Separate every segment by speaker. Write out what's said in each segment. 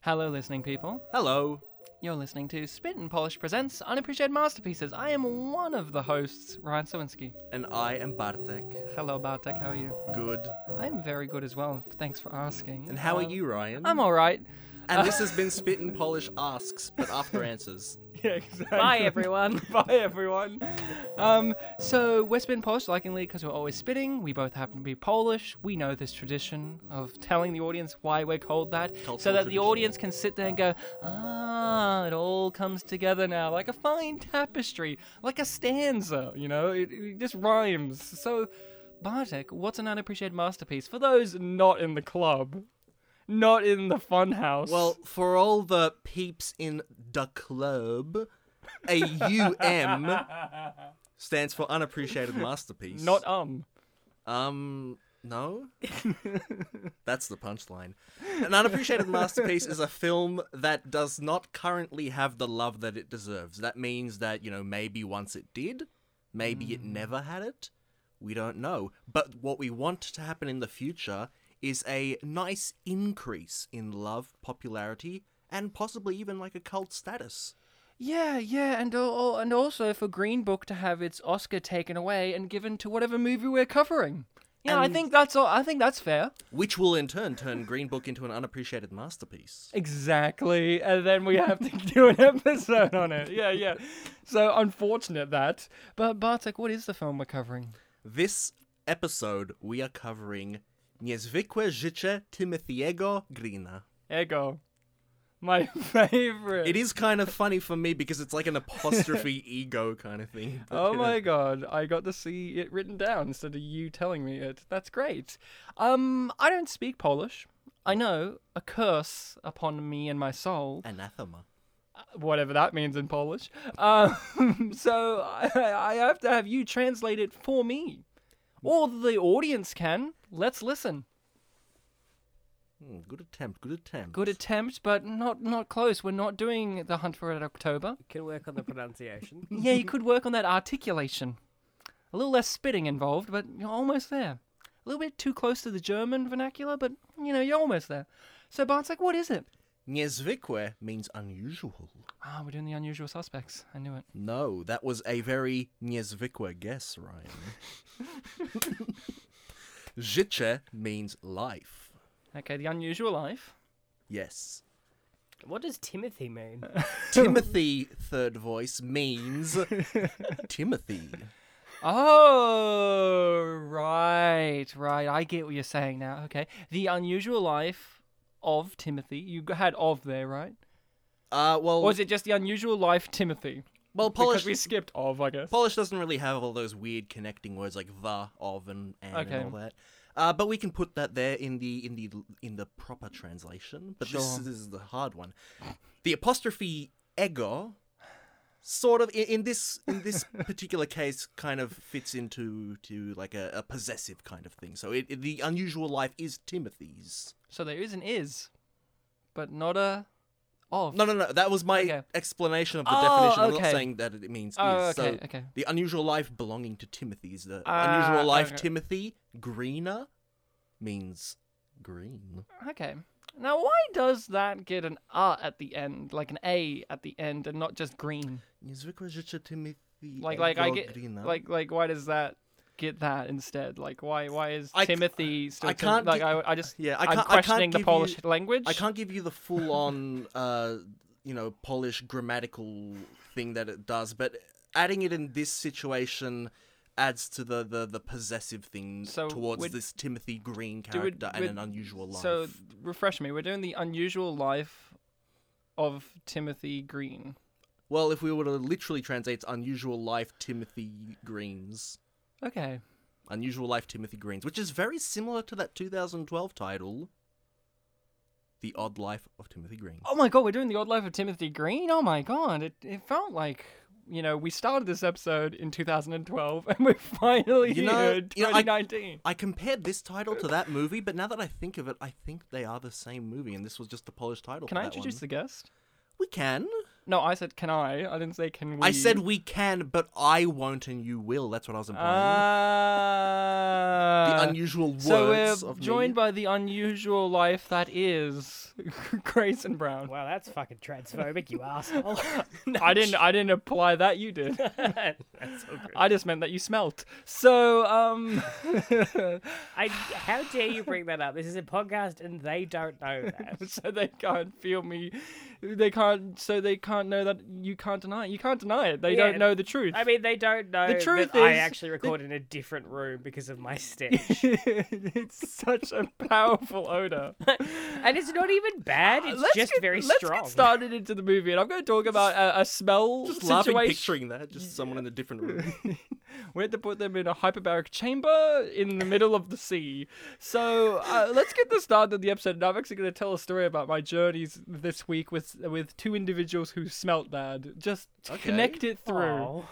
Speaker 1: Hello, listening people.
Speaker 2: Hello.
Speaker 1: You're listening to Spit and Polish Presents Unappreciated Masterpieces. I am one of the hosts, Ryan Sawinski.
Speaker 2: And I am Bartek.
Speaker 1: Hello, Bartek. How are you?
Speaker 2: Good.
Speaker 1: I'm very good as well. Thanks for asking.
Speaker 2: And how are
Speaker 1: Um,
Speaker 2: you, Ryan?
Speaker 1: I'm all right.
Speaker 2: and this has been Spit and Polish Asks, but after answers.
Speaker 1: Yeah, exactly.
Speaker 3: Bye, everyone.
Speaker 1: Bye, everyone. Um, so we're Spin Polish, likingly because we're always spitting. We both happen to be Polish. We know this tradition of telling the audience why we're called that, so
Speaker 2: Cultural
Speaker 1: that the
Speaker 2: tradition.
Speaker 1: audience can sit there and go, ah, it all comes together now, like a fine tapestry, like a stanza. You know, it, it just rhymes. So, Bartek, what's an unappreciated masterpiece for those not in the club, not in the fun house?
Speaker 2: Well, for all the peeps in the club, a UM stands for Unappreciated Masterpiece.
Speaker 1: not um.
Speaker 2: Um, no? That's the punchline. An unappreciated masterpiece is a film that does not currently have the love that it deserves. That means that, you know, maybe once it did, maybe it never had it. We don't know. But what we want to happen in the future is a nice increase in love, popularity, and possibly even like a cult status.
Speaker 1: Yeah, yeah, and al- al- and also for Green Book to have its Oscar taken away and given to whatever movie we're covering. Yeah, I
Speaker 2: And-
Speaker 1: think that's all. I think that's fair.
Speaker 2: Which will in turn turn Green Book into an unappreciated masterpiece.
Speaker 1: Exactly, and then we have to do an episode on it. Yeah, yeah. So unfortunate that. But Bartek, what is the film we're covering?
Speaker 2: This episode, we are covering Niezwykłe Życie Timothyego Greena.
Speaker 1: Ego, my favorite.
Speaker 2: It is kind of funny for me because it's like an apostrophe ego kind of thing. but,
Speaker 1: Oh
Speaker 2: you know.
Speaker 1: my god, I got to see it written down instead of you telling me it. That's great. Um, I don't speak Polish. I know a curse upon me and my soul.
Speaker 2: Anathema.
Speaker 1: whatever that means in Polish. Um, so I, I have to have you translate it for me, or the audience can. Let's listen.
Speaker 2: Hmm, good attempt, good attempt.
Speaker 1: Good attempt, but not not close. We're not doing the hunt for Red October.
Speaker 3: Can work on the pronunciation.
Speaker 1: Yeah, you could work on that articulation. A little less spitting involved, but you're almost there. A little bit too close to the German vernacular, but you know you're almost there. So Bart's like, what is it?
Speaker 2: Niezwykłe means unusual.
Speaker 1: Ah, we're doing the unusual suspects. I knew it.
Speaker 2: No, that was a very niezwykłe guess, Ryan. Życie means life.
Speaker 1: Okay, the unusual life.
Speaker 2: Yes.
Speaker 3: What does Timothy mean?
Speaker 2: Timothy, third voice, means Timothy.
Speaker 1: Oh, right, right. I get what you're saying now. Okay. The unusual life of Timothy. You g- had of there, right?
Speaker 2: Uh, well,
Speaker 1: Or was it just the unusual life Timothy?
Speaker 2: well,
Speaker 1: Because
Speaker 2: Polish
Speaker 1: we skipped of, I guess.
Speaker 2: Polish doesn't really have all those weird connecting words like the, of, and and,
Speaker 1: Okay.
Speaker 2: and all that. Uh, but we can put that there in the in the in the proper translation. But this,
Speaker 1: Sure.
Speaker 2: is, this is the hard one. The apostrophe ego, sort of in, in this in this particular case, kind of fits into to like a, a possessive kind of thing. So it, it- the unusual life is Timothy's.
Speaker 1: So there is an is, but not a of.
Speaker 2: No, no, no. That was my
Speaker 1: Okay.
Speaker 2: explanation of the
Speaker 1: Oh,
Speaker 2: definition. I'm
Speaker 1: okay.
Speaker 2: not saying that it means
Speaker 1: Oh,
Speaker 2: is. So
Speaker 1: okay, okay.
Speaker 2: the unusual life belonging to Timothy is the
Speaker 1: Ah,
Speaker 2: unusual life
Speaker 1: okay.
Speaker 2: Timothy greener means green.
Speaker 1: Okay. Now, why does that get an R at the end, like an A at the end, and not just green?
Speaker 2: Niezwykłe życie Timothy
Speaker 1: Like, like I
Speaker 2: Ego
Speaker 1: get,
Speaker 2: Greena.
Speaker 1: like, like, why does that get that instead? Like, why, why is
Speaker 2: I c-
Speaker 1: Timothy still?
Speaker 2: I
Speaker 1: Tim-
Speaker 2: can't
Speaker 1: like,
Speaker 2: gi-
Speaker 1: I, I just,
Speaker 2: Yeah, I
Speaker 1: I'm
Speaker 2: can't- I can't
Speaker 1: questioning
Speaker 2: give
Speaker 1: the Polish
Speaker 2: you-
Speaker 1: language.
Speaker 2: I can't give you the full on, uh, you know, Polish grammatical thing that it does, but adding it in this situation adds to the the, the possessive thing
Speaker 1: So
Speaker 2: towards
Speaker 1: would-
Speaker 2: this Timothy Green
Speaker 1: Do we-
Speaker 2: character and
Speaker 1: would-
Speaker 2: an unusual life.
Speaker 1: So refresh me. We're doing the unusual life of Timothy Green.
Speaker 2: Well, if we were to literally translate it's unusual life Timothy Greens.
Speaker 1: Okay.
Speaker 2: Unusual Life Timothy Greens, which is very similar to that 2012 title, The Odd Life of Timothy Green.
Speaker 1: Oh my god, we're doing the odd life of Timothy Green. Oh my god, it it felt like. You know, we started this episode in 2012, and we're finally
Speaker 2: You know-
Speaker 1: here in
Speaker 2: you know, I-
Speaker 1: 2019.
Speaker 2: I compared this title to that movie, but now that I think of it, I think they are the same movie, and this was just the Polish title.
Speaker 1: Can
Speaker 2: for
Speaker 1: I
Speaker 2: that
Speaker 1: introduce
Speaker 2: one.
Speaker 1: the guest?
Speaker 2: We can.
Speaker 1: No, I said can I. I didn't say can we.
Speaker 2: I said we can, but I won't and you will. That's what I was implying.
Speaker 1: Ah.
Speaker 2: the unusual words
Speaker 1: Uh, so we're
Speaker 2: of me.
Speaker 1: joined by the unusual life that is Grayson Brown.
Speaker 3: Wow, that's fucking transphobic, you asshole.
Speaker 1: I didn't. I didn't apply that. You did.
Speaker 3: that's so good.
Speaker 1: I just meant that you smelt. So, um,
Speaker 3: I, how dare you bring that up? This is a podcast and they don't know that.
Speaker 1: so they can't feel me. They can't. So they can't know that you can't deny it. You can't deny it. They
Speaker 3: Yeah.
Speaker 1: don't know the truth.
Speaker 3: I mean, they don't know
Speaker 1: The truth
Speaker 3: that I
Speaker 1: is-
Speaker 3: actually record in a different room because of my stench.
Speaker 1: it's such a powerful odor.
Speaker 3: and it's not even bad, it's just
Speaker 1: get,
Speaker 3: very
Speaker 1: let's
Speaker 3: strong.
Speaker 1: get started into the movie, and I'm going to talk about a, a smell
Speaker 2: Just
Speaker 1: situation.
Speaker 2: laughing, picturing that. Just someone in a different room.
Speaker 1: We had to put them in a hyperbaric chamber in the middle of the sea. So uh, let's get the start of the episode. And I'm actually going to tell a story about my journeys this week with with two individuals who smelt bad. Just
Speaker 2: Okay.
Speaker 1: connect it through,
Speaker 3: Oh.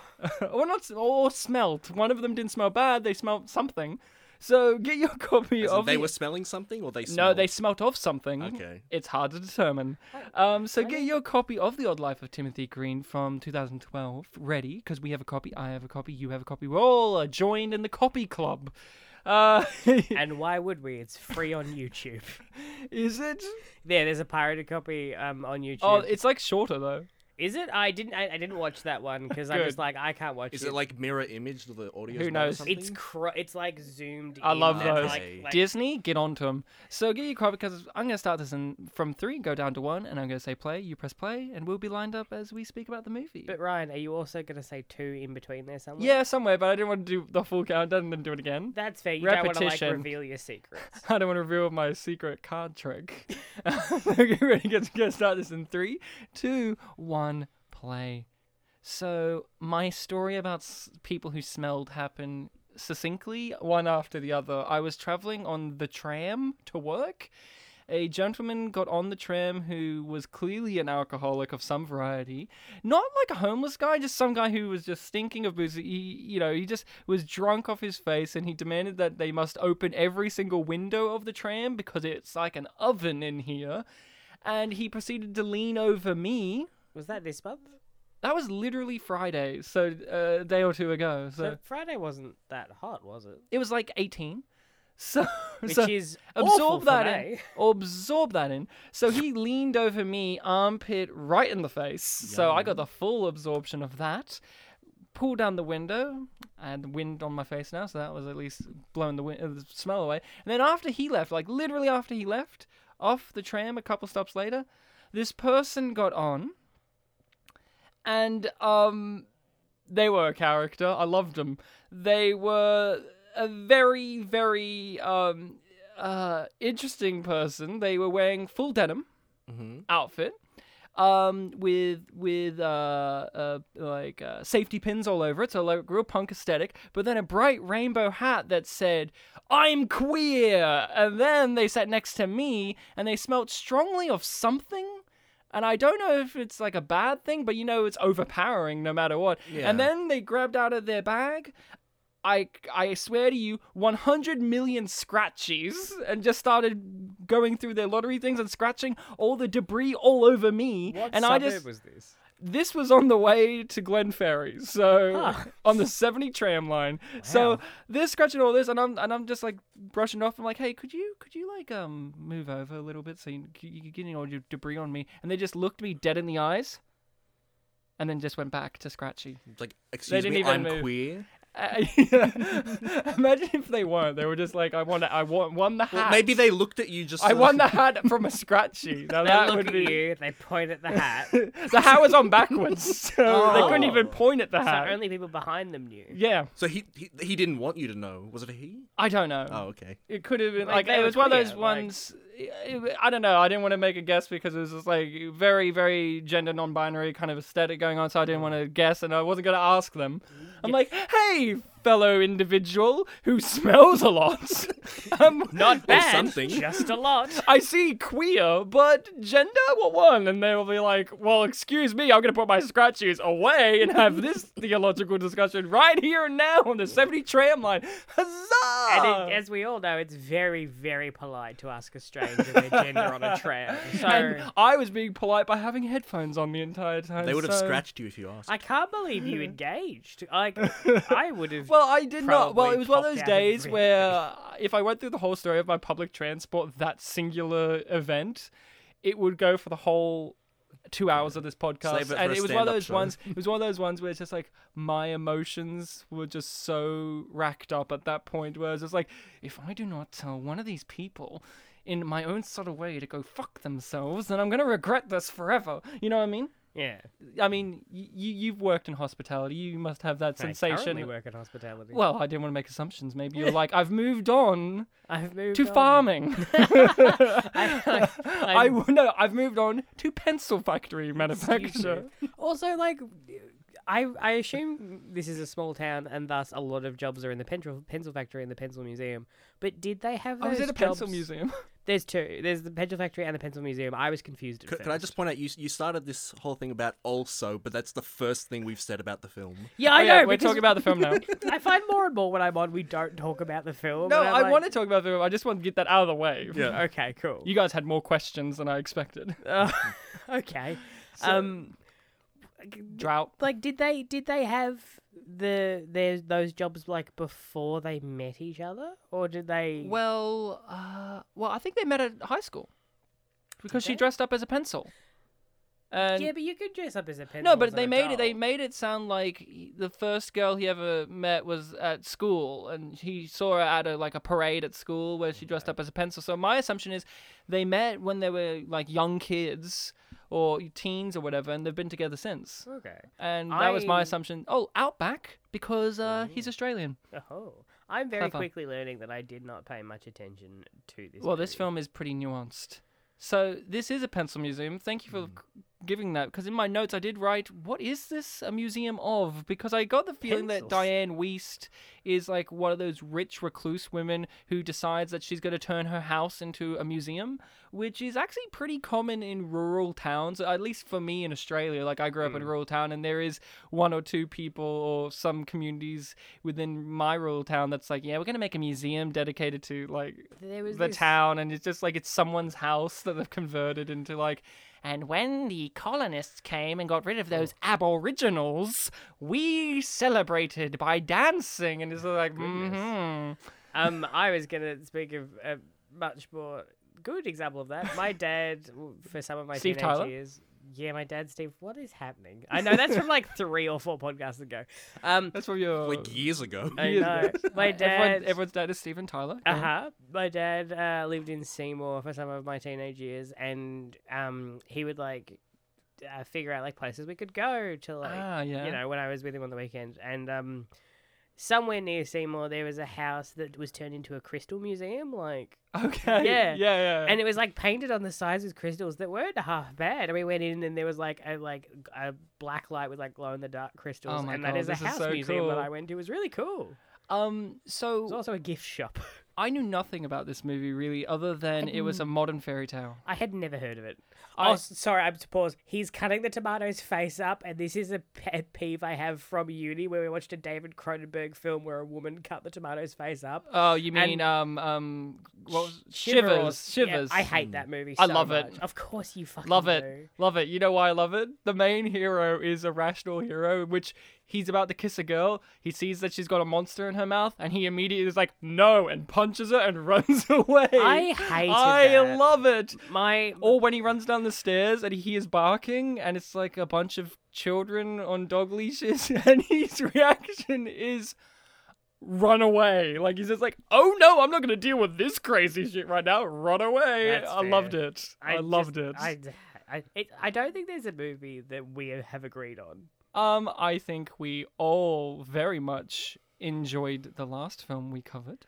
Speaker 1: or not, s- or smelt. One of them didn't smell bad; they smelled something. So get your copy
Speaker 2: As in
Speaker 1: of
Speaker 2: they
Speaker 1: the-
Speaker 2: were smelling something, or they
Speaker 1: no,
Speaker 2: smelled?
Speaker 1: they smelt of something.
Speaker 2: Okay.
Speaker 1: It's hard to determine. Um, so get your copy of The Odd Life of Timothy Green from 2012 ready, because we have a copy, I have a copy, you have a copy. We're all uh, joined in the copy club. Uh,
Speaker 3: And why would we? It's free on YouTube.
Speaker 1: is it?
Speaker 3: There, there's a pirated copy um, on YouTube.
Speaker 1: Oh, it's like shorter though.
Speaker 3: Is it? I didn't. I, I didn't watch that one because I'm just
Speaker 1: Good.
Speaker 3: like I can't watch
Speaker 2: Is
Speaker 3: it.
Speaker 2: it like mirror image of the audio?
Speaker 1: Who
Speaker 2: as well or
Speaker 1: knows?
Speaker 2: something?
Speaker 3: it's cr- it's like zoomed.
Speaker 1: I
Speaker 3: in
Speaker 1: love
Speaker 3: and,
Speaker 1: those.
Speaker 3: Like, like,
Speaker 1: Disney, get onto them. So get your copy because I'm going to start this in, from three, go down to one, and I'm going to say play. You press play, and we'll be lined up as we speak about the movie.
Speaker 3: but Ryan, are you also gonna say two in between there somewhere?
Speaker 1: yeah, somewhere, but I didn't want to do the full countdown and then do it again.
Speaker 3: that's fair. You don't want to
Speaker 1: Repetition.
Speaker 3: like reveal your secrets.
Speaker 1: I don't want to reveal my secret card trick. okay, ready? Get to start this in three, two, one, play. So my story about s- people who smelled happened succinctly, one after the other. I was traveling on the tram to work. A gentleman got on the tram who was clearly an alcoholic of some variety, not like a homeless guy, just some guy who was just stinking of booze. He, you know, he just was drunk off his face, and he demanded that they must open every single window of the tram because it's like an oven in here. And he proceeded to lean over me,
Speaker 3: Was that this month?
Speaker 1: that was literally Friday, so uh, a day or two ago. So,
Speaker 3: So, Friday wasn't that hot, was it?
Speaker 1: it was like 18. So,
Speaker 3: Which
Speaker 1: so
Speaker 3: is awful eh?
Speaker 1: absorb
Speaker 3: for
Speaker 1: that in.
Speaker 3: me.
Speaker 1: Absorb that in. So he leaned over me, armpit right in the face. So I got the full absorption of that. Pulled down the window. I had the wind on my face now, so that was at least blowing the, wind, uh, the smell away. And then after he left, like literally after he left, off the tram a couple stops later, this person got on and um they were a character i loved them they were a very very um uh interesting person they were wearing full denim outfit um with with uh, uh like uh, safety pins all over it so like real punk aesthetic but then a bright rainbow hat that said i'm queer and then they sat next to me and they smelt strongly of something and I don't know if it's like a bad thing, but you know it's overpowering no matter what.
Speaker 2: Yeah.
Speaker 1: And then they grabbed out of their bag, I I swear to you, 100 million scratchies, and just started going through their lottery things and scratching all the debris all over me.
Speaker 3: What
Speaker 1: and I
Speaker 3: suburb
Speaker 1: just
Speaker 3: was this?
Speaker 1: this was on the way to Glen Ferry, so
Speaker 3: Huh.
Speaker 1: on the 70 tram line. So
Speaker 3: Wow.
Speaker 1: they're scratching all this, and I'm and I'm just like brushing it off. I'm like, hey, could you could you like um move over a little bit so you, you're getting all your debris on me? And they just looked me dead in the eyes, and then just went back to scratchy.
Speaker 2: It's like, excuse
Speaker 1: didn't
Speaker 2: me,
Speaker 1: even
Speaker 2: I'm
Speaker 1: move.
Speaker 2: queer.
Speaker 1: Uh, Imagine if they weren't. They were just like, I want I want won the hat.
Speaker 2: Well, maybe they looked at you just.
Speaker 1: I
Speaker 2: like-
Speaker 1: won the hat from a scratchy. Now
Speaker 3: They
Speaker 1: that
Speaker 3: look
Speaker 1: would
Speaker 3: at
Speaker 1: be.
Speaker 3: you. They point at the hat. so
Speaker 1: The hat was on backwards, so they couldn't
Speaker 2: Oh.
Speaker 1: even point at the hat.
Speaker 3: only people behind them knew.
Speaker 1: yeah,
Speaker 2: So he, he he didn't want you to know. Was it a he?
Speaker 1: I don't know.
Speaker 2: Oh, okay.
Speaker 1: It could have been
Speaker 3: Like,
Speaker 1: like,
Speaker 3: they
Speaker 1: it
Speaker 3: were
Speaker 1: was one of those
Speaker 3: queer, like-
Speaker 1: ones. it- I don't know. I didn't want to make a guess because it was just like very, very gender non-binary kind of aesthetic going on. So I didn't want to guess, and I wasn't going to ask them. I'm like, hey, fellow individual who smells a lot. um,
Speaker 3: Not bad.
Speaker 2: something.
Speaker 3: Just a lot.
Speaker 1: I see queer, but gender, what one? And they will be like, well, excuse me, I'm going to put my scratchies away and have this theological discussion right here and now on the 70 tram line. Huzzah!
Speaker 3: And it, as we all know, it's very, very polite to ask a stranger their gender on a tram. So
Speaker 1: And I was being polite by having headphones on the entire time.
Speaker 2: They would have
Speaker 1: Uh, so-
Speaker 2: scratched you if you asked.
Speaker 3: I can't believe you engaged. Like I would have.
Speaker 1: Well, I did not. Well,
Speaker 3: probably
Speaker 1: it was one of
Speaker 3: popped
Speaker 1: those
Speaker 3: out of
Speaker 1: days
Speaker 3: the-
Speaker 1: where if I went through the whole story of my public transport, that singular event, it would go for the whole two hours of this podcast,
Speaker 2: Save it for
Speaker 1: and
Speaker 2: a
Speaker 1: it was one of
Speaker 2: stand-up
Speaker 1: those
Speaker 2: show.
Speaker 1: ones. It was one of those ones where it's just like my emotions were just so racked up at that point, where it's just like, if I do not tell one of these people. In my own sort of way to go fuck themselves, then I'm gonna regret this forever. You know what I mean?
Speaker 3: Yeah.
Speaker 1: I mean, y- you you've worked in hospitality. You must have that
Speaker 3: I currently
Speaker 1: sensation.
Speaker 3: work in hospitality.
Speaker 1: Well, I didn't want to make assumptions. Maybe you're like, I've moved on
Speaker 3: I've moved
Speaker 1: to
Speaker 3: on.
Speaker 1: farming.
Speaker 3: I, I,
Speaker 1: I no, I've moved on to pencil factory
Speaker 3: Excuse
Speaker 1: manufacture.
Speaker 3: me. Also, like, I I assume this is a small town, and thus a lot of jobs are in the pencil pencil factory and the pencil museum. But did they have?
Speaker 1: I was at
Speaker 3: those
Speaker 1: Oh, a pencil
Speaker 3: jobs-
Speaker 1: museum.
Speaker 3: There's two. There's the pencil factory and the pencil museum. I was confused. At
Speaker 2: Could,
Speaker 3: first.
Speaker 2: could I just point out you you started this whole thing about also, but that's the first thing we've said about the film.
Speaker 3: Yeah,
Speaker 1: Oh,
Speaker 3: I know.
Speaker 1: yeah, we're
Speaker 3: because
Speaker 1: talking about the film now.
Speaker 3: I find more and more when I'm on, we don't talk about the film.
Speaker 1: no,
Speaker 3: and I'm
Speaker 1: I
Speaker 3: like,
Speaker 1: want to talk about the film. I just want to get that out of the way.
Speaker 2: Yeah.
Speaker 3: Okay, cool.
Speaker 1: You guys had more questions than I expected.
Speaker 3: okay. um,
Speaker 1: Drought.
Speaker 3: like, did they did they have the there's those jobs like before they met each other, or did they?
Speaker 1: Well, uh, well, I think they met at high school because she
Speaker 3: they?
Speaker 1: dressed up as a pencil. And
Speaker 3: yeah, but you could dress up as a pencil.
Speaker 1: No, but
Speaker 3: as
Speaker 1: they
Speaker 3: an
Speaker 1: made it. They
Speaker 3: adult.
Speaker 1: made it sound like he- the first girl he ever met was at school, and he saw her at a like a parade at school where she dressed up as a pencil. So my assumption is they met when they were like young kids or teens or whatever, and they've been together since.
Speaker 3: Okay.
Speaker 1: And that was my
Speaker 3: I-
Speaker 1: assumption. Oh, Outback because uh, he's Australian.
Speaker 3: Oh, I'm very
Speaker 1: Clever.
Speaker 3: quickly learning that I did not pay much attention to this.
Speaker 1: Well, this
Speaker 3: movie.
Speaker 1: film is pretty nuanced. So this is a pencil museum. Thank you for c- giving that because in my notes I did write what is this a museum of because I got the feeling
Speaker 3: Pencils.
Speaker 1: that Diane Weist is like one of those rich recluse women who decides that she's going to turn her house into a museum, which is actually pretty common in rural towns at least for me in Australia. Like I grew up in a rural town and there is one or two people or some communities within my rural town that's like, yeah, we're going to make a museum dedicated to like
Speaker 3: There was
Speaker 1: the
Speaker 3: this-
Speaker 1: town and it's just like it's someone's house that they've converted into like and when the colonists came and got rid of those aboriginals we celebrated by dancing and it's like hmm
Speaker 3: Um, I was gonna speak of a much more good example of that. My dad, w- for some of my
Speaker 1: Steve
Speaker 3: teenage
Speaker 1: Tyler?
Speaker 3: years, yeah, my dad, Steve. What is happening? I know that's from like three or four podcasts ago. Um,
Speaker 1: that's what you're
Speaker 2: Like years ago.
Speaker 3: I
Speaker 1: Years
Speaker 3: know my dad.
Speaker 1: everyone, everyone's dad Uh-huh, is Steven Tyler
Speaker 3: Uh huh. My dad uh, lived in Seymour for some of my teenage years, and um, he would like uh, figure out like places we could go to, like
Speaker 1: ah yeah
Speaker 3: you know, when I was with him on the weekend, and um, somewhere near Seymour there was a house that was turned into a crystal museum, like,
Speaker 1: okay yeah
Speaker 3: Yeah.
Speaker 1: yeah, yeah.
Speaker 3: and it was like painted on the sides with crystals that weren't half bad. And we went in, and there was like a like g- a black light with like glow in the dark crystals,
Speaker 1: Oh my
Speaker 3: and
Speaker 1: God,
Speaker 3: that is a
Speaker 1: this is
Speaker 3: house
Speaker 1: so
Speaker 3: museum that
Speaker 1: cool.
Speaker 3: I went to. It was really cool.
Speaker 1: um
Speaker 3: It was
Speaker 1: so
Speaker 3: also a gift shop.
Speaker 1: i knew nothing about this movie really other than it was a modern fairy tale
Speaker 3: I had never heard of it.
Speaker 1: I-
Speaker 3: oh, s- sorry, I'm to pause. He's cutting the tomato's face up, and this is a pet peeve I have from uni where we watched a David Cronenberg film where a woman cut the tomato's face up.
Speaker 1: oh you mean
Speaker 3: And-
Speaker 1: um um what was,
Speaker 3: Shivers.
Speaker 1: shivers
Speaker 3: Yeah,
Speaker 1: shivers
Speaker 3: I hate that movie.
Speaker 1: I
Speaker 3: so
Speaker 1: love it.
Speaker 3: much. Of course, you fucking
Speaker 1: Love
Speaker 3: do.
Speaker 1: it. Love it. You know why I love it? The main hero is a rational hero, which he's about to kiss a girl. He sees that she's got a monster in her mouth, and he immediately is like, no, and punches her and runs away.
Speaker 3: I hated
Speaker 1: I
Speaker 3: that.
Speaker 1: love it.
Speaker 3: My
Speaker 1: Or when he runs down the stairs and he is barking, and it's like a bunch of children on dog leashes, and his reaction is run away. Like he's just like, oh no, I'm not going to deal with this crazy shit right now. Run away.
Speaker 3: That's
Speaker 1: I loved
Speaker 3: fair.
Speaker 1: it. I, loved it.
Speaker 3: just- I, I, it, I don't think there's a movie that we have agreed on.
Speaker 1: Um, I think we all very much enjoyed the last film we covered.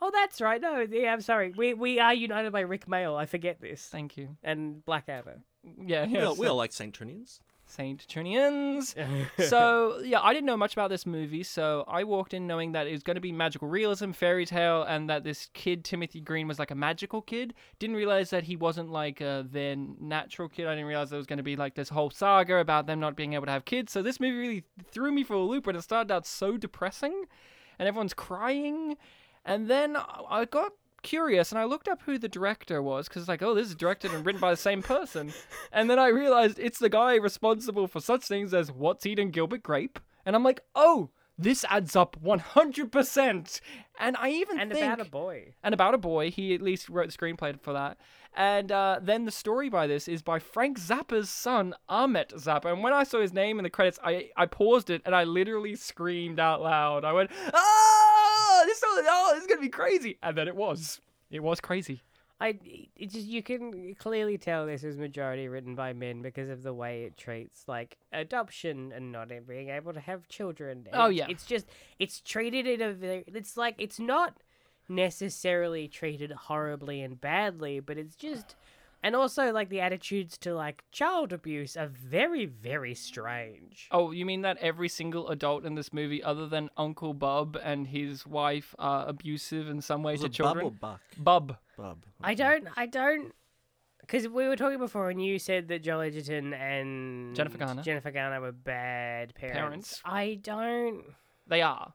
Speaker 3: Oh, that's right. No, yeah, I'm sorry. We we are united by Rick Mail. I forget this.
Speaker 1: Thank you.
Speaker 3: And Blackadder.
Speaker 1: Yeah,
Speaker 2: We
Speaker 1: yeah.
Speaker 2: all, we all
Speaker 1: so-
Speaker 2: like Saint Trinians.
Speaker 1: Saint Trinians. so yeah, I didn't know much about this movie, so I walked in knowing that it was going to be magical realism, fairy tale, and that this kid Timothy Green was like a magical kid. Didn't realize that he wasn't like uh, their natural kid. I didn't realize there was going to be like this whole saga about them not being able to have kids. So this movie really threw me for a loop when it started out so depressing, and everyone's crying, and then I I got curious and I looked up who the director was because like oh this is directed and written by the same person and then I realized it's the guy responsible for such things as What's Eating Gilbert Grape and I'm like oh This adds up 100%. And I even
Speaker 3: and
Speaker 1: think
Speaker 3: about a boy.
Speaker 1: and about a boy. He at least wrote the screenplay for that. And uh, then the story by this is by Frank Zappa's son, Ahmet Zappa. And when I saw his name in the credits, I, I paused it and I literally screamed out loud. I went, "Ah! This, oh, this is gonna be crazy!" And then it was. It was crazy.
Speaker 3: I it just you can clearly tell this is majority written by men because of the way it treats like adoption and not e-, being able to have children.
Speaker 1: Oh,
Speaker 3: And
Speaker 1: yeah.
Speaker 3: it's just it's treated in a very it's like it's not necessarily treated horribly and badly, but it's just and also like the attitudes to like child abuse are very very strange.
Speaker 1: Oh, you mean that every single adult in this movie, other than Uncle Bub and his wife, are abusive in some way
Speaker 2: Was
Speaker 1: to
Speaker 2: it Bub or
Speaker 1: children?
Speaker 2: Buck?
Speaker 1: Bub.
Speaker 2: Bub.
Speaker 3: I don't I don't because we were talking before, and you said that Joel Edgerton and
Speaker 1: Jennifer Garner.
Speaker 3: Jennifer Garner were bad parents.
Speaker 1: Parents.
Speaker 3: I don't.
Speaker 1: They are.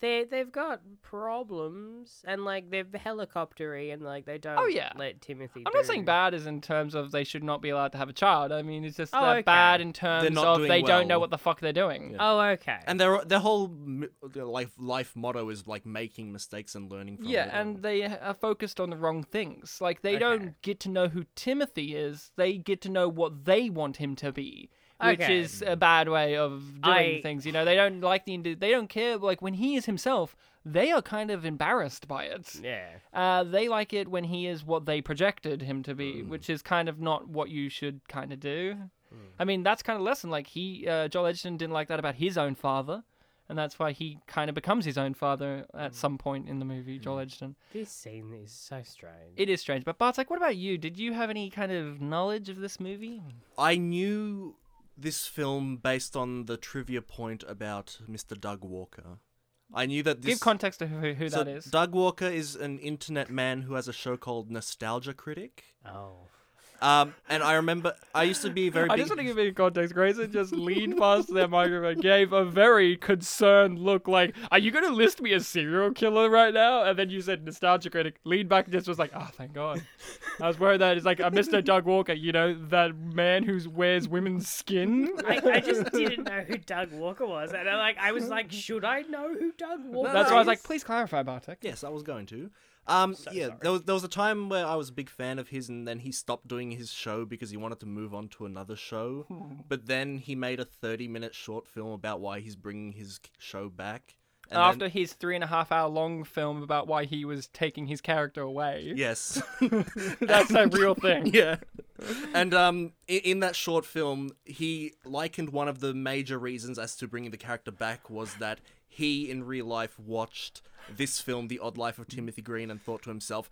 Speaker 3: They they've got problems, and like they're helicoptery, and like they don't.
Speaker 1: Oh, yeah.
Speaker 3: let Timothy.
Speaker 1: I'm not saying
Speaker 3: do-
Speaker 1: bad as in terms of they should not be allowed to have a child. I mean, it's just
Speaker 3: Oh,
Speaker 1: they're
Speaker 3: okay.
Speaker 1: bad in terms
Speaker 2: not
Speaker 1: of
Speaker 2: doing
Speaker 1: they don't know
Speaker 2: well.
Speaker 1: what the fuck they're doing. Um,
Speaker 2: Yeah.
Speaker 3: Oh, okay.
Speaker 2: And their their whole m- their life life motto is like making mistakes and learning from
Speaker 1: Yeah,
Speaker 2: it.
Speaker 1: and they are focused on the wrong things. Like they
Speaker 3: Okay.
Speaker 1: don't get to know who Timothy is. They get to know what they want him to be, which
Speaker 3: Okay.
Speaker 1: is a bad way of doing
Speaker 3: I-
Speaker 1: things. You know, they don't like the indi- they don't care. Like when he is himself, they are kind of embarrassed by it.
Speaker 3: yeah.
Speaker 1: Uh, they like it when he is what they projected him to
Speaker 2: Hmm.
Speaker 1: be, which is kind of not what you should kind of do. I mean, that's kind of lesson. Like he, uh, Joel Edgerton didn't like that about his own father, and that's why he kind of becomes his own father
Speaker 2: Hmm.
Speaker 1: at some point in the movie. Joel Edgerton.
Speaker 3: This scene is so strange.
Speaker 1: It is strange, but Bartek, what about you? Did you have any kind of knowledge of this movie?
Speaker 2: I knew this film based on the trivia point about Mr. Doug Walker. I knew that this
Speaker 1: Give context to who, who
Speaker 2: so
Speaker 1: that is.
Speaker 2: Doug Walker is an internet man who has a show called Nostalgia Critic.
Speaker 3: oh.
Speaker 2: Um, and I remember I used to be very
Speaker 1: I
Speaker 2: big.
Speaker 1: just want to give you context. Grayson just leaned past their microphone, gave a very concerned look, like, "Are you going to list me as serial killer right now?" And then you said nostalgia critic. Leaned back and just was like, "Ah, thank God." I was worried that it's like a Mr. Doug Walker, you know, that man who wears women's skin.
Speaker 3: I, I just didn't know who Doug Walker was, and I, like I was like, should I know who Doug Walker?
Speaker 1: That's why I was like,
Speaker 3: is?
Speaker 1: "Please clarify, Bartek."
Speaker 2: Yes, I was going to. Um, yeah,
Speaker 3: sorry.
Speaker 2: there was there was a time where I was a big fan of his, and then he stopped doing his show because he wanted to move on to another show.
Speaker 1: Hmm.
Speaker 2: But then he made a thirty-minute short film about why he's bringing his k- show back. And then-
Speaker 1: After his three and a half hour long film about why he was taking his character away,
Speaker 2: yes,
Speaker 1: that's a real thing.
Speaker 2: yeah. And um, in, in that short film, he likened one of the major reasons as to bringing the character back was that he, in real life, watched this film, The Odd Life of Timothy Green, and thought to himself,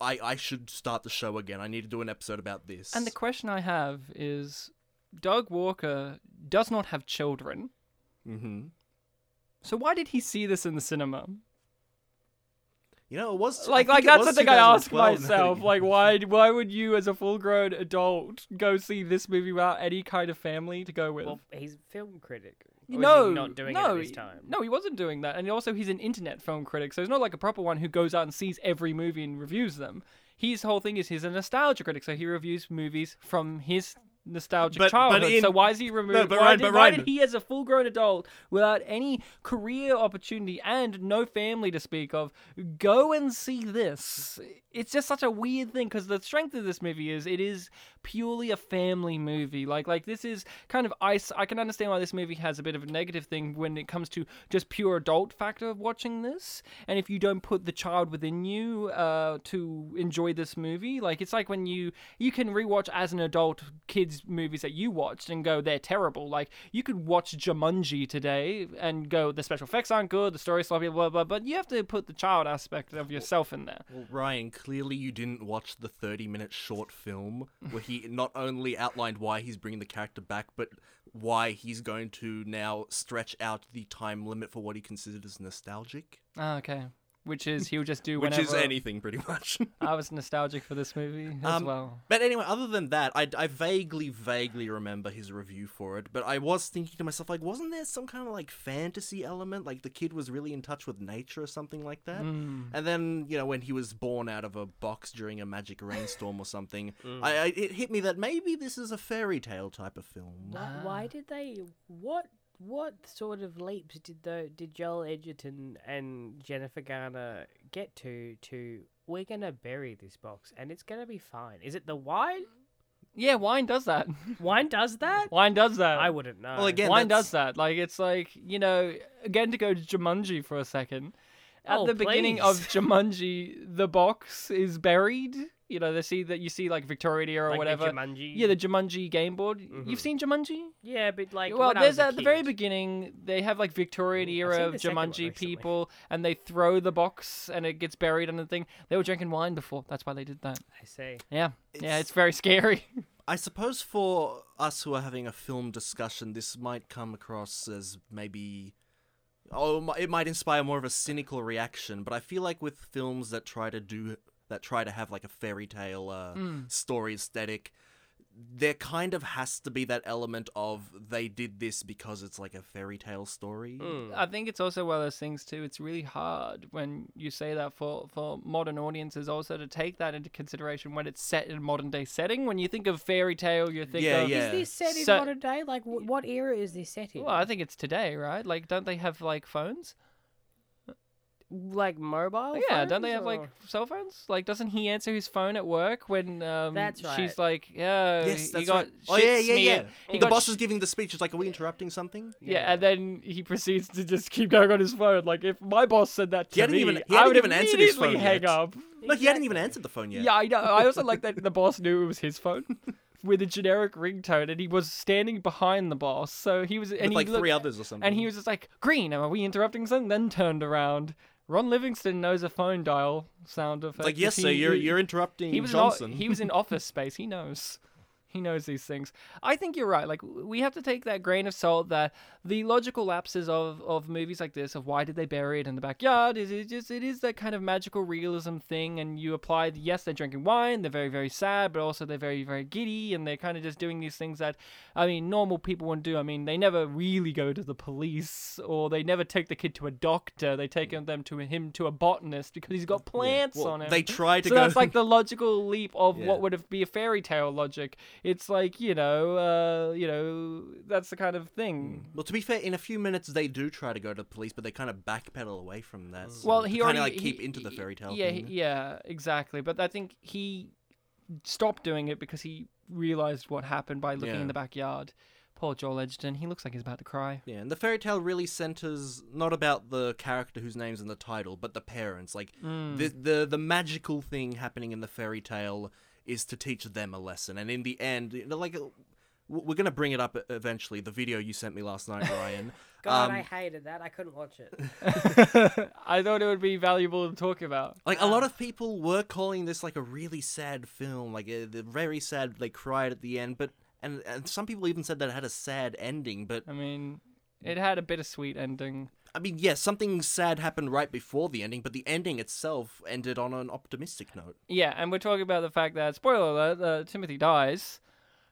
Speaker 2: I, I should start the show again. I need to do an episode about this.
Speaker 1: And the question I have is, Doug Walker does not have children.
Speaker 2: mm-hmm.
Speaker 1: So why did he see this in the cinema?
Speaker 2: You know, it was I
Speaker 1: Like,
Speaker 2: think
Speaker 1: like
Speaker 2: it
Speaker 1: that's
Speaker 2: was
Speaker 1: the thing I ask
Speaker 2: 2012 now that
Speaker 1: myself.
Speaker 2: you-
Speaker 1: Like, why, why would you, as a full-grown adult, go see this movie without any kind of family to go with?
Speaker 3: well, he's a film critic. Or is he
Speaker 1: no,
Speaker 3: not doing
Speaker 1: no,
Speaker 3: it at this time.
Speaker 1: no, he wasn't doing that. And also, he's an internet film critic, so he's not like a proper one who goes out and sees every movie and reviews them. His whole thing is he's a nostalgia critic, so he reviews movies from his nostalgic
Speaker 2: But- but
Speaker 1: childhood.
Speaker 2: in-
Speaker 1: so why is he removed?
Speaker 2: but
Speaker 1: why,
Speaker 2: Ryan-
Speaker 1: did,
Speaker 2: but
Speaker 1: why
Speaker 2: Ryan-
Speaker 1: did he, as a full-grown adult, without any career opportunity and no family to speak of, go and see this? It's just such a weird thing because the strength of this movie is it is purely a family movie. Like, like this is kind of ice. I can understand why this movie has a bit of a negative thing when it comes to just pure adult factor of watching this. And if you don't put the child within you uh, to enjoy this movie, like it's like when you you can rewatch as an adult kids movies that you watched and go they're terrible. Like you could watch Jumanji today and go the special effects aren't good, the story's sloppy, blah blah. But you have to put the child aspect of yourself in there.
Speaker 2: Well, Ryan, clearly you didn't watch the 30 minute short film where he not only outlined why he's bringing the character back, but why he's going to now stretch out the time limit for what he considered as nostalgic,
Speaker 1: Ah, okay. Which is he'll just do
Speaker 2: which
Speaker 1: whenever.
Speaker 2: is anything pretty much.
Speaker 1: I was nostalgic for this movie as
Speaker 2: Um,
Speaker 1: well.
Speaker 2: But anyway, other than that, I, I vaguely, vaguely remember his review for it. But I was thinking to myself, like, wasn't there some kind of like fantasy element? Like the kid was really in touch with nature or something like that.
Speaker 1: Mm.
Speaker 2: And then you know when he was born out of a box during a magic rainstorm or something, I, I it hit me that maybe this is a fairy tale type of film.
Speaker 1: Ah.
Speaker 3: Why, why did they? What what sort of leaps did the did Joel Edgerton and Jennifer Garner get to to we're gonna bury this box and it's gonna be fine? Is it the wine?
Speaker 1: Yeah, wine does that.
Speaker 3: Wine does that?
Speaker 1: wine does that.
Speaker 3: I wouldn't know.
Speaker 2: Well, again- Yeah,
Speaker 1: wine does
Speaker 2: that's-
Speaker 1: that. Like it's like you know, again to go to Jumanji for a second. At
Speaker 3: Oh,
Speaker 1: the beginning of
Speaker 3: please.
Speaker 1: Jumanji, the box is buried. You know, they see that you see like Victorian era or
Speaker 3: Like the
Speaker 1: whatever.
Speaker 3: Jumanji.
Speaker 1: yeah, the Jumanji game board.
Speaker 3: Mhm.
Speaker 1: You've seen Jumanji?
Speaker 3: yeah, but like
Speaker 1: well,
Speaker 3: when I
Speaker 1: there's
Speaker 3: was a
Speaker 1: at the very
Speaker 3: kid.
Speaker 1: beginning they have like Victorian
Speaker 3: Ooh, I've seen
Speaker 1: era
Speaker 3: the second one
Speaker 1: Jumanji
Speaker 3: recently.
Speaker 1: people, and they throw the box and it gets buried under the thing. They were drinking wine before. That's why they did that.
Speaker 3: I see.
Speaker 1: Yeah, yeah,
Speaker 2: It's-
Speaker 1: it's very scary.
Speaker 2: I suppose for us who are having a film discussion, this might come across as maybe. Oh, mi- it might inspire more of a cynical reaction, but I feel like with films that try to do that try to have like a fairy tale uh, story aesthetic, there kind of has to be that element of they did this because it's like a fairy tale story.
Speaker 1: I think it's also one of those things too. It's really hard when you say that for for modern audiences also to take that into consideration when it's set in a modern day setting. When you think of fairy tale, you think
Speaker 2: Yeah,
Speaker 1: of
Speaker 2: yeah.
Speaker 3: Is this set in
Speaker 1: So-
Speaker 3: modern day? Like, wh- what era is this set in?
Speaker 1: Well, I think it's today, right? Like, don't they have like phones?
Speaker 3: like mobile?
Speaker 1: yeah, don't they
Speaker 3: phones,
Speaker 1: have like
Speaker 3: or-
Speaker 1: cell phones? Like, doesn't he answer his phone at work when um,
Speaker 3: That's right.
Speaker 1: she's like, yeah,
Speaker 2: Yes,
Speaker 1: he
Speaker 2: that's
Speaker 1: got
Speaker 2: right. Oh
Speaker 1: shit
Speaker 2: yeah, yeah, yeah.
Speaker 1: smeared. He
Speaker 2: the
Speaker 1: got
Speaker 2: boss
Speaker 1: sh-
Speaker 2: is giving the speech. It's like, are we interrupting something?
Speaker 1: yeah, and then he proceeds to just keep going on his phone. Like, if my boss said that to
Speaker 2: He hadn't
Speaker 1: me,
Speaker 2: even- he
Speaker 1: I
Speaker 2: hadn't
Speaker 1: would
Speaker 2: even answered his
Speaker 1: immediately
Speaker 2: phone
Speaker 1: hang
Speaker 2: yet.
Speaker 1: up.
Speaker 2: No, he hadn't even
Speaker 3: Exactly.
Speaker 2: answered the phone yet.
Speaker 1: Yeah, I know. I also like that the boss knew it was his phone with a generic ringtone, and he was standing behind the boss. So he was, and
Speaker 2: with
Speaker 1: he
Speaker 2: like
Speaker 1: looked,
Speaker 2: three others or something.
Speaker 1: and he was just like, "Green, are we interrupting something?" Then turned around. Ron Livingston knows a phone dial sound effect.
Speaker 2: like, yes,
Speaker 1: He-
Speaker 2: sir, you're
Speaker 1: he-
Speaker 2: you're interrupting
Speaker 1: he was in o-
Speaker 2: Johnson.
Speaker 1: he was in office space. He knows. He knows these things. I think you're right. Like w- we have to take that grain of salt that the logical lapses of, of movies like this of why did they bury it in the backyard is it just it is that kind of magical realism thing and you apply the, yes they're drinking wine they're very very sad but also they're very very giddy and they're kind of just doing these things that I mean normal people wouldn't do. I mean they never really go to the police or they never take the kid to a doctor. They take them to him to a botanist because he's got plants
Speaker 2: Mm. Well,
Speaker 1: on him
Speaker 2: They tried to
Speaker 1: so
Speaker 2: go.
Speaker 1: that's like the logical leap of
Speaker 2: Yeah.
Speaker 1: what would have be a fairy tale logic. It's like you know, uh, you know, that's the kind of thing.
Speaker 2: well, to be fair, in a few minutes they do try to go to the police, but they kind of backpedal away from that. so
Speaker 1: Mm. Well,
Speaker 2: to
Speaker 1: he
Speaker 2: kind
Speaker 1: already
Speaker 2: of like keep
Speaker 1: he-
Speaker 2: into the
Speaker 1: he-
Speaker 2: fairy tale
Speaker 1: Yeah,
Speaker 2: thing.
Speaker 1: he- yeah, exactly. But I think he stopped doing it because he realized what happened by looking
Speaker 2: Yeah.
Speaker 1: in the backyard. Poor Joel Edgerton. He looks like he's about to cry.
Speaker 2: Yeah, and the fairy tale really centers not about the character whose name's in the title, but the parents. Like
Speaker 1: Mm.
Speaker 2: the, the the magical thing happening in the fairy tale is to teach them a lesson, and in the end, you know, like w- we're gonna bring it up eventually. The video you sent me last night, Ryan.
Speaker 3: God,
Speaker 2: um,
Speaker 3: I hated that. I couldn't watch it.
Speaker 1: I thought it would be valuable to talk about.
Speaker 2: Like a lot of people were calling this like a really sad film, like uh, the very sad. They cried at the end, but and and some people even said that it had a sad ending. But
Speaker 1: I mean, it had a bittersweet ending.
Speaker 2: I mean, yes, something sad happened right before the ending, but the ending itself ended on an optimistic note.
Speaker 1: Yeah, and we're talking about the fact that spoiler alert, uh, Timothy dies.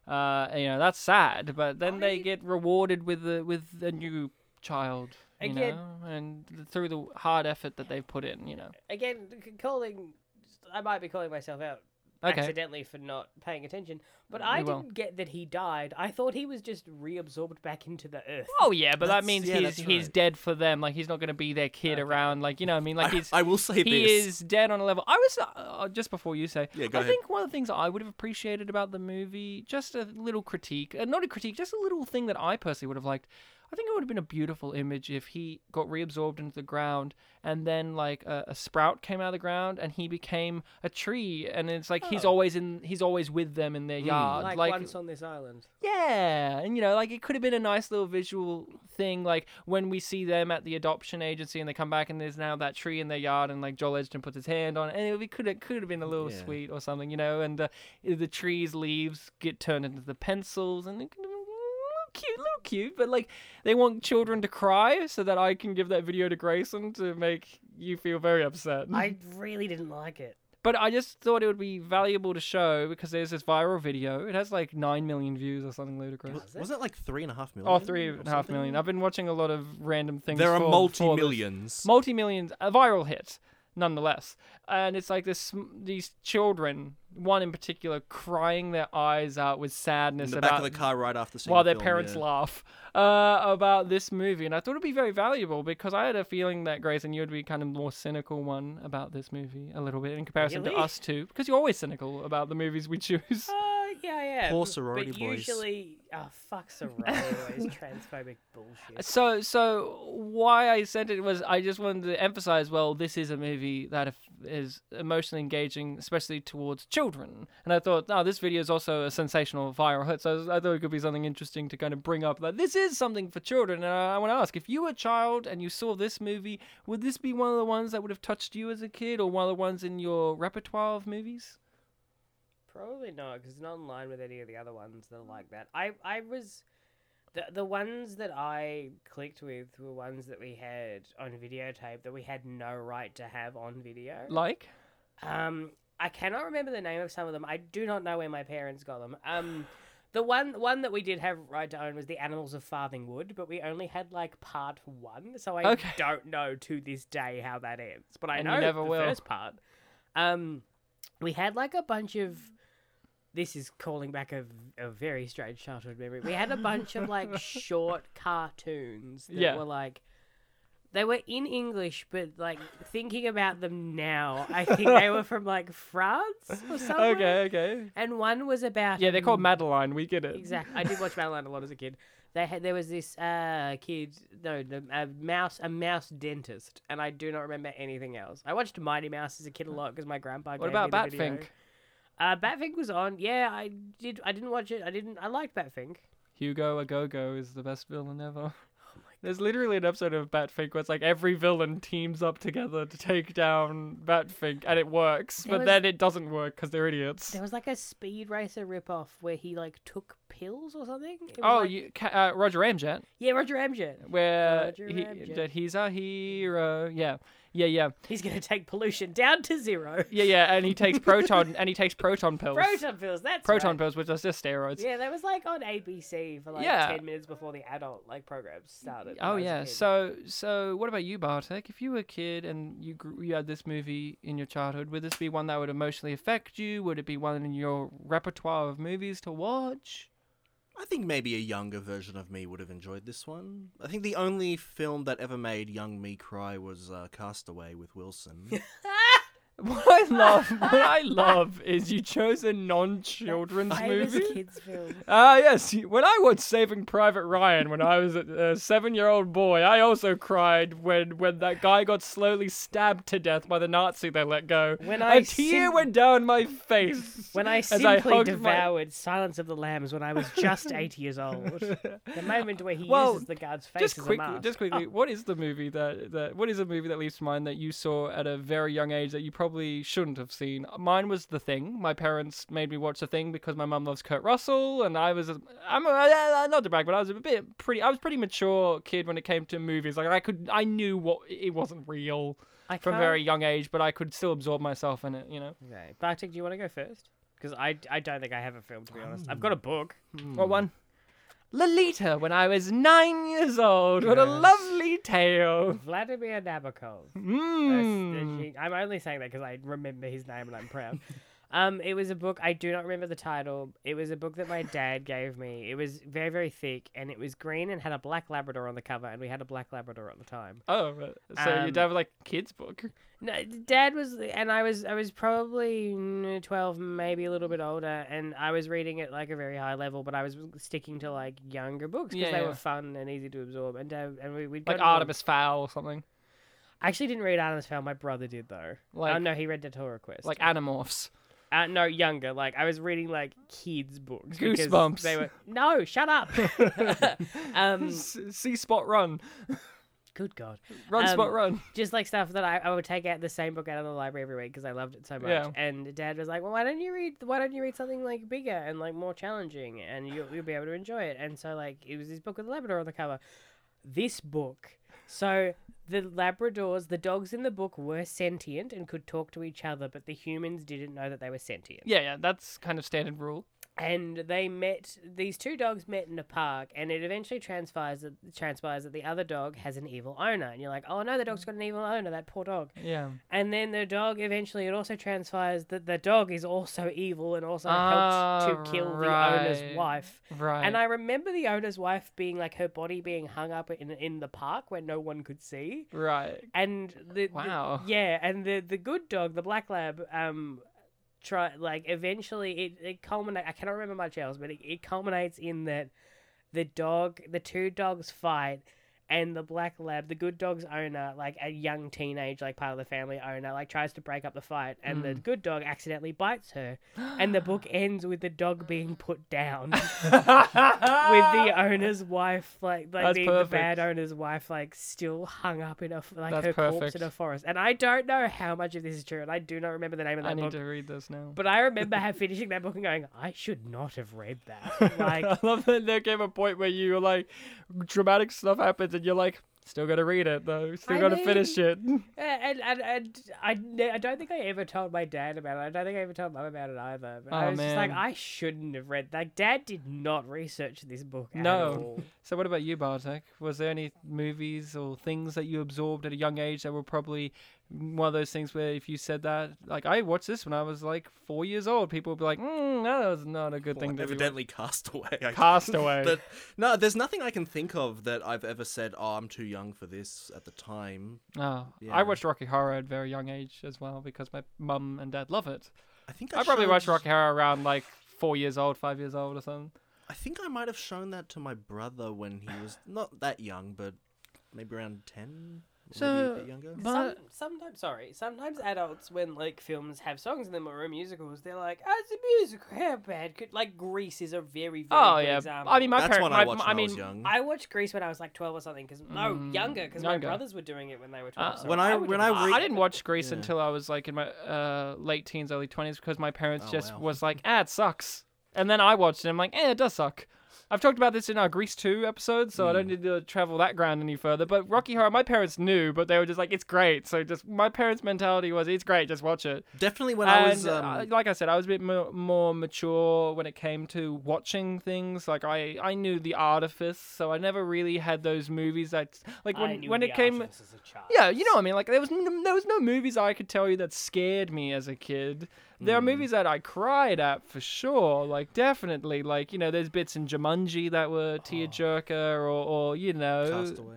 Speaker 1: Uh, you know that's sad, but then they
Speaker 3: I-
Speaker 1: get rewarded with a with a new child, you
Speaker 3: Again-
Speaker 1: know, and th- through the hard effort that they've put in, you know.
Speaker 3: Again, c- calling. I might be calling myself out
Speaker 1: Okay.
Speaker 3: accidentally for not paying attention, but I
Speaker 1: You will.
Speaker 3: didn't get that he died. I thought he was just reabsorbed back into the earth.
Speaker 1: Oh yeah, but that
Speaker 2: That's-
Speaker 1: means
Speaker 2: yeah,
Speaker 1: he's
Speaker 2: that's
Speaker 1: he's
Speaker 2: right.
Speaker 1: dead for them. Like he's not gonna be their kid around. Like you know, what I mean, like
Speaker 2: I,
Speaker 1: he's
Speaker 2: I will say
Speaker 1: he
Speaker 2: this.
Speaker 1: is dead on a level. I was uh, just before you say.
Speaker 2: Yeah, go
Speaker 1: I
Speaker 2: ahead.
Speaker 1: think one of the things I would have appreciated about the movie, just a little critique, uh, not a critique, just a little thing that I personally would have liked. I think it would have been a beautiful image if he got reabsorbed into the ground and then like a, a sprout came out of the ground and he became a tree and it's like
Speaker 2: Oh.
Speaker 1: he's always in he's always with them in their
Speaker 2: Hmm.
Speaker 1: yard
Speaker 3: like, once on this island.
Speaker 1: yeah, and you know, like it could have been a nice little visual thing, like when we see them at the adoption agency and they come back and there's now that tree in their yard and like Joel Edgerton puts his hand on it, and it would- could it could have been a little
Speaker 2: Yeah.
Speaker 1: sweet or something, you know, and uh, the trees leaves get turned into the pencils and. It could have been a little Cute, little cute, but like they want children to cry so that I can give that video to Grayson to make you feel very upset.
Speaker 3: I really didn't like it.
Speaker 1: But I just thought it would be valuable to show because there's this viral video. It has like nine million views or something ludicrous.
Speaker 3: Was it?
Speaker 2: Wasn't it like three and a half million?
Speaker 1: Oh, three and
Speaker 2: or
Speaker 1: a half
Speaker 2: something?
Speaker 1: million. I've been watching a lot of random things.
Speaker 2: There are
Speaker 1: for- for this.
Speaker 2: multi millions.
Speaker 1: Multi millions. A viral hit. nonetheless. And it's like this these children, one in particular, crying their eyes out with sadness
Speaker 2: in the
Speaker 1: about
Speaker 2: back of the car right after seeing
Speaker 1: while
Speaker 2: the
Speaker 1: their
Speaker 2: film,
Speaker 1: parents
Speaker 2: yeah.
Speaker 1: laugh uh, about this movie. And I thought it'd be very valuable because I had a feeling that Grace and you would be kind of the more cynical one about this movie a little bit in comparison to
Speaker 3: Really?
Speaker 1: us two, because you're always cynical about the movies we choose.
Speaker 3: Uh, yeah, I am.
Speaker 2: Poor sorority
Speaker 3: but
Speaker 2: boys.
Speaker 3: usually, oh fuck sorority boys, transphobic bullshit.
Speaker 1: Uh, So, so why I sent it was I just wanted to emphasize. Well, this is a movie that if- is emotionally engaging, especially towards children. And I thought, oh, this video is also a sensational viral hit. So I thought it could be something interesting to kind of bring up. Like this is something for children. And I, I want to ask, if you were a child and you saw this movie, would this be one of the ones that would have touched you as a kid, or one of the ones in your repertoire of movies?
Speaker 3: Probably not, because it's not in line with any of the other ones that are like that. I I was the the ones that I clicked with were ones that we had on videotape that we had no right to have on video.
Speaker 1: Like,
Speaker 3: Um, I cannot remember the name of some of them. I do not know where my parents got them. Um, the one one that we did have right to own was the Animals of Farthing Wood, but we only had like part one, so I
Speaker 1: Okay.
Speaker 3: don't know to this day how that ends. But I
Speaker 1: And you
Speaker 3: know
Speaker 1: never
Speaker 3: the
Speaker 1: will.
Speaker 3: first part. Um, we had like a bunch of. This is calling back a, a very strange childhood memory. We had a bunch of like short cartoons that
Speaker 1: Yeah.
Speaker 3: were like they were in English, but like thinking about them now, I think they were from like France or somewhere.
Speaker 1: okay, okay,
Speaker 3: And one was about
Speaker 1: yeah, they're called
Speaker 3: um,
Speaker 1: Madeline. We get it.
Speaker 3: Exactly. I did watch Madeline a lot as a kid. They had there was this uh kid no the a mouse a mouse dentist, and I do not remember anything else. I watched Mighty Mouse as a kid a lot because my grandpa.
Speaker 1: What
Speaker 3: gave me
Speaker 1: about
Speaker 3: the video.
Speaker 1: Batfink?
Speaker 3: Uh, Batfink was on. Yeah, I did. I didn't watch it. I didn't. I liked Batfink.
Speaker 1: Hugo Agogo is the best villain ever.
Speaker 3: Oh
Speaker 1: There's literally an episode of Batfink where it's like every villain teams up together to take down Batfink, and it works,
Speaker 3: There
Speaker 1: but
Speaker 3: was-
Speaker 1: then it doesn't work because they're idiots.
Speaker 3: There was like a Speed Racer ripoff where he like took pills or something. It was
Speaker 1: Oh,
Speaker 3: like-
Speaker 1: you, ca- uh, Roger Ramjet,
Speaker 3: yeah, Roger Amjet.
Speaker 1: where
Speaker 3: Roger
Speaker 1: he,
Speaker 3: Ramjet.
Speaker 1: that he's a hero. Yeah, yeah, yeah,
Speaker 3: He's gonna take pollution down to zero.
Speaker 1: yeah, yeah, and he takes proton and he takes proton pills,
Speaker 3: Proton pills. That's
Speaker 1: Proton
Speaker 3: right.
Speaker 1: pills, which are just steroids.
Speaker 3: Yeah, that was like on ABC for like
Speaker 1: Yeah.
Speaker 3: ten minutes before the adult like programs started. when I
Speaker 1: Oh
Speaker 3: was a
Speaker 1: yeah.
Speaker 3: kid.
Speaker 1: So so what about you, Bartek? If you were a kid and you grew, you had this movie in your childhood, would this be one that would emotionally affect you? Would it be one in your repertoire of movies to watch?
Speaker 2: I think maybe a younger version of me would have enjoyed this one. I think the only film that ever made young me cry was uh, Castaway with Wilson.
Speaker 1: What I love, what I love is you chose a non-children's
Speaker 3: famous
Speaker 1: movie.
Speaker 3: kids film.
Speaker 1: Ah yes, you- when I watched Saving Private Ryan when I was a, a seven-year-old boy, I also cried when when that guy got slowly stabbed to death by the Nazi they let go.
Speaker 3: When
Speaker 1: a
Speaker 3: I
Speaker 1: tear
Speaker 3: sim-
Speaker 1: went down my face
Speaker 3: When I
Speaker 1: as
Speaker 3: simply
Speaker 1: hugged my-
Speaker 3: devoured Silence of the Lambs when I was just eight years old. The moment where he
Speaker 1: Well,
Speaker 3: uses the guard's face
Speaker 1: just
Speaker 3: as
Speaker 1: quickly,
Speaker 3: a mask. Oh.
Speaker 1: just quickly, what is the movie that, that what is a movie that leaps to mind that you saw at a very young age that you probably shouldn't have seen? Mine was The Thing. My parents made me watch The Thing because my mum loves Kurt Russell, and I was a, I'm a, I- I- not to brag, but I was a bit pretty. I was a pretty mature kid when it came to movies. Like I could, I knew what it wasn't real
Speaker 3: I
Speaker 1: from a
Speaker 3: can't-
Speaker 1: very young age, but I could still absorb myself in it. You know,
Speaker 3: Okay, Bartek, do you want to go first? Because I, I don't think I have a film to be honest. I've got
Speaker 1: Oh.
Speaker 3: a book.
Speaker 1: what one? Lolita, when I was nine years old. What a
Speaker 3: Yes.
Speaker 1: lovely tale.
Speaker 3: Vladimir Nabokov. That's
Speaker 1: Mm.
Speaker 3: the- I'm only saying that because I remember his name and I'm proud. um, it was a book. I do not remember the title. It was a book that my dad gave me. It was very, very thick, and it was green and had a black Labrador on the cover. And we had a black Labrador at the time.
Speaker 1: Oh, right. so your
Speaker 3: Um,
Speaker 1: dad was like kids book.
Speaker 3: No, dad was, and I was, I was probably mm, twelve, maybe a little bit older, and I was reading it like a very high level, but I was sticking to like younger books
Speaker 1: Yeah,
Speaker 3: because they
Speaker 1: yeah.
Speaker 3: were fun and easy to absorb. And dad, and we, we'd go
Speaker 1: Like
Speaker 3: to the-
Speaker 1: Artemis Fowl or something.
Speaker 3: I actually didn't read Artemis Fowl. My brother did though. Like, oh
Speaker 1: Like-
Speaker 3: no, he read Detour Quest.
Speaker 1: Like Animorphs.
Speaker 3: Uh, no, younger. Like I was reading like kids' books. because
Speaker 1: Goosebumps.
Speaker 3: They were no, shut up. um,
Speaker 1: Sea Spot Run.
Speaker 3: good God,
Speaker 1: Run Spot
Speaker 3: Um,
Speaker 1: Run.
Speaker 3: just like stuff that I, I would take out the same book out of the library every week because I loved it so much.
Speaker 1: Yeah.
Speaker 3: And Dad was like, "Well, why don't you read? Why don't you read something like bigger and like more challenging, and you'll, you'll be able to enjoy it." And so like it was this book with a Labrador on the cover. This book. So the Labradors, the dogs in the book were sentient and could talk to each other, but the humans didn't know that they were sentient.
Speaker 1: Yeah, yeah, that's kind of standard rule.
Speaker 3: and they met these two dogs met in a park and it eventually transpires that transpires that the other dog has an evil owner and you're like oh no the dog's got an evil owner that poor dog
Speaker 1: Yeah.
Speaker 3: and then the dog eventually it also transpires that the dog is also evil and also helped
Speaker 1: Ah,
Speaker 3: to kill the
Speaker 1: right.
Speaker 3: owner's wife
Speaker 1: Right.
Speaker 3: and I remember the owner's wife being like her body being hung up in in the park where no one could see.
Speaker 1: Right.
Speaker 3: And the, the-
Speaker 1: Wow.
Speaker 3: yeah, and the the good dog, the black lab, um, try like eventually it it culminate. I cannot remember much else, but it, it culminates in that the dog, the two dogs fight. And the black lab, the good dog's owner, like a young teenage, like part of the family owner, like tries to break up the fight, and the good dog accidentally bites her, and the book ends with the dog being put down with the uh, owner's wife, like like
Speaker 1: Ah. That's
Speaker 3: the, the
Speaker 1: perfect.
Speaker 3: bad owner's wife, like still hung up in a f- like
Speaker 1: That's
Speaker 3: her corpse
Speaker 1: perfect.
Speaker 3: in a forest. And I don't know how much of this is true, and I do not remember the name of
Speaker 1: I
Speaker 3: that
Speaker 1: need
Speaker 3: book.
Speaker 1: to read this now.
Speaker 3: But I remember her finishing that book and going, I should not have read that. Like,
Speaker 1: I love that there came a point where you were like, dramatic stuff happens, and you're like, still gotta read it though, still
Speaker 3: I
Speaker 1: gotta
Speaker 3: mean-
Speaker 1: finish it.
Speaker 3: and and, and I, ne- I don't think I ever told my dad about it. I don't think I ever told mum about it either. But I
Speaker 1: Oh,
Speaker 3: was just like,
Speaker 1: man.
Speaker 3: I shouldn't have read. Like, dad did not research this book. at
Speaker 1: No.
Speaker 3: all.
Speaker 1: So, what about you, Bartek? Was there any movies or things that you absorbed at a young age that were probably one of those things where if you said that, like, I watched this when I was like four years old, people would be like, mm, no, that was not a good thing to be
Speaker 2: Evidently cast away. I
Speaker 1: cast away.
Speaker 2: But no, there's nothing I can think of that I've ever said, oh, I'm too young for this at the time.
Speaker 1: Oh,
Speaker 2: Yeah.
Speaker 1: I watched Rocky Horror at a very young age as well because my mum and dad love it.
Speaker 2: I think I,
Speaker 1: I, probably
Speaker 2: showed-
Speaker 1: watched Rocky Horror around like four years old, five years old or something.
Speaker 2: I think I might have shown that to my brother when he was not that young, but maybe around 10, maybe
Speaker 1: So-
Speaker 2: a bit younger.
Speaker 1: But-
Speaker 3: Some, sometimes, sorry, sometimes adults, when like films have songs in them or are musicals, they're like, oh, it's a musical, how bad could like Grease is a very, very
Speaker 1: Oh
Speaker 3: good
Speaker 1: yeah,
Speaker 3: example.
Speaker 1: I mean my
Speaker 2: That's
Speaker 1: parents.
Speaker 2: one
Speaker 1: My,
Speaker 2: I watched
Speaker 1: my-
Speaker 2: when I,
Speaker 1: I mean,
Speaker 2: was young.
Speaker 3: I watched Grease when I was like twelve or something, because no,
Speaker 1: Mm,
Speaker 3: younger, because my
Speaker 1: younger.
Speaker 3: brothers were doing it when they were twelve.
Speaker 1: Uh,
Speaker 3: so
Speaker 2: When I-
Speaker 3: would
Speaker 2: when
Speaker 3: have
Speaker 2: I
Speaker 3: laughed
Speaker 1: I
Speaker 2: re-
Speaker 1: I
Speaker 3: at
Speaker 1: didn't
Speaker 3: them.
Speaker 1: watch Grease
Speaker 2: Yeah.
Speaker 1: until I was like in my uh, late teens, early twenties because my parents
Speaker 2: Oh,
Speaker 1: just
Speaker 2: wow.
Speaker 1: was like, ah, it sucks. And then I watched it. and I'm like, eh, it does suck. I've talked about this in our Grease 2 episode, so
Speaker 2: Hmm.
Speaker 1: I don't need to travel that ground any further. But Rocky Horror, my parents knew, but they were just like, it's great. So just my parents' mentality was, it's great, just watch it.
Speaker 2: Definitely when I
Speaker 1: and
Speaker 2: was. Um,
Speaker 1: uh, like I said, I was a bit mo- more mature when it came to watching things. Like I, I knew the artifice, so I never really had those movies that, like
Speaker 3: I
Speaker 1: when
Speaker 3: knew
Speaker 1: when
Speaker 3: the
Speaker 1: it came,
Speaker 3: Archies as a child.
Speaker 1: yeah, you know what I mean. Like there was n- there was no movies I could tell you that scared me as a kid. There are movies that I cried at for sure. Like definitely, like you know, there's bits in Jumanji that were tearjerker, or or you know,
Speaker 2: Castaway.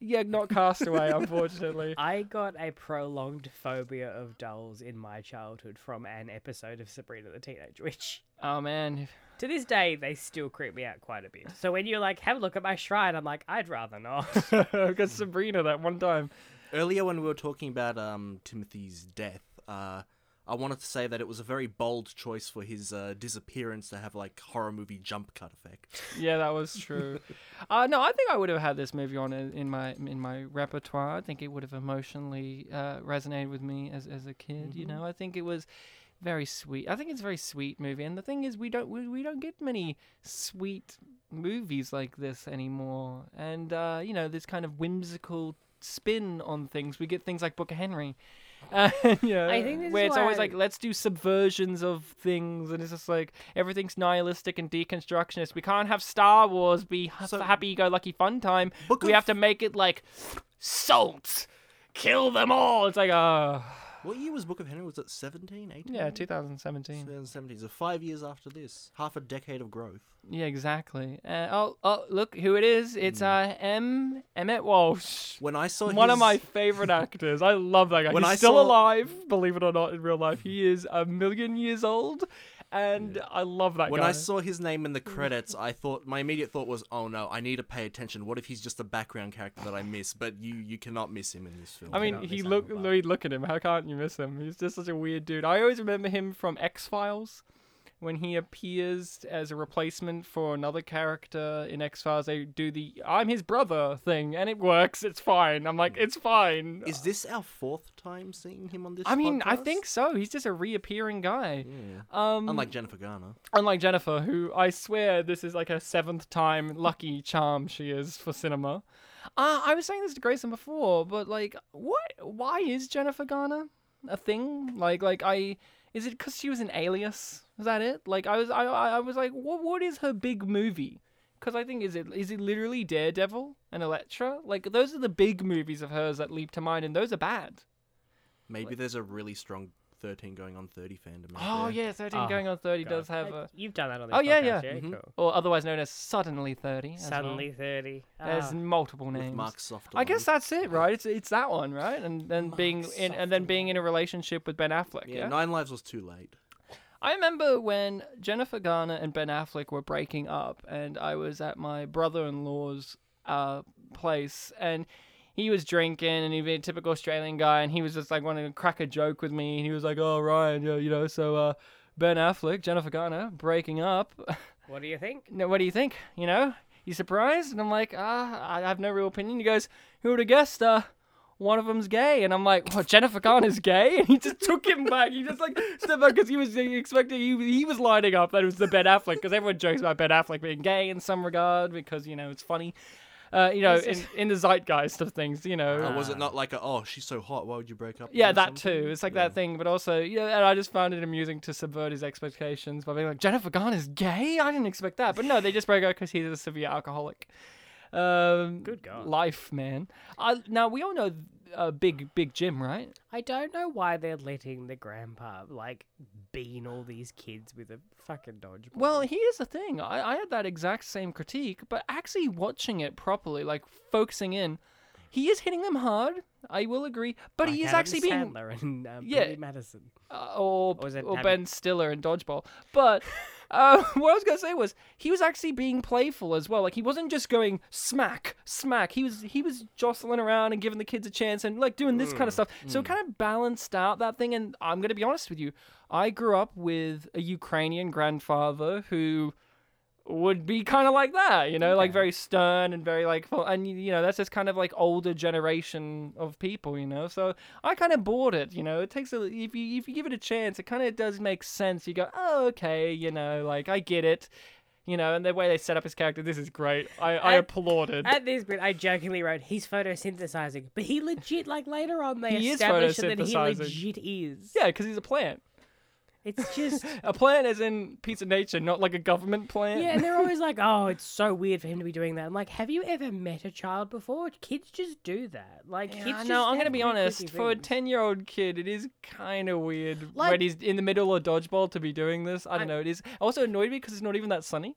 Speaker 1: yeah, not Castaway, unfortunately.
Speaker 3: I got a prolonged phobia of dolls in my childhood from an episode of Sabrina the Teenage Witch.
Speaker 1: Oh man,
Speaker 3: To this day, they still creep me out quite a bit. So when you're like, have a look at my shrine, I'm like, I'd rather not.
Speaker 1: because Sabrina that one time.
Speaker 2: Earlier, when we were talking about um, Timothy's death, uh, I wanted to say that it was a very bold choice for his uh, disappearance to have like horror movie jump cut effect.
Speaker 1: Yeah, that was true. uh, no, I think I would have had this movie on in, in my in my repertoire. I think it would have emotionally uh, resonated with me as as a kid. You
Speaker 3: Mm-hmm.
Speaker 1: know, I think it was very sweet. I think it's a very sweet movie. And the thing is, we don't we, we don't get many sweet movies like this anymore. And uh, you know, this kind of whimsical spin on things. We get things like Book of Henry. Uh, yeah,
Speaker 3: I think this is
Speaker 1: where it's always
Speaker 3: why-
Speaker 1: like let's do subversions of things, and it's just like everything's nihilistic and deconstructionist. We can't have Star Wars be
Speaker 2: So-
Speaker 1: happy go lucky fun time.
Speaker 2: Book
Speaker 1: we
Speaker 2: of-
Speaker 1: have to make it like salt, kill them all. It's like uh
Speaker 2: What year was Book of Henry? Was it 17, 18?
Speaker 1: yeah, 2017.
Speaker 2: 2017. So five years after this, half a decade of growth.
Speaker 1: Yeah, exactly. Uh, oh, oh, look who it is! It's
Speaker 2: Hmm.
Speaker 1: uh M Emmett Walsh.
Speaker 2: When I saw
Speaker 1: One of
Speaker 2: his-
Speaker 1: my favorite actors. I love that guy.
Speaker 2: When
Speaker 1: He's
Speaker 2: I
Speaker 1: still
Speaker 2: saw-
Speaker 1: alive, believe it or not, in real life. He is a million years old, and I love that
Speaker 2: When
Speaker 1: guy.
Speaker 2: I saw his name in the credits, I thought my immediate thought was, "Oh no, I need to pay attention. What if he's just a background character that I miss?" But you you cannot miss him in this film.
Speaker 1: I mean,
Speaker 3: cannot
Speaker 1: he
Speaker 3: miss
Speaker 1: look
Speaker 3: Alan Ball.
Speaker 1: Lloyd, look at him. How can't you miss him? He's just such a weird dude. I always remember him from X Files, when he appears as a replacement for another character in X Files. They do the "I'm his brother" thing, and it works. It's fine. I'm like, it's fine.
Speaker 2: is this our fourth time seeing him on this?
Speaker 1: I mean, I
Speaker 2: podcast?
Speaker 1: think so. He's just a reappearing guy.
Speaker 2: Yeah.
Speaker 1: Um,
Speaker 2: Unlike Jennifer Garner.
Speaker 1: unlike Jennifer, who I swear this is like her seventh time lucky charm she is for cinema. Uh, I was saying this to Grayson before, but like, what? Why is Jennifer Garner a thing? Like, like I, Is it because she was an alias? Is that it? Like I was, I, I I was like, what, what is her big movie? Because I think is it is it literally Daredevil and Elektra? Like those are the big movies of hers that leap to mind, and those are bad.
Speaker 2: Maybe there's a really strong 13 going on 30 fandom. out
Speaker 1: Oh
Speaker 2: there.
Speaker 1: yeah, thirteen
Speaker 3: Oh,
Speaker 1: going on thirty
Speaker 3: God.
Speaker 1: does have
Speaker 3: Uh,
Speaker 1: a,
Speaker 3: You've done that on this
Speaker 1: Oh, yeah,
Speaker 3: podcast,
Speaker 1: yeah.
Speaker 2: Mhm.
Speaker 3: Cool.
Speaker 1: or otherwise known as suddenly thirty. as well.
Speaker 3: Suddenly 30.
Speaker 1: there's
Speaker 3: Ah.
Speaker 1: multiple
Speaker 2: With
Speaker 1: names.
Speaker 2: Mark Soft.
Speaker 1: I guess that's it, right? It's it's that one, right? And then
Speaker 2: Mark
Speaker 1: being in and then
Speaker 2: Sutherland.
Speaker 1: being in a relationship with Ben Affleck. Yeah.
Speaker 2: Yeah, Nine Lives was too late.
Speaker 1: I remember when Jennifer Garner and Ben Affleck were breaking up, and I was at my brother-in-law's uh, place, and he was drinking, and he'd be a typical Australian guy, and he was just like wanting to crack a joke with me, and he was like, "Oh, Ryan, you know, you know so uh, Ben Affleck, Jennifer Garner breaking up."
Speaker 3: What do you think?
Speaker 1: no, what do you think? You know, you surprised? And I'm like, ah, I have no real opinion. He goes, who would have guessed? Uh, one of them's gay. And I'm like, what? Jennifer Garner's gay? And he just took him back. He just like stepped back because he was expecting he, he was lining up that it was the Ben Affleck because everyone jokes about Ben Affleck being gay in some regard because you know it's funny. Uh, you know,
Speaker 3: Is
Speaker 1: in,
Speaker 3: it-
Speaker 1: in the zeitgeist of things, you know,
Speaker 2: Or was it
Speaker 3: Ah.
Speaker 2: not like a, oh, she's so hot, why would you break up? with
Speaker 1: yeah,
Speaker 2: her or
Speaker 1: that
Speaker 2: something?
Speaker 1: too. It's like
Speaker 2: Yeah.
Speaker 1: that thing, but also, you know, and I just found it amusing to subvert his expectations by being like, Jennifer Garner's gay? I didn't expect that. But no, they just broke up because he's a severe alcoholic. Um,
Speaker 3: Good God.
Speaker 1: Life, man. I, now, we all know uh, Big Big Jim, right?
Speaker 3: I don't know why they're letting the grandpa, like, bean all these kids with a fucking dodgeball.
Speaker 1: Well, here's the thing. I, I had that exact same critique, but actually watching it properly, like focusing in, he is hitting them hard. I will agree. But
Speaker 3: Like
Speaker 1: he is
Speaker 3: Adam
Speaker 1: actually being.
Speaker 3: Sandler and uh,
Speaker 1: Yeah.
Speaker 3: Billy Madison.
Speaker 1: uh, or
Speaker 3: Or is it
Speaker 1: or
Speaker 3: Abby?
Speaker 1: Ben Stiller in Dodgeball. But uh, what I was gonna say was he was actually being playful as well. Like he wasn't just going smack, smack. He was he was jostling around and giving the kids a chance and like doing this kind
Speaker 3: Mm,
Speaker 1: of stuff. So it kind of balanced out that thing. And I'm gonna be honest with you, I grew up with a Ukrainian grandfather who would be kind of like that, you know, like very stern and very like, full, and you know, that's just kind of like older generation of people, you know. So I kind of bought it, you know. It takes a if you if you give it a chance, it kind of does make sense. You go, oh okay, you know, like I get it, you know. And the way they set up his character, this is great. I I
Speaker 3: At-
Speaker 1: applauded.
Speaker 3: At this point, I jokingly wrote, he's photosynthesizing. But he legit, like, later on, they
Speaker 1: He is
Speaker 3: establish that he
Speaker 1: photosynthesizing.
Speaker 3: legit is.
Speaker 1: Yeah, because he's a plant.
Speaker 3: It's just.
Speaker 1: A plant as in piece of nature, not like a government plant.
Speaker 3: Yeah, and they're always like, "Oh, it's so weird for him to be doing that." I'm like, "Have you ever met a child before? Kids just do that. Like,
Speaker 1: Yeah,
Speaker 3: kids just
Speaker 1: no, I'm gonna
Speaker 3: have
Speaker 1: be
Speaker 3: weird,
Speaker 1: honest.
Speaker 3: quirky
Speaker 1: For a
Speaker 3: things.
Speaker 1: ten-year-old kid, it is kind of weird
Speaker 3: Like-
Speaker 1: when he's in the middle of dodgeball to be doing this. I don't
Speaker 3: I-
Speaker 1: know. It is also annoyed me because it's not even that sunny.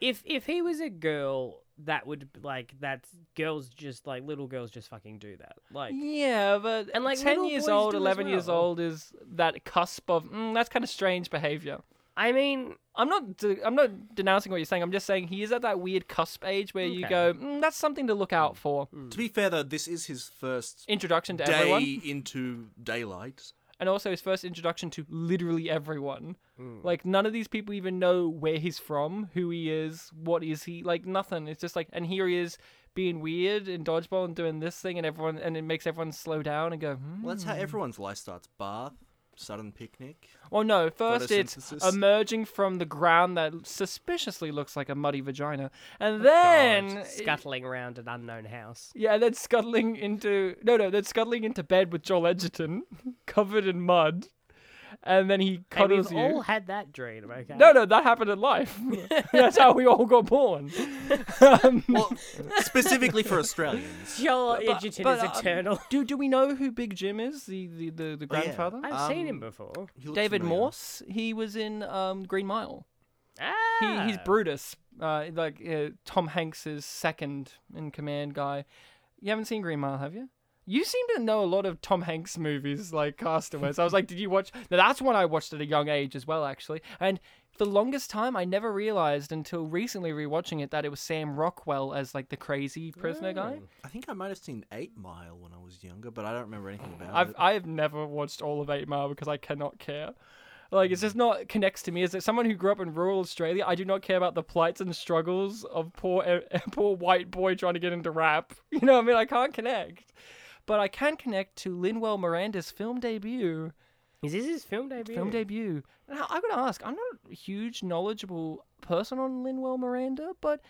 Speaker 3: if if he was a girl, that would like that's girls just like little girls just fucking do that. Like,
Speaker 1: Yeah, but
Speaker 3: And, like,
Speaker 1: ten
Speaker 3: little
Speaker 1: years
Speaker 3: boys
Speaker 1: old,
Speaker 3: do as
Speaker 1: eleven years
Speaker 3: well.
Speaker 1: old is that cusp of mm, that's kind of strange behavior.
Speaker 3: I mean,
Speaker 1: I'm not de- I'm not denouncing what you're saying. I'm just saying he is at that weird cusp age where you
Speaker 3: Okay.
Speaker 1: go, mm, that's something to look out for.
Speaker 2: To be fair, though, this is his first
Speaker 1: Introduction to
Speaker 2: day
Speaker 1: everyone,
Speaker 2: into daylight.
Speaker 1: and also his first introduction to literally everyone. Like none of these people even know where he's from, who he is, what is he like. Nothing. It's just like, and here he is being weird in dodgeball and doing this thing, and everyone and it makes everyone slow down and go. Hmm.
Speaker 2: Well, that's how everyone's life starts. Bath, sudden picnic.
Speaker 1: Well, no. First, it's
Speaker 2: Photosynthesis.
Speaker 1: emerging from the ground that suspiciously looks like a muddy vagina, and then
Speaker 3: God, oh, scuttling around an unknown house.
Speaker 1: yeah, then scuttling into no, no, then scuttling into bed with Joel Edgerton, covered in mud, and then he
Speaker 3: Hey, we've
Speaker 1: cuddles you.
Speaker 3: all had that dream, okay?
Speaker 1: No, no, that happened in life. That's how we all got born. Um,
Speaker 2: Well, specifically for Australians.
Speaker 3: Joel
Speaker 1: but-
Speaker 3: Edgerton
Speaker 1: but,
Speaker 3: is
Speaker 1: um,
Speaker 3: eternal.
Speaker 1: do do we know who Big Jim is? The the the, the
Speaker 2: Oh, yeah.
Speaker 1: grandfather.
Speaker 3: I've seen him
Speaker 2: um,
Speaker 3: before.
Speaker 2: He looks
Speaker 1: David
Speaker 2: familiar.
Speaker 1: Morse. He was in um, Green Mile. He,
Speaker 3: Ah,
Speaker 1: he's Brutus, uh, like uh, Tom Hanks's second in command guy. You haven't seen Green Mile, have you? You seem to know a lot of Tom Hanks movies, like Castaways. I was like, did you watch? Now, that's one I watched at a young age as well, actually. And for the longest time, I never realized until recently rewatching it that it was Sam Rockwell as like the crazy prisoner guy.
Speaker 2: I think I might have seen Eight Mile when I was younger, but I don't remember anything about
Speaker 1: I've
Speaker 2: it.
Speaker 1: I have never watched all of Eight Mile because I cannot care. Like it's just not connects to me. As someone who grew up in rural Australia, I do not care about the plights and struggles of poor eh, poor white boy trying to get into rap. You know, what I mean, I can't connect, but I can connect to Linwell Miranda's film debut.
Speaker 3: is this his film debut?
Speaker 1: Film debut. Now I gotta ask. I'm not a huge knowledgeable person on Linwell Miranda, but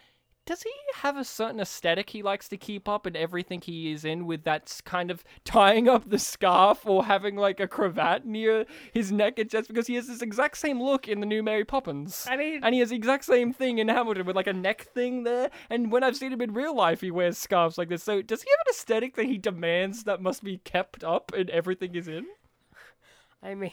Speaker 1: does he have a certain aesthetic he likes to keep up in everything he is in with that s- kind of tying up the scarf or having like a cravat near his neck and chest because he has this exact same look in the new Mary Poppins.
Speaker 3: I mean-
Speaker 1: and he has the exact same thing in Hamilton with like a neck thing there. And when I've seen him in real life, he wears scarves like this. So does he have an aesthetic that he demands that must be kept up in everything he's in?
Speaker 3: I mean,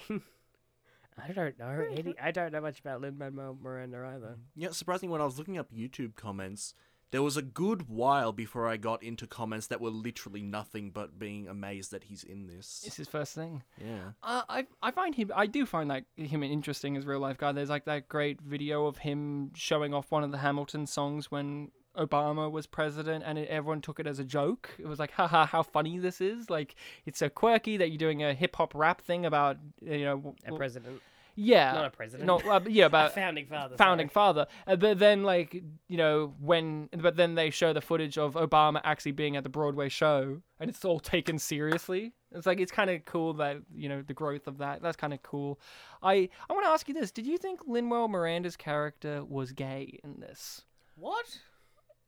Speaker 3: I don't know. Any, I don't know much about Lin Manuel Miranda either.
Speaker 2: Yeah, surprisingly, when I was looking up YouTube comments, there was a good while before I got into comments that were literally nothing but being amazed that he's in this.
Speaker 1: It's his first thing.
Speaker 2: Yeah.
Speaker 1: Uh, I I find him I do find like him interesting as a real life guy. There's like that great video of him showing off one of the Hamilton songs when Obama was president, and it, everyone took it as a joke. It was like, haha, how funny this is! Like it's so quirky that you're doing a hip hop rap thing about you know w-
Speaker 3: A
Speaker 1: w-
Speaker 3: president,
Speaker 1: yeah
Speaker 3: not a president.
Speaker 1: no uh, yeah
Speaker 3: a
Speaker 1: about
Speaker 3: founding father.
Speaker 1: founding father. Uh, but then, like you know, when but then they show the footage of Obama actually being at the Broadway show, and it's all taken seriously. It's like it's kind of cool that you know the growth of that. That's kind of cool. I I want to ask you this: Did you think Lin-Manuel Miranda's character was gay in this?
Speaker 3: What?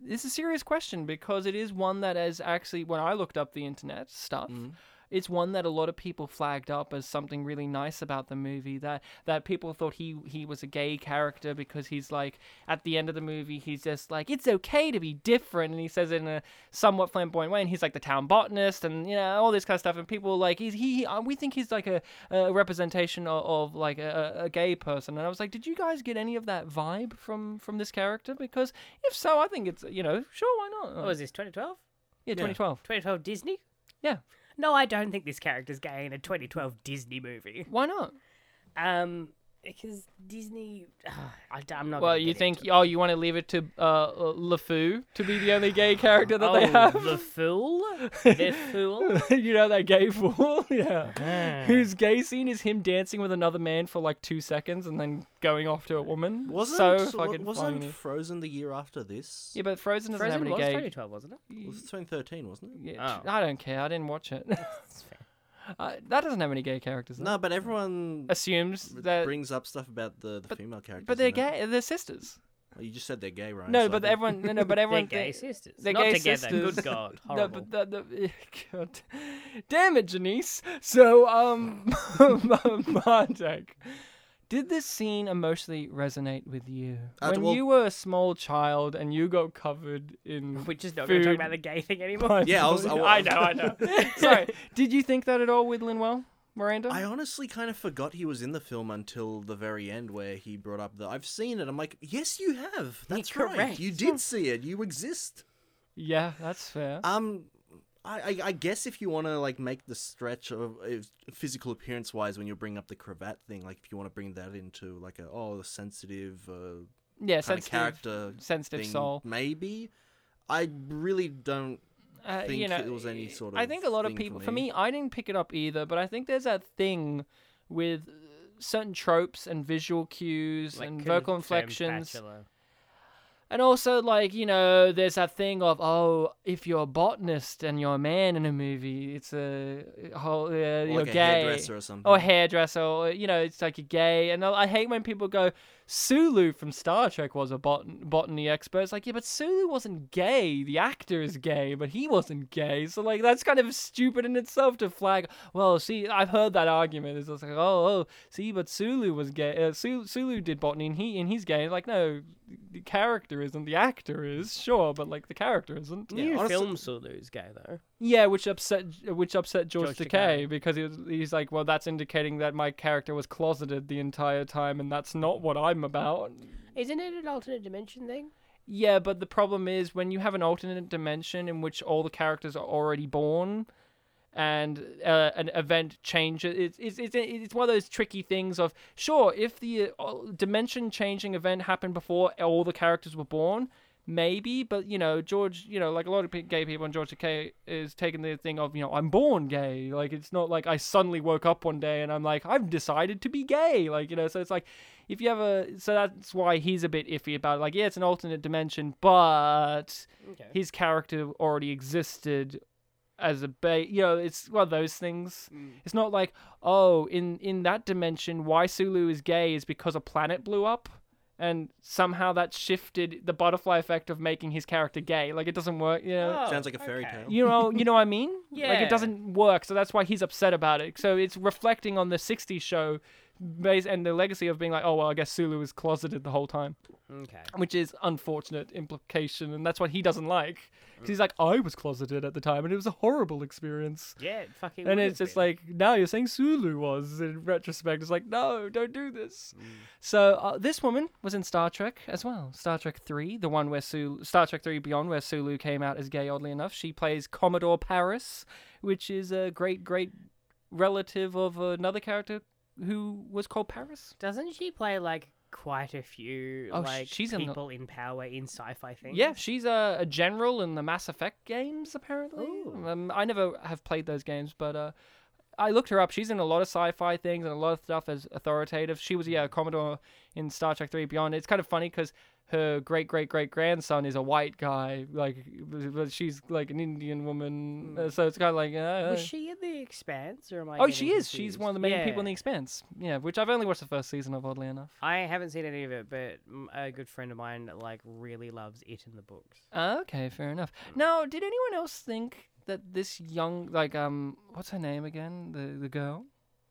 Speaker 1: It's a serious question because it is one that is actually when I looked up the internet stuff, it's one that a lot of people flagged up as something really nice about the movie that that people thought he he was a gay character because he's like at the end of the movie he's just like it's okay to be different and he says it in a somewhat flamboyant way and he's like the town botanist and you know all this kind of stuff and people were like he's he, he uh, we think he's like a, a representation of, of like a, a a gay person and I was like did you guys get any of that vibe from from this character because if so I think it's you know sure why not
Speaker 3: What was this? 2012?
Speaker 1: yeah 2012
Speaker 3: 2012 Disney?
Speaker 1: yeah
Speaker 3: No, I don't think this character's gay in a 2012 Disney movie.
Speaker 1: why not
Speaker 3: Um, because Disney, ah, I, am not.
Speaker 1: Well,
Speaker 3: gonna
Speaker 1: you
Speaker 3: get
Speaker 1: think
Speaker 3: into it.
Speaker 1: oh, you want to leave it to uh, LeFou to be the only gay character that they
Speaker 3: Oh,
Speaker 1: have?
Speaker 3: the fool, the fool.
Speaker 1: you know that gay fool, yeah.
Speaker 3: Ah.
Speaker 1: Whose gay scene is him dancing with another man for like two seconds and then going off to a woman.
Speaker 2: Wasn't,
Speaker 1: so
Speaker 2: wa-
Speaker 1: fucking
Speaker 2: wasn't
Speaker 1: funny.
Speaker 2: Frozen the year after this?
Speaker 1: Yeah, but Frozen doesn't
Speaker 3: Frozen was
Speaker 1: have any gay.
Speaker 3: 2012, wasn't it?
Speaker 2: It was 2013, wasn't it?
Speaker 1: Yeah,
Speaker 3: Oh.
Speaker 1: I don't care. I didn't watch it. uh, that doesn't have any gay characters. in it.
Speaker 2: No, but everyone
Speaker 1: Assumes that,
Speaker 2: brings up stuff about the, the female characters.
Speaker 1: but they're
Speaker 2: in it.
Speaker 1: gay. They're sisters.
Speaker 2: Well, You just said they're gay, right?
Speaker 1: No,
Speaker 2: So I
Speaker 1: but
Speaker 2: think-
Speaker 1: everyone. No, no, but everyone.
Speaker 3: They're gay
Speaker 1: thi-
Speaker 3: sisters.
Speaker 1: they're
Speaker 3: Not
Speaker 1: gay
Speaker 3: together.
Speaker 1: sisters.
Speaker 3: Good God.
Speaker 1: No,
Speaker 3: Horrible.
Speaker 1: but that, that, God. Damn it, Janice. So, um, Mardek, did this scene emotionally resonate with you
Speaker 2: Uh,
Speaker 1: when
Speaker 2: well-
Speaker 1: you were a small child and you got covered in?
Speaker 3: We're just not going to talk
Speaker 1: food
Speaker 3: about the gay thing anymore.
Speaker 1: by
Speaker 2: Yeah, I was-
Speaker 1: bullying?
Speaker 2: I-
Speaker 1: I know, I know. Sorry, did you think that at all with Linwell Miranda?
Speaker 2: I honestly kind of forgot he was in the film until the very end where he brought up the I've seen it. I'm like, yes, you have. That's right.
Speaker 3: correct.
Speaker 2: You did see it. You exist.
Speaker 1: Yeah, that's fair.
Speaker 2: Um, I, I, I guess if you want to like make the stretch of if, physical appearance wise when you bring up the cravat thing, like if you want to bring that into like a oh a sensitive uh,
Speaker 1: yeah,
Speaker 2: kind
Speaker 1: sensitive
Speaker 2: of character
Speaker 1: sensitive
Speaker 2: thing,
Speaker 1: soul.
Speaker 2: maybe. I really don't
Speaker 1: uh,
Speaker 2: think it was any sort
Speaker 1: I
Speaker 2: of
Speaker 1: think a lot of
Speaker 2: thing
Speaker 1: people.
Speaker 2: for
Speaker 1: For
Speaker 2: me.
Speaker 1: me, I didn't pick it up either, but I think there's that thing with uh, certain tropes and visual cues
Speaker 3: Like,
Speaker 1: and
Speaker 3: couldn't
Speaker 1: vocal
Speaker 3: have been
Speaker 1: inflections,
Speaker 3: Bachelor.
Speaker 1: and also like you know, there's that thing of oh, if you're a botanist and you're a man in a movie, it's a whole uh,
Speaker 2: or
Speaker 1: you're
Speaker 2: like a
Speaker 1: gay Oh,
Speaker 2: hairdresser or something.
Speaker 1: or hairdresser, or you know, it's like a gay. And I I hate when people go, Sulu from Star Trek was a botan- botany expert. It's like, yeah, but Sulu wasn't gay. The actor is gay, but he wasn't gay. So like, that's kind of stupid in itself to flag. Well, see, I've heard that argument. It's just like, oh, oh, see, but Sulu was gay. Uh, Sulu, Sulu did botany, and he and he's gay. Like, no, the character isn't. The actor is sure, but like the character isn't.
Speaker 2: Yeah,
Speaker 3: New
Speaker 2: honestly-
Speaker 3: film saw those gay though.
Speaker 1: Yeah, which upset which upset George,
Speaker 3: George
Speaker 1: Takei
Speaker 3: Takei.
Speaker 1: because he was, he's like, well, that's indicating that my character was closeted the entire time, and that's not what I'm about.
Speaker 3: Isn't it an alternate dimension thing?
Speaker 1: Yeah, but the problem is when you have an alternate dimension in which all the characters are already born, and uh, an event changes. It's, it's it's it's one of those tricky things of sure if the uh, dimension changing event happened before all the characters were born, maybe. But you know George, you know like a lot of pe- gay people, and George Takei is taking the thing of you know I'm born gay. Like it's not like I suddenly woke up one day and I'm like I've decided to be gay. Like you know so it's like if you have a so that's why he's a bit iffy about it. Like yeah it's an alternate dimension, but
Speaker 3: Okay.
Speaker 1: his character already existed as a ba you know it's one of those things
Speaker 3: Mm.
Speaker 1: it's not like oh in in that dimension why sulu is gay is because a planet blew up and somehow that shifted the butterfly effect of making his character gay. Like it doesn't work. You know,
Speaker 3: Oh,
Speaker 2: Sounds like a fairy
Speaker 3: okay.
Speaker 2: tale.
Speaker 1: you know, you know what I mean? Like
Speaker 3: Yeah.
Speaker 1: it doesn't work. So that's why he's upset about it. So it's reflecting on the '60s show, base and the legacy of being like, oh well, I guess Sulu was closeted the whole time,
Speaker 3: Okay.
Speaker 1: which is unfortunate implication, and that's what he doesn't like. 'Cause he's like, I was closeted at the time, and it was a horrible experience.
Speaker 3: Yeah, it fucking.
Speaker 1: And
Speaker 3: would
Speaker 1: it's
Speaker 3: have
Speaker 1: just
Speaker 3: been.
Speaker 1: like now you're saying Sulu was in retrospect. It's like no, don't do this.
Speaker 3: Mm.
Speaker 1: So uh, this woman was in Star Trek as well. Star Trek Three, the one where Sulu, Star Trek Three Beyond, where Sulu came out as gay. Oddly enough, she plays Commodore Paris, which is a great great relative of another character who was called Paris.
Speaker 3: doesn't she play like quite a few
Speaker 1: Oh, sh-
Speaker 3: like
Speaker 1: she's in the-
Speaker 3: people in power in sci-fi things?
Speaker 1: Yeah, she's a, a general in the Mass Effect games, apparently.
Speaker 3: Ooh.
Speaker 1: Um, I never have played those games, but uh, I looked her up. She's in a lot of sci-fi things and a lot of stuff as authoritative. She was, yeah, a Commodore in Star Trek 3 Beyond. It's kind of funny because her great great great grandson is a white guy, like, but she's like an Indian woman, uh, so it's kind of like. Uh,
Speaker 3: Was Hmm. she in the Expanse or am I?
Speaker 1: oh,
Speaker 3: getting
Speaker 1: she is. She's
Speaker 3: confused?
Speaker 1: one of the main
Speaker 3: yeah.
Speaker 1: people in The Expanse. Yeah, which I've only watched the first season of, oddly enough.
Speaker 3: I haven't seen any of it, but mm, a good friend of mine like really loves it in the books.
Speaker 1: Okay, fair enough. Now, did anyone else think that this young, like, um, what's her name again? The the girl,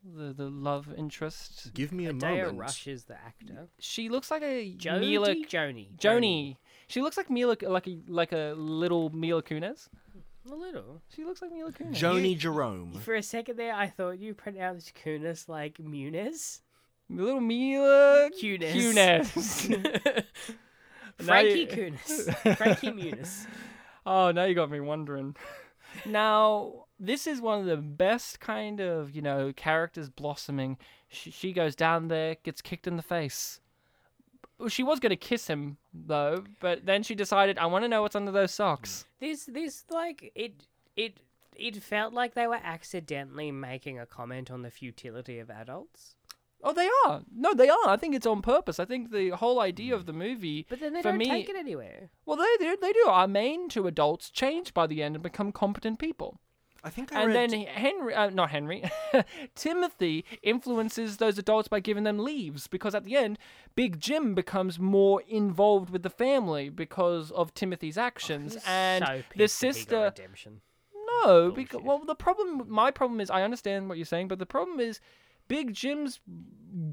Speaker 1: the the love interest.
Speaker 2: Give me a
Speaker 3: Daya
Speaker 2: moment.
Speaker 3: Rush is the actor.
Speaker 1: She looks like a
Speaker 3: Jody?
Speaker 1: Mila
Speaker 3: Joni.
Speaker 1: Joni. She looks like Mila, like a like a little Mila Kunis.
Speaker 3: A little.
Speaker 1: She looks like Mila Kunis.
Speaker 2: Joni Jerome.
Speaker 3: For a second there, I thought you pronounced Kunis like Muniz.
Speaker 1: little Mila
Speaker 3: Kunis.
Speaker 1: Kunis. Now
Speaker 3: Frankie
Speaker 1: you-
Speaker 3: Kunis. Frankie Muniz.
Speaker 1: Oh, now you got me wondering. now, this is one of the best kind of, you know, characters blossoming. She, she goes down there, gets kicked in the face. Well, She was going to kiss him, though, but then she decided, I want to know what's under those socks.
Speaker 3: This this like it it it felt like they were accidentally making a comment on the futility of adults.
Speaker 1: Oh, they are. No, they are. I think it's on purpose. I think the whole idea of the movie.
Speaker 3: But then they
Speaker 1: For
Speaker 3: don't
Speaker 1: me-
Speaker 3: take it anywhere.
Speaker 1: Well, they do. They do. Our main two adults change by the end and become competent people.
Speaker 2: I think I
Speaker 1: And
Speaker 2: read.
Speaker 1: then Henry, uh, not Henry, Timothy influences those adults by giving them leaves because at the end, Big Jim becomes more involved with the family because of Timothy's
Speaker 2: Oh,
Speaker 1: actions. and
Speaker 3: so
Speaker 1: the
Speaker 3: pissed that he got
Speaker 1: sister.
Speaker 3: redemption.
Speaker 1: No, because.
Speaker 3: Bullshit.
Speaker 1: Well, the problem. My problem is, I understand what you're saying, but the problem is. Big Jim's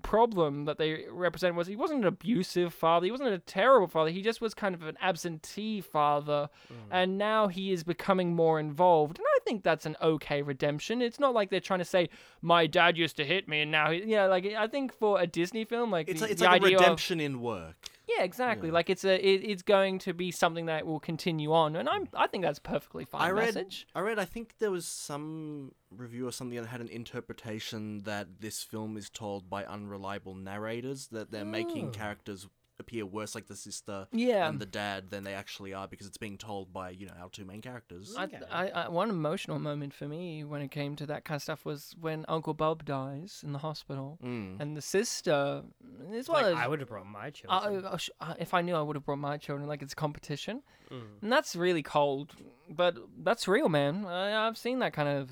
Speaker 1: problem that they represent was he wasn't an abusive father. He wasn't a terrible father. He just was kind of an absentee father.
Speaker 2: Mm.
Speaker 1: And now he is becoming more involved. And I think that's an okay redemption. It's not like they're trying to say, my dad used to hit me and now he. Yeah, like, I think for a Disney film, like,
Speaker 2: it's
Speaker 1: the,
Speaker 2: like, it's
Speaker 1: the
Speaker 2: like a
Speaker 1: idea of-
Speaker 2: redemption in work.
Speaker 1: yeah, exactly.
Speaker 2: Yeah.
Speaker 1: Like, it's a it, it's going to be something that will continue on. And I'm, I think that's a perfectly fine
Speaker 2: I read.
Speaker 1: message.
Speaker 2: I read. I think there was some review or something that had an interpretation that this film is told by unreliable narrators that they're making characters appear worse, like the sister
Speaker 1: Yeah.
Speaker 2: and the dad, than they actually are because it's being told by you know our two main characters.
Speaker 1: I,
Speaker 3: Okay.
Speaker 1: I, I, one emotional moment for me when it came to that kind of stuff was when Uncle Bob dies in the hospital,
Speaker 2: Mm.
Speaker 1: and the sister. It's one
Speaker 3: Like,
Speaker 1: of those-
Speaker 3: I would have brought my
Speaker 1: I-
Speaker 3: children.
Speaker 1: I- I sh- I- if I knew, I would have brought my children. Like it's a competition,
Speaker 3: Mm.
Speaker 1: and that's really cold. But that's real, man. I, I've seen that kind of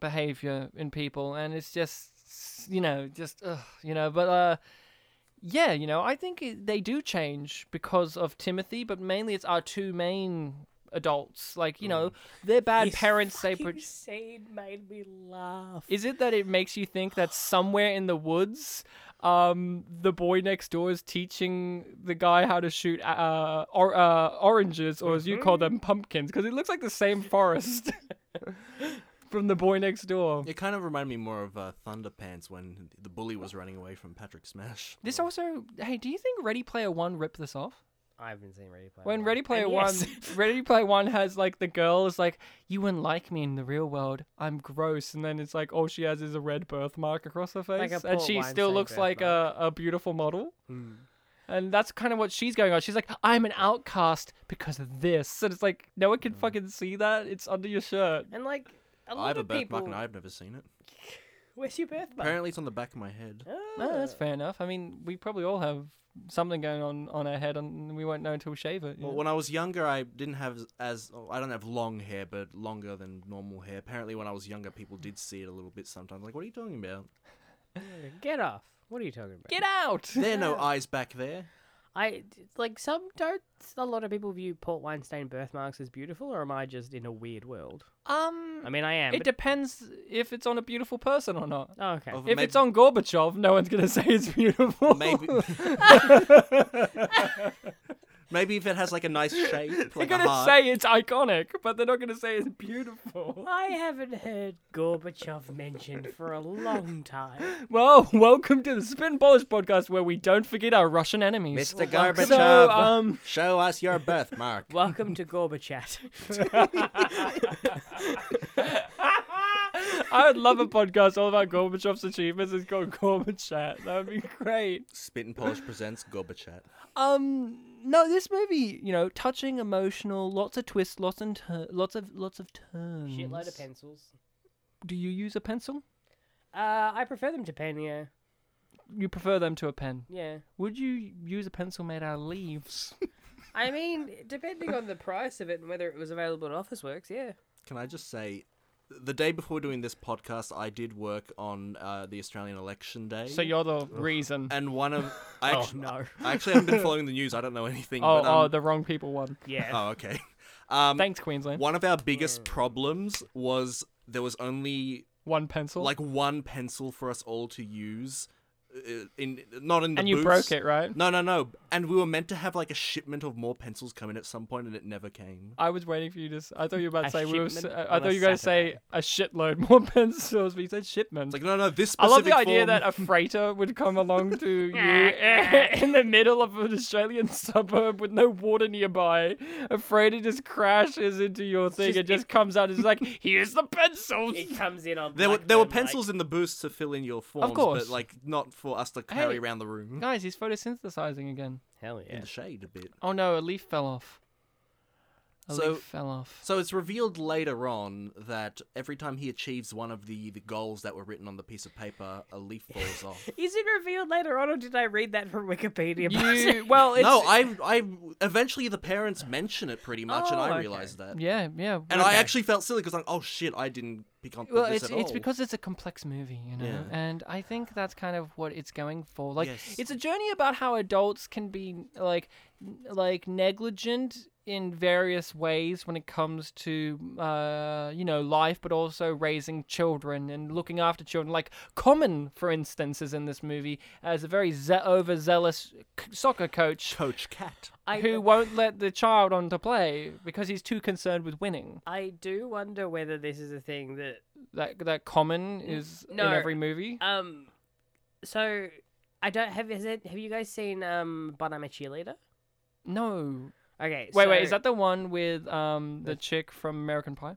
Speaker 1: behavior in people, and it's just, you know, just, ugh, you know. But uh, yeah, you know, I think it, they do change because of Timothy, but mainly it's our two main adults. Like you know, they're bad
Speaker 3: This
Speaker 1: parents. They
Speaker 3: Mm. fucking
Speaker 1: pro-
Speaker 3: scene made me laugh.
Speaker 1: is it that it makes you think that somewhere in the woods, um, the boy next door is teaching the guy how to shoot uh, or, uh oranges, or as you call them, pumpkins? Because it looks like the same forest from the boy next door.
Speaker 2: It kind of reminded me more of uh, Thunderpants when the bully was running away from Patrick Smash.
Speaker 1: This also, hey, do you think Ready Player One ripped this off?
Speaker 3: I haven't seen Ready Player
Speaker 1: When
Speaker 3: One.
Speaker 1: Ready
Speaker 3: And
Speaker 1: Player
Speaker 3: yes.
Speaker 1: One, Ready Player One has like the girl is like, "You wouldn't like me in the real world. I'm gross," and then it's like all she has is a red birthmark across her
Speaker 3: Like
Speaker 1: face,
Speaker 3: a
Speaker 1: and
Speaker 3: Paul
Speaker 1: she still
Speaker 3: Weinstein
Speaker 1: looks like a, a beautiful model. And that's kind of what she's going on. She's like, "I'm an outcast because of this," and it's like no one can fucking see that. It's under your shirt.
Speaker 3: and like a lot
Speaker 2: I have a
Speaker 3: of
Speaker 2: birthmark and
Speaker 3: people.
Speaker 2: I've never seen it.
Speaker 3: Where's your birthmark?
Speaker 2: Apparently, it's on the back of my head.
Speaker 1: No, that's
Speaker 3: Ah.
Speaker 1: fair enough. I mean, we probably all have something going on on our head, and we won't know until we shave it. you
Speaker 2: Well,
Speaker 1: know?
Speaker 2: when I was younger, I didn't have as- as oh, I don't have long hair, but longer than normal hair. Apparently, when I was younger, people did see it a little bit sometimes. Like, what are you talking about?
Speaker 3: Get off. What are you talking about?
Speaker 1: Get out! Um,
Speaker 2: There are no eyes back there.
Speaker 3: I like some don't. A lot of people view Port Weinstein birthmarks as beautiful, or am I just in a weird world?
Speaker 1: Um,
Speaker 3: I mean, I am.
Speaker 1: it depends if it's on a beautiful person or not.
Speaker 3: but- oh, okay.
Speaker 2: Of-
Speaker 1: If
Speaker 2: Maybe-
Speaker 1: it's on Gorbachev, no one's gonna say it's beautiful.
Speaker 2: Maybe. Maybe if it has like a nice shape,
Speaker 1: they're
Speaker 2: like a
Speaker 1: gonna
Speaker 2: heart.
Speaker 1: say it's iconic, but they're not gonna say it's beautiful.
Speaker 3: I haven't heard Gorbachev mentioned for a long time.
Speaker 1: Well, welcome to the Spin Polish podcast, where we don't forget our Russian enemies.
Speaker 2: Mr.
Speaker 3: Gorbachev,
Speaker 2: Gorbachev,
Speaker 1: So, um,
Speaker 2: show us your birthmark.
Speaker 3: Welcome to Gorbachev.
Speaker 1: I would love a podcast all about Gorbachev's achievements. It's called Gorbachev. That would be great.
Speaker 2: Spit and Polish presents Gorbachev.
Speaker 1: Um, no, this movie, you know, touching, emotional, lots of twists, lots and tur- lots of lots of turns.
Speaker 3: Shitload of pencils.
Speaker 1: Do you use a pencil?
Speaker 3: Uh, I prefer them to pen. Yeah,
Speaker 1: You prefer them to a pen.
Speaker 3: yeah.
Speaker 1: Would you use a pencil made out of leaves?
Speaker 3: I mean, depending on the price of it and whether it was available at Office Works, yeah.
Speaker 2: Can I just say, the day before doing this podcast, I did work on uh, the Australian election day.
Speaker 1: so you're the reason.
Speaker 2: and one of I
Speaker 3: Oh,
Speaker 2: actually,
Speaker 3: no.
Speaker 2: I actually haven't been following the news. I don't know anything.
Speaker 1: Oh,
Speaker 2: but, um,
Speaker 1: oh, the wrong people won.
Speaker 3: Yeah.
Speaker 2: oh, okay. Um,
Speaker 1: Thanks, Queensland. One,
Speaker 2: one of our biggest problems was there was only
Speaker 1: pencil.
Speaker 2: like one pencil for us all to use. uh, In not in the
Speaker 1: and you
Speaker 2: booths.
Speaker 1: broke it, right?
Speaker 2: No, no, no. And we were meant to have like a shipment of more pencils come in at some point, and it never came.
Speaker 1: I was waiting for you to. s- I thought you were about to
Speaker 3: A
Speaker 1: say we were. s-
Speaker 3: shipment
Speaker 1: I I
Speaker 3: on a
Speaker 1: thought you were going to say
Speaker 3: Saturday.
Speaker 1: a shitload more pencils, but you said shipment.
Speaker 2: It's like no, no. This
Speaker 1: I
Speaker 2: specific
Speaker 1: love the idea
Speaker 2: form-
Speaker 1: that a freighter would come along to you eh, in the middle of an Australian suburb with no water nearby. A freighter just crashes into your thing.
Speaker 3: just-
Speaker 1: it just comes out. It's like, here's the pencils.
Speaker 3: It comes in on.
Speaker 2: Oh. There were
Speaker 3: like,
Speaker 2: there were
Speaker 3: the, like-
Speaker 2: pencils in the booths to fill in your forms,
Speaker 1: course.
Speaker 2: but like not for us to carry
Speaker 1: Hey.
Speaker 2: around the room
Speaker 1: Guys, he's photosynthesizing again.
Speaker 3: Hell
Speaker 2: in
Speaker 3: yeah.
Speaker 2: the shade a bit.
Speaker 1: Oh no, a leaf fell off. A
Speaker 2: So-
Speaker 1: leaf fell off.
Speaker 2: So it's revealed later on that every time he achieves one of the, the goals that were written on the piece of paper, a leaf falls off.
Speaker 3: Is it revealed later on, or did I read that from Wikipedia?
Speaker 1: You, well, it's,
Speaker 2: no, I I eventually the parents mention it pretty much, and
Speaker 3: Oh,
Speaker 2: I
Speaker 3: okay.
Speaker 2: realized that,
Speaker 1: yeah, yeah.
Speaker 2: and I
Speaker 1: okay.
Speaker 2: actually felt silly because like, oh shit, I didn't pick on
Speaker 1: Well,
Speaker 2: this
Speaker 1: it's
Speaker 2: at all.
Speaker 1: it's because it's a complex movie, you know,
Speaker 2: Yeah.
Speaker 1: and I think that's kind of what it's going for. Like,
Speaker 2: Yes.
Speaker 1: it's a journey about how adults can be like, like negligent in various ways when it comes to, uh, you know, life, but also raising children and looking after children. Like, Common, for instance, is in this movie as a very ze- overzealous c- soccer coach
Speaker 2: Coach Cat.
Speaker 3: I,
Speaker 1: who won't let the child on to play because he's too concerned with winning.
Speaker 3: I do wonder whether this is a thing that
Speaker 1: That that Common is
Speaker 3: no.
Speaker 1: in every movie.
Speaker 3: um. So I don't have. Is it? Have you guys seen um? But I'm a cheerleader.
Speaker 1: No,
Speaker 3: Okay.
Speaker 1: Wait, wait,
Speaker 3: so-
Speaker 1: is that the one with um the chick from American Pie?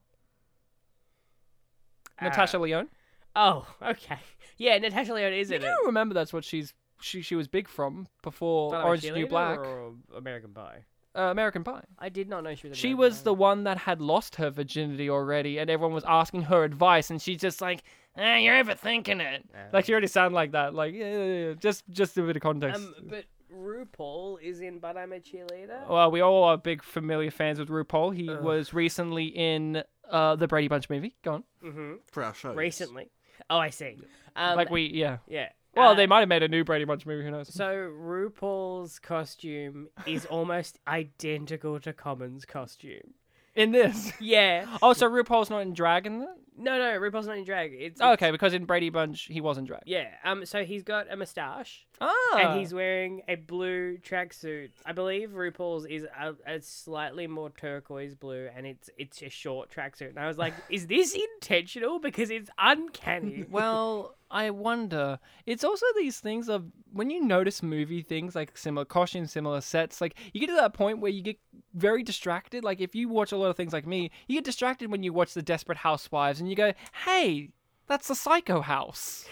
Speaker 3: uh,
Speaker 1: Natasha Leone?
Speaker 3: Oh, okay. Yeah, Natasha Leone is
Speaker 1: I
Speaker 3: in it.
Speaker 1: don't remember that's what she's she she was big from before
Speaker 3: But I'm a
Speaker 1: Orange is the New
Speaker 3: Cheerleader
Speaker 1: Black.
Speaker 3: or American Pie.
Speaker 1: Uh, American Pie.
Speaker 3: I did not know she was.
Speaker 1: She
Speaker 3: American
Speaker 1: was
Speaker 3: Pie.
Speaker 1: the one that had lost her virginity already, and everyone was asking her advice, and she's just like, eh, "You're overthinking it."
Speaker 3: Ah.
Speaker 1: Like she already sounded like that. Like, yeah, yeah, yeah. just just a bit of context.
Speaker 3: Um, but RuPaul is in But I'm a Cheerleader.
Speaker 1: well, we all are big familiar fans with RuPaul. He was recently in uh the Brady Bunch movie. Go on.
Speaker 3: hmm
Speaker 2: For our show.
Speaker 3: Recently. Oh, I see. Um,
Speaker 1: like we, yeah.
Speaker 3: yeah.
Speaker 1: Well,
Speaker 3: Uh,
Speaker 1: they might have made a new Brady Bunch movie. Who knows?
Speaker 3: So RuPaul's costume is almost identical to Common's costume.
Speaker 1: in this.
Speaker 3: Yeah.
Speaker 1: Oh, so RuPaul's not in drag in that?
Speaker 3: No, no, RuPaul's not in drag. It's
Speaker 1: Oh, okay, because in Brady Bunch he was in drag.
Speaker 3: Yeah. Um. So he's got a moustache
Speaker 1: Ah,
Speaker 3: and he's wearing a blue tracksuit. I believe RuPaul's is a, a slightly more turquoise blue, and it's it's a short tracksuit. And I was like, is this intentional? Because it's uncanny.
Speaker 1: well. I wonder. It's also these things of when you notice movie things like similar costumes, similar sets. Like you get to that point where you get very distracted. Like if you watch a lot of things like me, you get distracted when you watch the Desperate Housewives, and you go, "Hey, that's the Psycho House."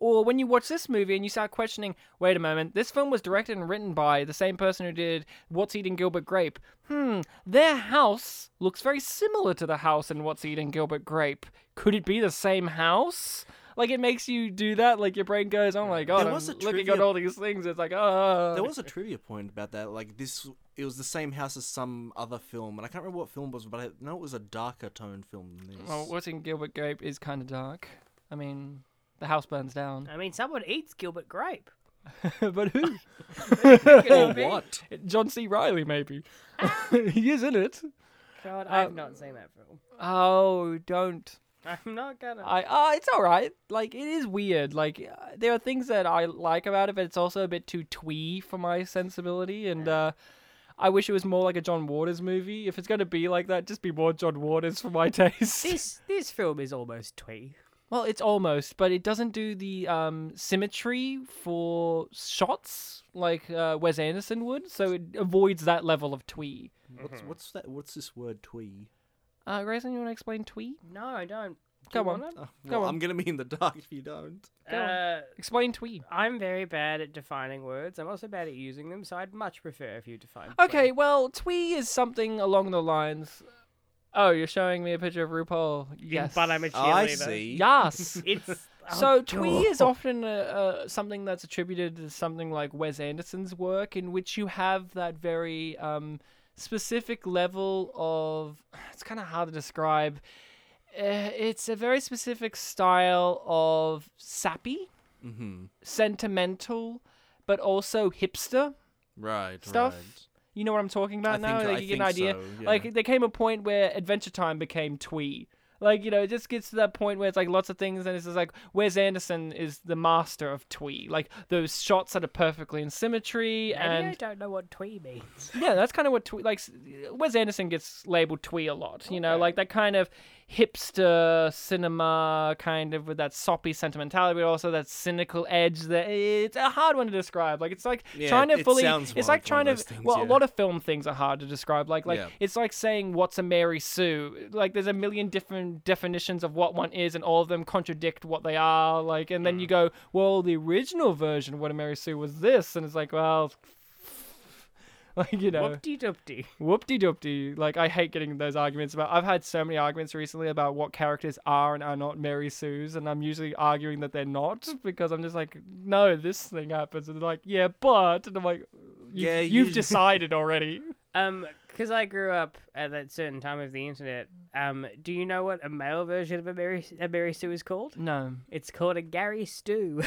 Speaker 1: Or when you watch this movie and you start questioning, wait a moment, this film was directed and written by the same person who did What's Eating Gilbert Grape. Hmm, their house looks very similar to the house in What's Eating Gilbert Grape. Could it be the same house? Like it makes you do that. Like your brain goes, oh my god,
Speaker 2: There
Speaker 1: I'm
Speaker 2: was a
Speaker 1: looking at
Speaker 2: trivia-
Speaker 1: all these things. It's like, oh,
Speaker 2: There was a trivia point about that. Like this, it was the same house as some other film, and I can't remember what film it was, but I know it was a darker toned film than this.
Speaker 1: Well, What's Eating Gilbert Grape is kind of dark. I mean, the house burns down.
Speaker 3: I mean, someone eats Gilbert Grape.
Speaker 1: but who?
Speaker 2: Or what?
Speaker 1: John C. Riley, maybe. he is in it.
Speaker 3: God,
Speaker 1: Um,
Speaker 3: I've not seen that film.
Speaker 1: Oh, don't.
Speaker 3: I'm not gonna.
Speaker 1: I uh, it's all right. Like it is weird. Like uh, there are things that I like about it, but it's also a bit too twee for my sensibility. And uh, I wish it was more like a John Waters movie. If it's gonna be like that, just be more John Waters for my taste.
Speaker 3: this this film is almost twee.
Speaker 1: well, it's almost, but it doesn't do the um, symmetry for shots like uh, Wes Anderson would. So it avoids that level of twee.
Speaker 2: What's what's that? What's this word? Twee.
Speaker 1: Uh, Grayson, you want to explain twee?
Speaker 3: No, I don't. Do
Speaker 1: Come
Speaker 3: you
Speaker 1: on.
Speaker 3: wanna?
Speaker 2: Oh,
Speaker 1: Go on.
Speaker 2: well, I'm gonna be in the dark if you don't.
Speaker 1: Go on.
Speaker 3: Uh,
Speaker 1: Explain twee.
Speaker 3: I'm very bad at defining words. I'm also bad at using them, so I'd much prefer if you define.
Speaker 1: Okay, well, twee is something along the lines. Oh, you're showing me a picture of RuPaul. Yes,
Speaker 3: but I'm a cheerleader.
Speaker 2: I see.
Speaker 1: yes.
Speaker 3: It's oh
Speaker 2: Oh,
Speaker 1: so twee is often uh, uh, something that's attributed to something like Wes Anderson's work, in which you have that very um, specific level of. It's kind of hard to describe. Uh, it's a very specific style of sappy,
Speaker 2: Mm-hmm.
Speaker 1: sentimental, but also hipster.
Speaker 2: Right.
Speaker 1: Stuff.
Speaker 2: Right.
Speaker 1: You know what I'm talking about
Speaker 2: I
Speaker 1: now?
Speaker 2: think-
Speaker 1: like,
Speaker 2: I
Speaker 1: you get an
Speaker 2: think
Speaker 1: idea.
Speaker 2: so, yeah.
Speaker 1: Like there came a point where Adventure Time became twee. Like you know, it just gets to that point where it's like lots of things, and it's just like Wes Anderson is the master of twee. Like those shots that are perfectly in symmetry,
Speaker 3: Maybe I
Speaker 1: and
Speaker 3: don't know what twee means.
Speaker 1: yeah, that's kind of what twee. Like s- Wes Anderson gets labeled twee a lot. You know,
Speaker 3: Okay.
Speaker 1: like that kind of hipster cinema kind of with that soppy sentimentality, but also that cynical edge. That it's a hard one to describe. Like it's like
Speaker 2: Yeah,
Speaker 1: trying to
Speaker 2: it
Speaker 1: fully.
Speaker 2: sounds
Speaker 1: it's
Speaker 2: more
Speaker 1: like
Speaker 2: like one
Speaker 1: trying
Speaker 2: of
Speaker 1: to.
Speaker 2: those things,
Speaker 1: well, a
Speaker 2: yeah.
Speaker 1: lot of film things are hard to describe. Like like
Speaker 2: Yeah.
Speaker 1: it's like saying what's a Mary Sue. Like there's a million different definitions of what one is, and all of them contradict what they are. Like and
Speaker 2: Mm.
Speaker 1: then you go, well, the original version of what a Mary Sue was this, and it's like, well, like you know,
Speaker 3: Whoopty doopty.
Speaker 1: whoop-de doopty. Like I hate getting those arguments about. I've had so many arguments recently about what characters are and are not Mary Sue's, and I'm usually arguing that they're not because I'm just like, no, this thing happens, and they're like, yeah, but, and I'm like. You,
Speaker 2: Yeah,
Speaker 1: you've
Speaker 2: you-
Speaker 1: decided already.
Speaker 3: Um, because I grew up at that certain time of the internet. Um, do you know what a male version of a Mary a Mary Sue is called?
Speaker 1: No.
Speaker 3: It's called a Gary Stew,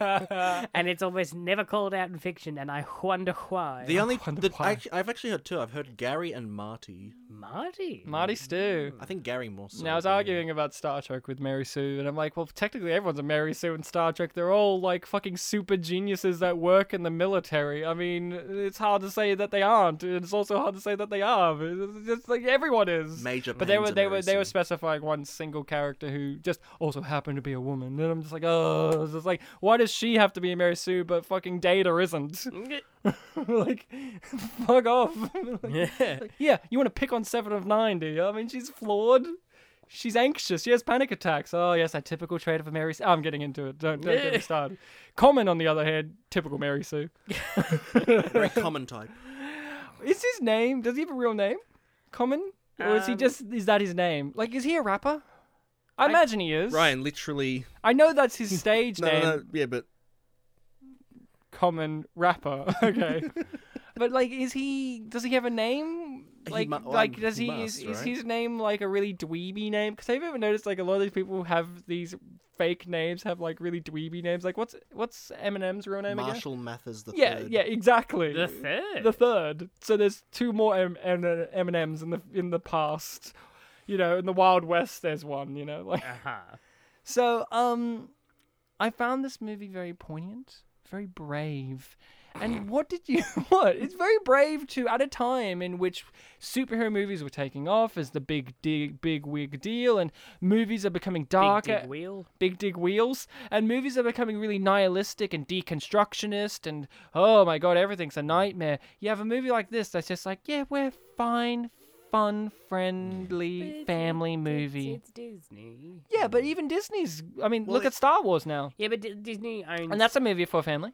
Speaker 3: and it's almost never called out in fiction, and I wonder why.
Speaker 2: The only
Speaker 1: wonder
Speaker 2: the,
Speaker 1: why.
Speaker 2: actu- I've actually heard two. I've heard Gary and Marty.
Speaker 3: Marty.
Speaker 1: Marty Stew.
Speaker 2: I think Gary more so.
Speaker 1: Now I was
Speaker 2: than-
Speaker 1: arguing about Star Trek with Mary Sue, and I'm like, well, technically everyone's a Mary Sue in Star Trek. They're all like fucking super geniuses that work in the military. I mean, it's hard to say that they aren't, and it's also hard to say that they are. It's just like everyone is.
Speaker 2: Major
Speaker 1: but they
Speaker 2: pains
Speaker 1: were
Speaker 2: are
Speaker 1: they
Speaker 2: Mary
Speaker 1: were they were
Speaker 2: Sue.
Speaker 1: specifying one single character who just also happened to be a woman, and I'm just like, oh, it's just like why does she have to be a Mary Sue but fucking Data isn't? like, fuck off.
Speaker 3: Yeah.
Speaker 1: Like, yeah, you want to pick on seven of nine, do you? I mean, she's flawed. She's anxious. She has panic attacks. Oh yes, that typical trait of a Mary. Sue. I'm getting into it. Don't don't get me started. Common, on the other hand, typical Mary Sue.
Speaker 2: very common type.
Speaker 1: Is his name? Does he have a real name? Common, or is he
Speaker 3: Um,
Speaker 1: just? Is that his name? Like, is he a rapper? I, imagine he is.
Speaker 2: Ryan, literally.
Speaker 1: I know that's his stage
Speaker 2: No,
Speaker 1: name.
Speaker 2: no, no, yeah, but
Speaker 1: Common rapper. Okay. But like, is he? Does he have a name?
Speaker 2: He
Speaker 1: Like,
Speaker 2: mu-
Speaker 1: like,
Speaker 2: um,
Speaker 1: does
Speaker 2: he
Speaker 1: he?
Speaker 2: must,
Speaker 1: is, is
Speaker 2: right?
Speaker 1: his name like a really dweeby name? Because have you ever noticed like a lot of these people have these fake names, have like really dweeby names. Like, what's what's Eminem's real name again?
Speaker 2: Marshall Mathers the
Speaker 1: Yeah,
Speaker 2: third.
Speaker 1: yeah, exactly.
Speaker 3: The third.
Speaker 1: The third. So there's two more M M M and M's in the in the past. You know, in the Wild West, there's one. You know, like
Speaker 3: uh-huh.
Speaker 1: so, um, I found this movie very poignant, very brave. And what did you what? It's very brave to at a time in which superhero movies were taking off as the big dig, big wig deal, and movies are becoming
Speaker 3: Big
Speaker 1: darker,
Speaker 3: dig wheel.
Speaker 1: big dig wheels and movies are becoming really nihilistic and deconstructionist and oh my god everything's a nightmare you have a movie like this that's just like yeah we're fine fun friendly family movie
Speaker 3: It's, it's Disney.
Speaker 1: yeah but even disney's i mean
Speaker 2: Well,
Speaker 1: look
Speaker 2: it-
Speaker 1: at star wars now
Speaker 3: Yeah, but D- Disney owns.
Speaker 1: and that's a movie for a family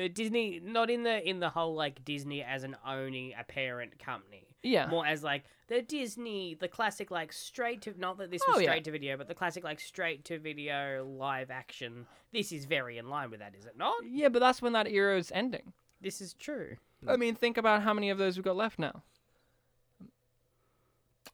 Speaker 3: uh, Disney, not in the in the whole like Disney as an owning a parent company.
Speaker 1: yeah
Speaker 3: More as like the Disney, the classic like straight to not that this
Speaker 1: Oh,
Speaker 3: was
Speaker 1: yeah.
Speaker 3: straight to video, but the classic like straight to video live action. This is very in line with that, is it not?
Speaker 1: yeah but that's when that era is ending
Speaker 3: This is true.
Speaker 1: i mean think about how many of those we've got left now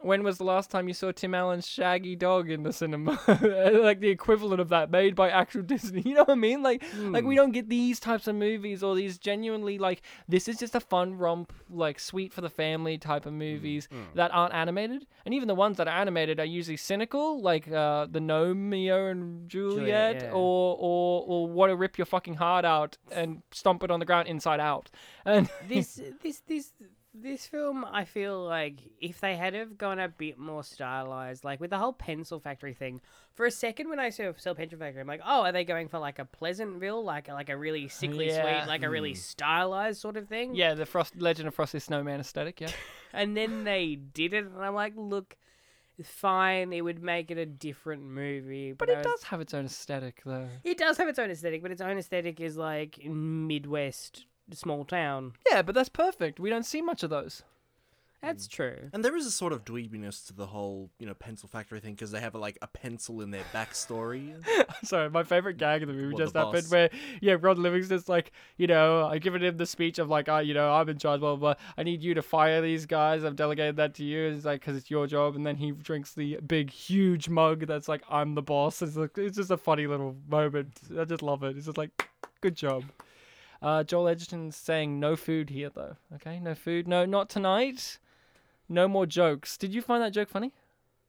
Speaker 1: when was the last time you saw Tim Allen's shaggy dog in the cinema? like the equivalent of that made by actual Disney. You know what I mean? Like like
Speaker 3: Hmm.
Speaker 1: we don't get these types of movies or these genuinely like this is just a fun romp, like sweet for the family type of
Speaker 3: Hmm,
Speaker 1: movies that aren't animated. And even the ones that are animated are usually cynical, like uh the Nomeo and Juliet,
Speaker 3: Juliet, yeah.
Speaker 1: or or or want to rip your fucking heart out and stomp it on the ground inside out. And
Speaker 3: this this this this film i feel like if they had have gone a bit more stylized like with the whole pencil factory thing for a second when i saw, saw pencil factory i'm like oh are they going for like a pleasantville like like a really sickly
Speaker 1: Yeah. Hmm.
Speaker 3: sweet like a really stylized sort of thing
Speaker 1: yeah, the Frost Legend of Frosty Snowman aesthetic, yeah.
Speaker 3: and then they did it and i'm like look fine it would make it a different movie
Speaker 1: But
Speaker 3: I
Speaker 1: it
Speaker 3: was-
Speaker 1: does have its own aesthetic, though.
Speaker 3: it does have its own aesthetic but its own aesthetic is like midwest small town
Speaker 1: Yeah, but that's perfect. We don't see much of those. Hmm.
Speaker 3: that's true
Speaker 2: And there is a sort of dweebiness to the whole, you know, pencil factory thing because they have like a pencil in their backstory.
Speaker 1: Sorry, my favorite gag of the movie
Speaker 2: What,
Speaker 1: just
Speaker 2: the
Speaker 1: happened
Speaker 2: boss?
Speaker 1: where, yeah, Rod Livingston's like, you know, I given him the speech of like, I, you know, I'm in charge, blah, blah, blah. I need you to fire these guys. I've delegated that to you. And he's like, because it's your job. And then he drinks the big, huge mug that's like, I'm the boss. It's, like, it's just a funny little moment. I just love it. It's just like, good job. Uh, Joel Edgerton's saying no food here, though. Okay, no food. No, not tonight. No more jokes. Did you find that joke funny?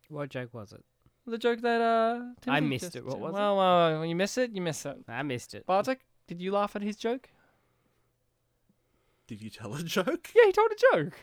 Speaker 3: what joke was it
Speaker 1: The joke that uh
Speaker 3: I
Speaker 1: Timothy
Speaker 3: missed it. What was it?
Speaker 1: well, Well, well, when you miss it, you miss it.
Speaker 3: i missed it
Speaker 1: Bartek, did you laugh at his joke?
Speaker 2: Did you tell a joke?
Speaker 1: Yeah, he told a joke.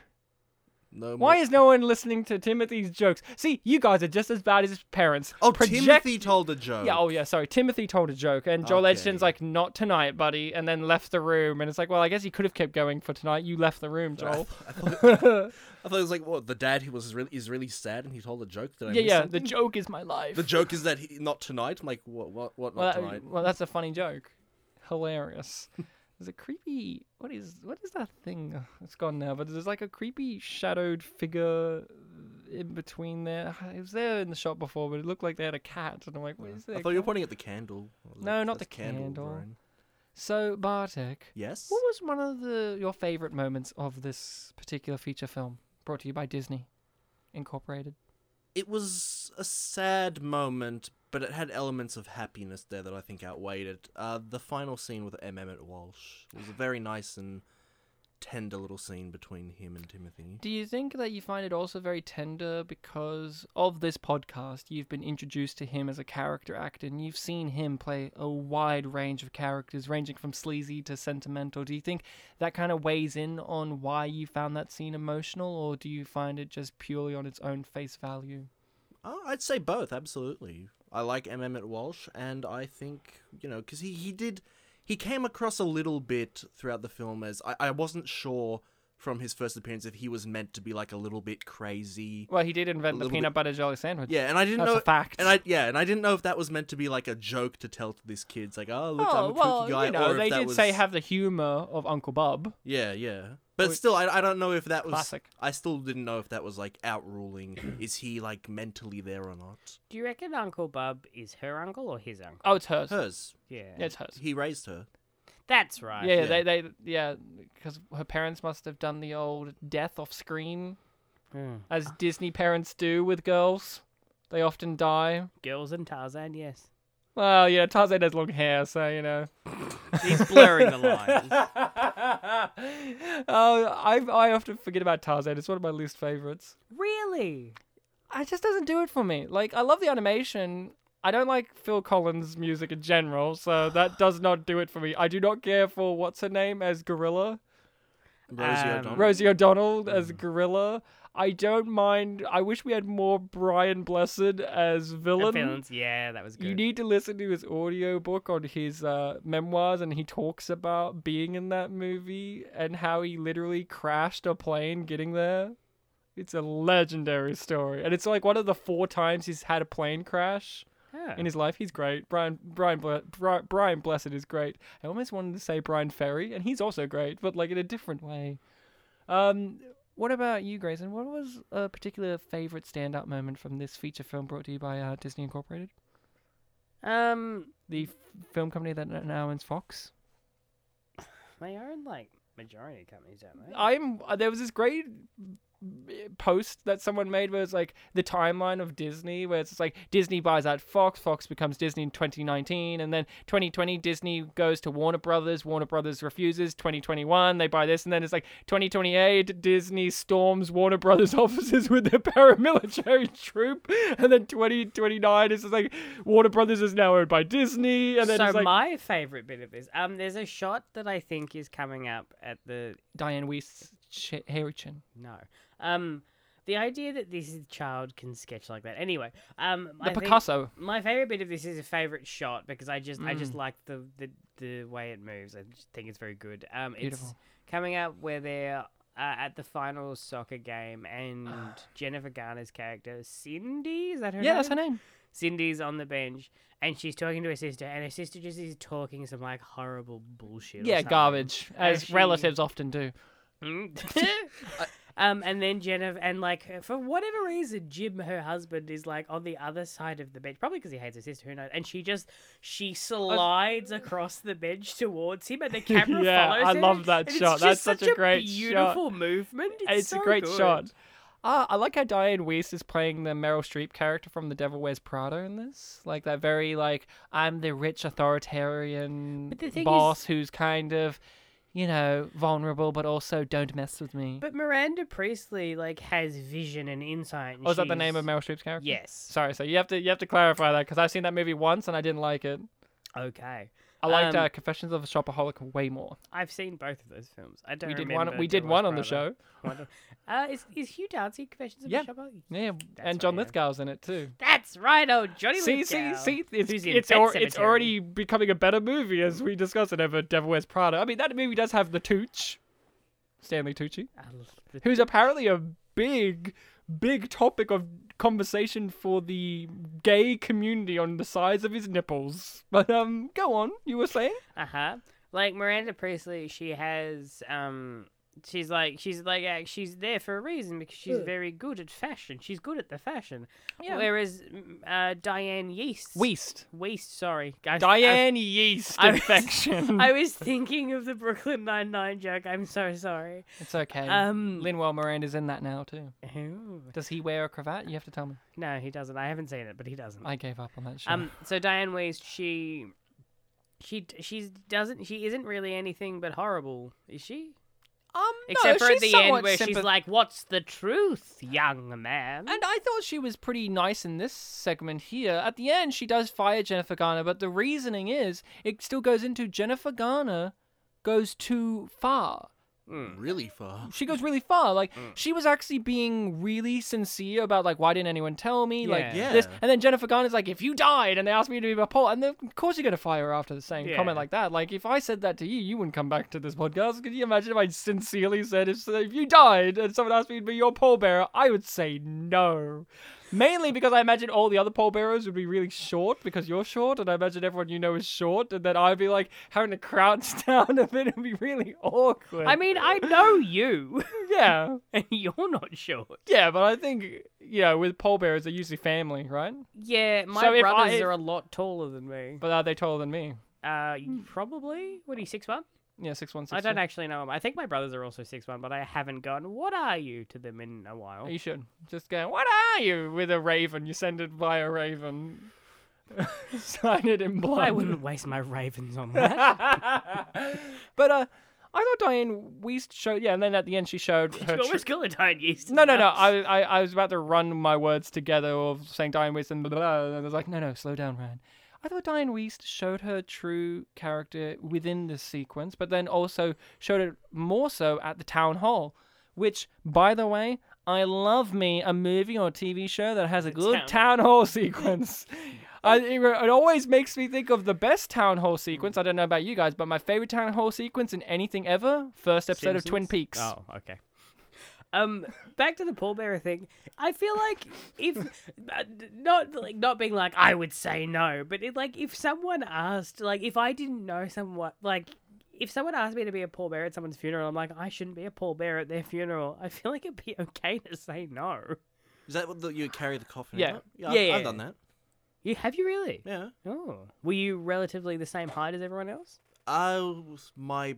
Speaker 2: No.
Speaker 1: Why
Speaker 2: more-
Speaker 1: is no one listening to Timothy's jokes? See, you guys are just as bad as his parents.
Speaker 2: Oh,
Speaker 1: Project-
Speaker 2: Timothy told a joke.
Speaker 1: Yeah, oh yeah, sorry. Timothy told a joke and Joel
Speaker 2: Okay.
Speaker 1: Edgerton's like, not tonight, buddy, and then left the room and it's like, well, I guess you could have kept going for tonight. You left the room,
Speaker 2: I,
Speaker 1: Joel.
Speaker 2: th- I thought, I thought it was like, what? The dad who was really is really sad, and he told a joke. Did I
Speaker 1: yeah,
Speaker 2: miss
Speaker 1: yeah,
Speaker 2: something?
Speaker 1: the joke is my life.
Speaker 2: The joke is that he, not tonight. I'm like, what? What? What?
Speaker 1: well,
Speaker 2: Not
Speaker 1: that-
Speaker 2: tonight.
Speaker 1: well, that's a funny joke. Hilarious. there's a creepy. What is what is that thing? Ugh, It's gone now, but there's like a creepy shadowed figure in between there. It was there in the shop before, but it looked like they had a cat, and I'm like, what is
Speaker 2: I
Speaker 1: there?
Speaker 2: thought you were pointing at the candle. I was
Speaker 1: No, not
Speaker 2: "That's
Speaker 1: the candle."
Speaker 2: Brian."
Speaker 1: So Bartek,
Speaker 2: Yes.
Speaker 1: what was one of the your favorite moments of this particular feature film brought to you by Disney Incorporated?
Speaker 2: It was a sad moment, but it had elements of happiness there that I think outweighed it. Uh, the final scene with M. Emmett Walsh was a very nice and tender little scene between him and Timothy.
Speaker 1: Do you think that you find it also very tender because of this podcast? You've been introduced to him as a character actor and you've seen him play a wide range of characters, ranging from sleazy to sentimental. Do you think that kind of weighs in on why you found that scene emotional, or do you find it just purely on its own face value?
Speaker 2: Oh, I'd say both, absolutely. I like M. Emmett Walsh, and I think, you know, because he, he did. He came across a little bit throughout the film as. I, I wasn't sure from his first appearance if he was meant to be like a little bit crazy.
Speaker 1: Well, he did invent the
Speaker 2: little bit-
Speaker 1: peanut butter jelly sandwich.
Speaker 2: Yeah, and I didn't
Speaker 1: That's
Speaker 2: know
Speaker 1: a fact.
Speaker 2: And I yeah, and I didn't know if that was meant to be like a joke to tell to this kid. It's like, oh look, I'm
Speaker 1: Oh
Speaker 2: a
Speaker 1: well,
Speaker 2: cookie guy.
Speaker 1: you know,
Speaker 2: or if
Speaker 1: they
Speaker 2: that
Speaker 1: did
Speaker 2: was...
Speaker 1: say have the humor of Uncle Bob.
Speaker 2: Yeah, yeah. But
Speaker 1: Which-
Speaker 2: still, I, I don't know if that was.
Speaker 1: Classic.
Speaker 2: I still didn't know if that was like outruling. is he like mentally there or not?
Speaker 3: do you reckon uncle bub is her uncle or his uncle
Speaker 1: Oh, it's hers.
Speaker 2: Hers.
Speaker 1: Yeah, it's hers.
Speaker 2: He raised her.
Speaker 3: That's right.
Speaker 1: Yeah,
Speaker 2: Yeah.
Speaker 1: they they yeah, because her parents must have done the old death off screen,
Speaker 3: Hmm.
Speaker 1: as Disney parents do with girls. They often die.
Speaker 3: Girls and Tarzan, yes.
Speaker 1: Well, yeah, Tarzan has long hair, so you know.
Speaker 2: He's blurring the lines.
Speaker 1: uh, I I often forget about Tarzan. It's one of my least favorites.
Speaker 3: Really?
Speaker 1: It just doesn't do it for me. Like I love the animation. I don't like Phil Collins' music in general, so that does not do it for me. I do not care for what's her name as Gorilla.
Speaker 2: Rosie
Speaker 3: Um,
Speaker 2: O'Donnell.
Speaker 1: Rosie O'Donnell as Gorilla. I don't mind. I wish we had more Brian Blessed as
Speaker 3: The
Speaker 1: villain.
Speaker 3: villains, yeah, that was good.
Speaker 1: You need to listen to his audiobook on his uh, memoirs, and he talks about being in that movie and how he literally crashed a plane getting there. It's a legendary story, and it's like one of the four times he's had a plane crash
Speaker 3: Huh.
Speaker 1: in his life. He's great. Brian Brian Ble- Bri- Brian Blessed is great. I almost wanted to say Brian Ferry, and he's also great, but like in a different way. Um, what about you, Grayson? What was a particular favorite stand-up moment from this feature film brought to you by uh, Disney Incorporated,
Speaker 3: um,
Speaker 1: the f- film company that n- now owns Fox?
Speaker 3: they own like majority of companies, don't they?
Speaker 1: I'm. uh, There was this great post that someone made where it's like the timeline of Disney, where it's just like Disney buys out Fox, Fox becomes Disney in 2019, and then 2020 Disney goes to Warner Brothers, Warner Brothers refuses, 2021 they buy this, and then it's like 2028 Disney storms Warner Brothers offices with their paramilitary troop, and then 2029 is just like Warner Brothers is now owned by Disney, and then
Speaker 3: so
Speaker 1: it's like
Speaker 3: my favorite bit of this, um, there's a shot that I think is coming up at the
Speaker 1: Diane Weiss. Ch- Herichin.
Speaker 3: no, um, the idea that this child can sketch like that. Anyway, um,
Speaker 1: The
Speaker 3: I think
Speaker 1: Picasso.
Speaker 3: my favorite bit of this is a favorite shot because I just I
Speaker 1: Mm.
Speaker 3: just like the, the the way it moves. I just think it's very good. Um, it's
Speaker 1: Beautiful.
Speaker 3: coming up where they're uh, at the final soccer game and Jennifer Garner's character Cindy is that her
Speaker 1: Yeah,
Speaker 3: name?
Speaker 1: that's her name.
Speaker 3: Cindy's on the bench and she's talking to her sister, and her sister just is talking some like horrible bullshit. or
Speaker 1: Yeah,
Speaker 3: something.
Speaker 1: garbage, as
Speaker 3: Actually-
Speaker 1: relatives often do. Hmm.
Speaker 3: Mm. um, and then Jennifer, and like for whatever reason, Jim, her husband, is like on the other side of the bench, probably because he hates her sister. Who knows? And she just she slides across the bench towards him, and the camera
Speaker 1: Yeah,
Speaker 3: follows.
Speaker 1: I
Speaker 3: her,
Speaker 1: love that
Speaker 3: and it's
Speaker 1: shot.
Speaker 3: just
Speaker 1: That's
Speaker 3: such
Speaker 1: such a great shot.
Speaker 3: beautiful movement. It's,
Speaker 1: It's,
Speaker 3: so
Speaker 1: a great
Speaker 3: good.
Speaker 1: shot. Ah, I like how Diane Weiss is playing the Meryl Streep character from The Devil Wears Prada in this. Like that very like I'm the rich authoritarian
Speaker 3: But the thing
Speaker 1: boss who's kind of, you know, vulnerable but also don't mess with me.
Speaker 3: But Miranda Priestley like has vision and insight. And
Speaker 1: Oh, is that the name of
Speaker 3: she's-
Speaker 1: Meryl Streep's character?
Speaker 3: Yes.
Speaker 1: Sorry, so you have to you have to clarify that because I've seen that movie once and I didn't like it.
Speaker 3: Okay.
Speaker 1: I liked
Speaker 3: Um,
Speaker 1: uh, Confessions of a Shopaholic way more.
Speaker 3: I've seen both of those films. I don't.
Speaker 1: We did
Speaker 3: remember
Speaker 1: one. We
Speaker 3: too
Speaker 1: did
Speaker 3: much
Speaker 1: one on the
Speaker 3: Brother.
Speaker 1: show.
Speaker 3: Wonder- Uh, is, is Hugh Dancy Confessions of
Speaker 1: Yeah.
Speaker 3: a Shopaholic?
Speaker 1: Yeah,
Speaker 3: right,
Speaker 1: and John
Speaker 3: yeah.
Speaker 1: Lithgow's in it too.
Speaker 3: That's right, oh Johnny
Speaker 1: see,
Speaker 3: Lithgow,
Speaker 1: see, see, it's,
Speaker 3: who's in
Speaker 1: it's,
Speaker 3: Pet
Speaker 1: al- it's
Speaker 3: Sematary.
Speaker 1: already becoming a better movie as we discuss it over Devil Wears Prada. I mean, that movie does have the Tooch, Stanley Tucci,
Speaker 3: I love the-
Speaker 1: who's apparently a big, big topic of conversation for the gay community on the size of his nipples. But um, go on, you were saying?
Speaker 3: uh-huh. Like Miranda Priestley, she has um she's like she's like uh, she's there for a reason because she's very good at fashion. She's good at the fashion.
Speaker 1: Yeah.
Speaker 3: Whereas mm, uh Diane Yeast
Speaker 1: Weast.
Speaker 3: Weast, sorry. I- I-
Speaker 1: Diane Yeast
Speaker 3: I-
Speaker 1: infection.
Speaker 3: I was thinking of the Brooklyn Nine Nine joke. I'm so sorry.
Speaker 1: it's okay.
Speaker 3: Um,
Speaker 1: Linwell Miranda's in that now too.
Speaker 3: Ooh.
Speaker 1: Does he wear a cravat? You have to tell me.
Speaker 3: No, he doesn't. I haven't seen it, but he doesn't.
Speaker 1: I gave up on that show.
Speaker 3: Um. So Diane Weiss, she, she, she doesn't. She isn't really anything but horrible, is she?
Speaker 1: um
Speaker 3: Except for at the end where
Speaker 1: she's
Speaker 3: she's
Speaker 1: like.
Speaker 3: like, "What's the truth, young man?"
Speaker 1: And I thought she was pretty nice in this segment here. At the end, she does fire Jennifer Garner, but the reasoning is it still goes into Jennifer Garner goes too far.
Speaker 3: Hmm.
Speaker 2: Hmm. Really far.
Speaker 1: She goes really far. Like she was actually being really sincere about like why didn't anyone tell me? Like
Speaker 3: Yeah.
Speaker 1: this.
Speaker 2: Yeah.
Speaker 1: And then Jennifer Garner's like, if you died and they asked me to be a poll, and then of course you're gonna fire her after the same
Speaker 3: Yeah.
Speaker 1: comment like that. Like if I said that to you, you wouldn't come back to this podcast. Could you imagine if I sincerely said if, if you died and someone asked me to be your pallbearer, I would say no. Mainly because I imagine all the other pallbearers would be really short because you're short, and I imagine everyone you know is short, and then I'd be like having to crouch down a bit. It'd be really awkward.
Speaker 3: I mean, I know you,
Speaker 1: yeah.
Speaker 3: and you're not short.
Speaker 1: Yeah, but I think you know, with pallbearers, they're usually family, right?
Speaker 3: Yeah, my
Speaker 1: So if
Speaker 3: brothers
Speaker 1: I-
Speaker 3: are a lot taller than me.
Speaker 1: But are they taller than me?
Speaker 3: Uh, probably. What are you six one?
Speaker 1: Yeah, six one Hmm. six.
Speaker 3: I don't actually know. 'em. I think my brothers are also six one, but I haven't gone. What are you to them in a while?
Speaker 1: You should just go. What are you with a raven? You send it by a raven. Sign it in blood.
Speaker 3: I wouldn't waste my ravens on that.
Speaker 1: but uh, I thought Diane Weist showed. Yeah, and then at the end she showed her.
Speaker 3: you
Speaker 1: tr-
Speaker 3: almost call it Diane Yeast.
Speaker 1: no, no, no. I, I, I was about to run my words together of saying Diane Weist and blah, blah, blah, and I was like, no, no, slow down, Ryan. I thought Diane Weist showed her true character within this sequence, but then also showed it more so at the town hall, which, by the way, I love me a movie or TV show that has a good
Speaker 3: town
Speaker 1: town hall sequence. I, it, it always makes me think of the best town hall
Speaker 3: Hmm.
Speaker 1: sequence. I don't know about you guys, but my favorite town hall sequence in anything ever: first episode of Twin
Speaker 3: Simpsons?
Speaker 1: Peaks.
Speaker 3: Oh, okay. Um, back to the pallbearer thing. I feel like if uh, not like not being like I would say no, but it, like if someone asked, like if I didn't know someone, like if someone asked me to be a pallbearer at someone's funeral, I'm like I shouldn't be a pallbearer at their funeral. I feel like it'd be okay to say no.
Speaker 2: Is that what the, you carry the coffin?
Speaker 1: Yeah.
Speaker 2: out?
Speaker 3: Yeah,
Speaker 2: I've,
Speaker 3: yeah,
Speaker 2: I've
Speaker 3: yeah.
Speaker 2: done that.
Speaker 3: You have you really?
Speaker 2: Yeah.
Speaker 3: Oh, were you relatively the same height as everyone else?
Speaker 2: I was my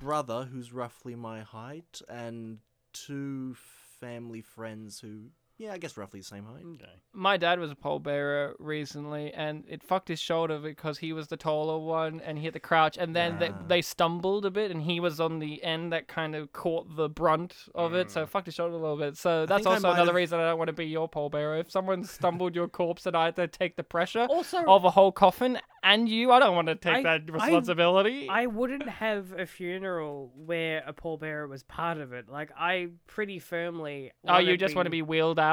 Speaker 2: brother, who's roughly my height, and two family, friends who, yeah, I guess roughly the same height.
Speaker 3: Mm.
Speaker 1: My dad was a pole bearer recently, and it fucked his shoulder because he was the taller one, and he had to crouch, and then they,
Speaker 2: Ah.
Speaker 1: they stumbled a bit, and he was on the end that kind of caught the brunt of it, so it fucked his shoulder a little bit. So that's
Speaker 2: think Hmm. I
Speaker 1: also
Speaker 2: might
Speaker 1: another
Speaker 2: have-
Speaker 1: reason I don't want to be your pole bearer. If someone stumbled your corpse and I had to take the pressure
Speaker 3: Also,
Speaker 1: of a whole coffin and you, I don't want to take
Speaker 3: I-
Speaker 1: that
Speaker 3: I-
Speaker 1: responsibility.
Speaker 3: I wouldn't have a funeral where a pallbearer was part of it. Like I pretty firmly.
Speaker 1: oh, you just want to be wheeled out?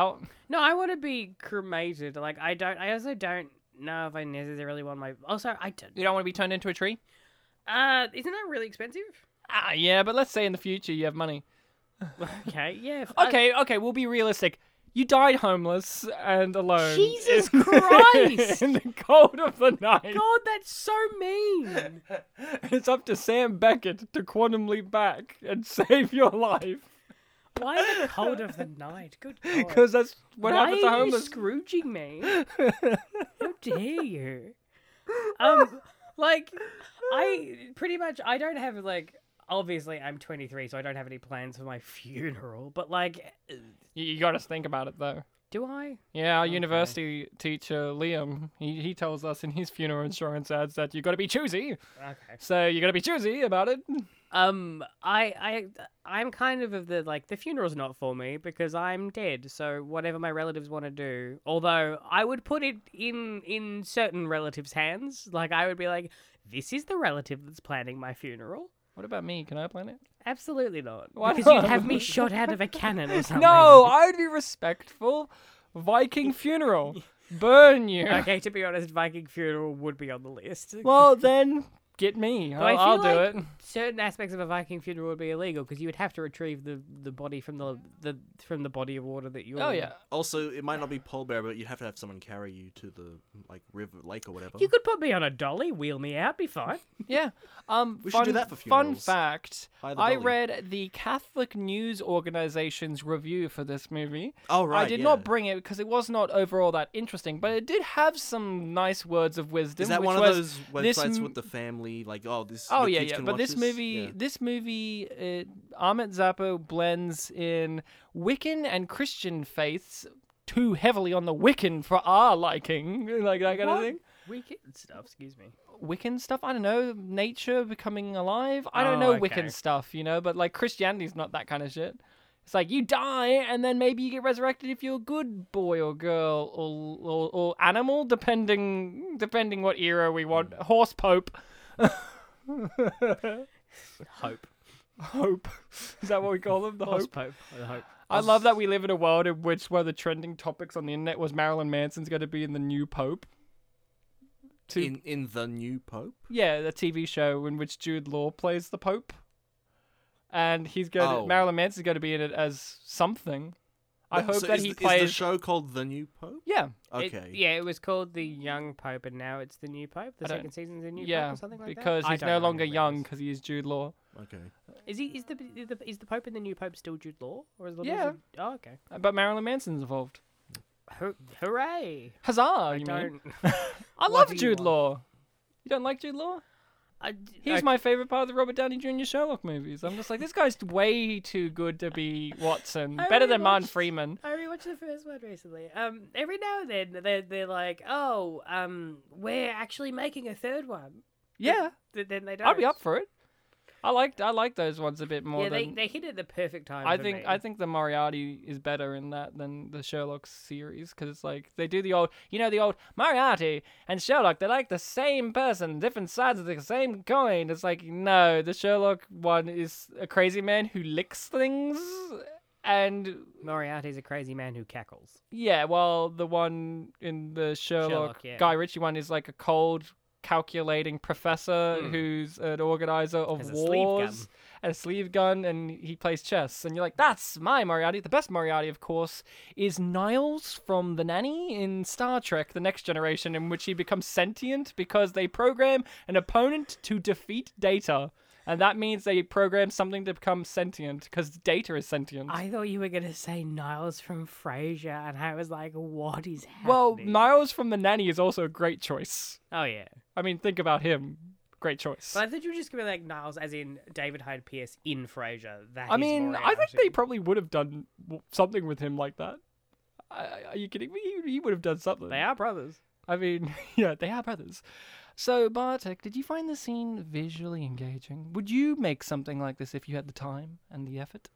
Speaker 3: No, I want to be cremated. Like I don't. I also don't know if I necessarily want my. Also, I don't.
Speaker 1: You don't want to be turned into a tree?
Speaker 3: Uh, isn't that really expensive?
Speaker 1: Ah, yeah, but let's say in the future you have money.
Speaker 3: okay, yeah. if I-
Speaker 1: Okay, okay, we'll be realistic. You died homeless and alone.
Speaker 3: Jesus
Speaker 1: in-
Speaker 3: Christ!
Speaker 1: in the cold of the night.
Speaker 3: God, that's so mean.
Speaker 1: It's up to Sam Beckett to quantum leap back and save your life.
Speaker 3: Why the cold of the night? Good God.
Speaker 1: Because that's what
Speaker 3: Why
Speaker 1: happens to
Speaker 3: are you
Speaker 1: homeless.
Speaker 3: Scrooging me. How dare you? Um, like I pretty much I don't have like obviously I'm 23, so I don't have any plans for my funeral. But like,
Speaker 1: You, you got to think about it, though.
Speaker 3: do I?
Speaker 1: Yeah, our
Speaker 3: Okay.
Speaker 1: university teacher Liam, he, he tells us in his funeral insurance ads that you got to be choosy.
Speaker 3: Okay.
Speaker 1: So you got to be choosy about it.
Speaker 3: Um, I I I'm kind of of the like the funeral's not for me because I'm dead. So whatever my relatives want to do, although I would put it in in certain relatives' hands. Like I would be like, this is the relative that's planning my funeral.
Speaker 1: What about me? Can I plan it?
Speaker 3: Absolutely not.
Speaker 1: Why
Speaker 3: because
Speaker 1: not?
Speaker 3: you'd have me shot out of a cannon or something.
Speaker 1: No, I would be respectful. Viking funeral. Burn you.
Speaker 3: Okay, to be honest, Viking funeral would be on the list.
Speaker 1: Well, then get me.
Speaker 3: I
Speaker 1: I'll, I'll do
Speaker 3: feel like-
Speaker 1: it.
Speaker 3: Certain aspects of a Viking funeral would be illegal because you would have to retrieve the, the body from the, the from the body of water that you.
Speaker 1: Oh, yeah.
Speaker 2: Also, it might not be pallbearer, but you'd have to have someone carry you to the like river, lake, or whatever.
Speaker 3: You could put me on a dolly, wheel me out, be fine.
Speaker 1: Yeah. Um,
Speaker 2: We should
Speaker 1: fun,
Speaker 2: do that for
Speaker 1: Fun
Speaker 2: funerals.
Speaker 1: fact
Speaker 2: Buy the
Speaker 1: I
Speaker 2: dolly.
Speaker 1: read the Catholic News Organization's review for this movie.
Speaker 2: Oh right,
Speaker 1: I did
Speaker 2: yeah.
Speaker 1: not bring it because it was not overall that interesting, but it did have some nice words of wisdom.
Speaker 2: Is that
Speaker 1: which
Speaker 2: one of
Speaker 1: was,
Speaker 2: those
Speaker 1: this
Speaker 2: websites
Speaker 1: m-
Speaker 2: with the family? Like, oh, this.
Speaker 1: Oh
Speaker 2: the
Speaker 1: yeah,
Speaker 2: kids
Speaker 1: yeah.
Speaker 2: can
Speaker 1: But
Speaker 2: watch
Speaker 1: this movie,
Speaker 2: Yeah.
Speaker 1: this movie, uh, Ahmet Zappo blends in Wiccan and Christian faiths too heavily on the Wiccan for our liking, like that kind
Speaker 3: What?
Speaker 1: of thing.
Speaker 3: Wicked stuff, excuse me.
Speaker 1: Wiccan stuff. I don't know nature becoming alive. I don't
Speaker 3: Oh,
Speaker 1: know
Speaker 3: okay.
Speaker 1: Wiccan stuff, you know. But like Christianity's not that kind of shit. It's like you die and then maybe you get resurrected if you're a good boy or girl or or, or animal, depending depending what era we want.
Speaker 3: Hmm.
Speaker 1: Horse pope.
Speaker 3: Hope.
Speaker 1: Hope. Is that what we call them? The
Speaker 3: Horse
Speaker 1: hope.
Speaker 3: Pope. or the Hope.
Speaker 1: I love that we live in a world in which one of the trending topics on the internet was Marilyn Manson's going to be in the new Pope. To,
Speaker 2: in in the new pope.
Speaker 1: yeah, the TV show in which Jude Law plays the Pope, and he's going.
Speaker 2: Oh.
Speaker 1: To, Marilyn Manson's going to be in it as something. I
Speaker 2: Wait,
Speaker 1: hope
Speaker 2: so
Speaker 1: that
Speaker 2: is
Speaker 1: he
Speaker 2: the,
Speaker 1: plays.
Speaker 2: Is the show called the new pope?
Speaker 1: Yeah,
Speaker 3: It-
Speaker 2: Okay.
Speaker 3: yeah, it was called the Young Pope, and now it's the New Pope. The
Speaker 1: I don't-
Speaker 3: second season's the New
Speaker 1: yeah,
Speaker 3: Pope or something like
Speaker 1: because
Speaker 3: that. I
Speaker 1: he's
Speaker 3: don't
Speaker 1: no
Speaker 3: know
Speaker 1: longer
Speaker 3: anything
Speaker 1: young
Speaker 3: about
Speaker 1: because he is Jude Law.
Speaker 2: Okay.
Speaker 3: this. Is he? Is the, is the is the Pope and the New Pope still Jude Law, or is the
Speaker 1: Yeah.
Speaker 3: Oh, okay.
Speaker 1: But Marilyn Manson's involved.
Speaker 3: Ho- hooray!
Speaker 1: Huzzah!
Speaker 3: I
Speaker 1: you mean?
Speaker 3: don't.
Speaker 1: I
Speaker 3: What
Speaker 1: love
Speaker 3: do you
Speaker 1: Jude
Speaker 3: want?
Speaker 1: Law. You don't like Jude Law?
Speaker 3: I d-
Speaker 1: He's my favorite part of the Robert Downey Jr. Sherlock movies. I'm just like, this guy's way too good to be Watson.
Speaker 3: I
Speaker 1: Better
Speaker 3: already
Speaker 1: than Martin
Speaker 3: watched-
Speaker 1: Freeman.
Speaker 3: I rewatched the first one recently. Um, every now and then they're they're like, oh, um, we're actually making a third one.
Speaker 1: Yeah,
Speaker 3: Th- then they don't.
Speaker 1: I'd be up for it. I liked I like those ones a bit more
Speaker 3: Yeah, they,
Speaker 1: than
Speaker 3: they hit it the perfect time.
Speaker 1: I
Speaker 3: for
Speaker 1: think
Speaker 3: me.
Speaker 1: I think the Moriarty is better in that than the Sherlock series because it's like they do the old you know the old Moriarty and Sherlock they're like the same person different sides of the same coin. It's like no, the Sherlock one is a crazy man who licks things and
Speaker 3: Moriarty's a crazy man who cackles.
Speaker 1: Yeah, well, the one in the Sherlock,
Speaker 3: Sherlock, yeah.
Speaker 1: Guy Ritchie one is like a cold, calculating professor who's an organizer of
Speaker 3: Hmm. Has a sleeve gun.
Speaker 1: wars and a sleeve gun, and he plays chess. And you're like, that's my Moriarty. The best Moriarty, of course, is Niles from The Nanny in Star Trek: The Next Generation, in which he becomes sentient because they program an opponent to defeat Data. And that means they program something to become sentient because data is sentient.
Speaker 3: I thought you were gonna say Niles from Frasier, and I was like, what is happening?
Speaker 1: Well, Niles from The Nanny is also a great choice.
Speaker 3: oh yeah,
Speaker 1: I mean, think about him. Great choice.
Speaker 3: But I thought you were just gonna be like Niles, as in David Hyde Pierce in Frasier. That
Speaker 1: I
Speaker 3: is
Speaker 1: mean, I think
Speaker 3: Moriarty.
Speaker 1: they probably would have done w- something with him like that. I- I- Are you kidding me? He, he would have done something.
Speaker 3: they are brothers.
Speaker 1: I mean, yeah, they are brothers. So, Bartek, did you find the scene visually engaging? Would you make something like this if you had the time and the effort?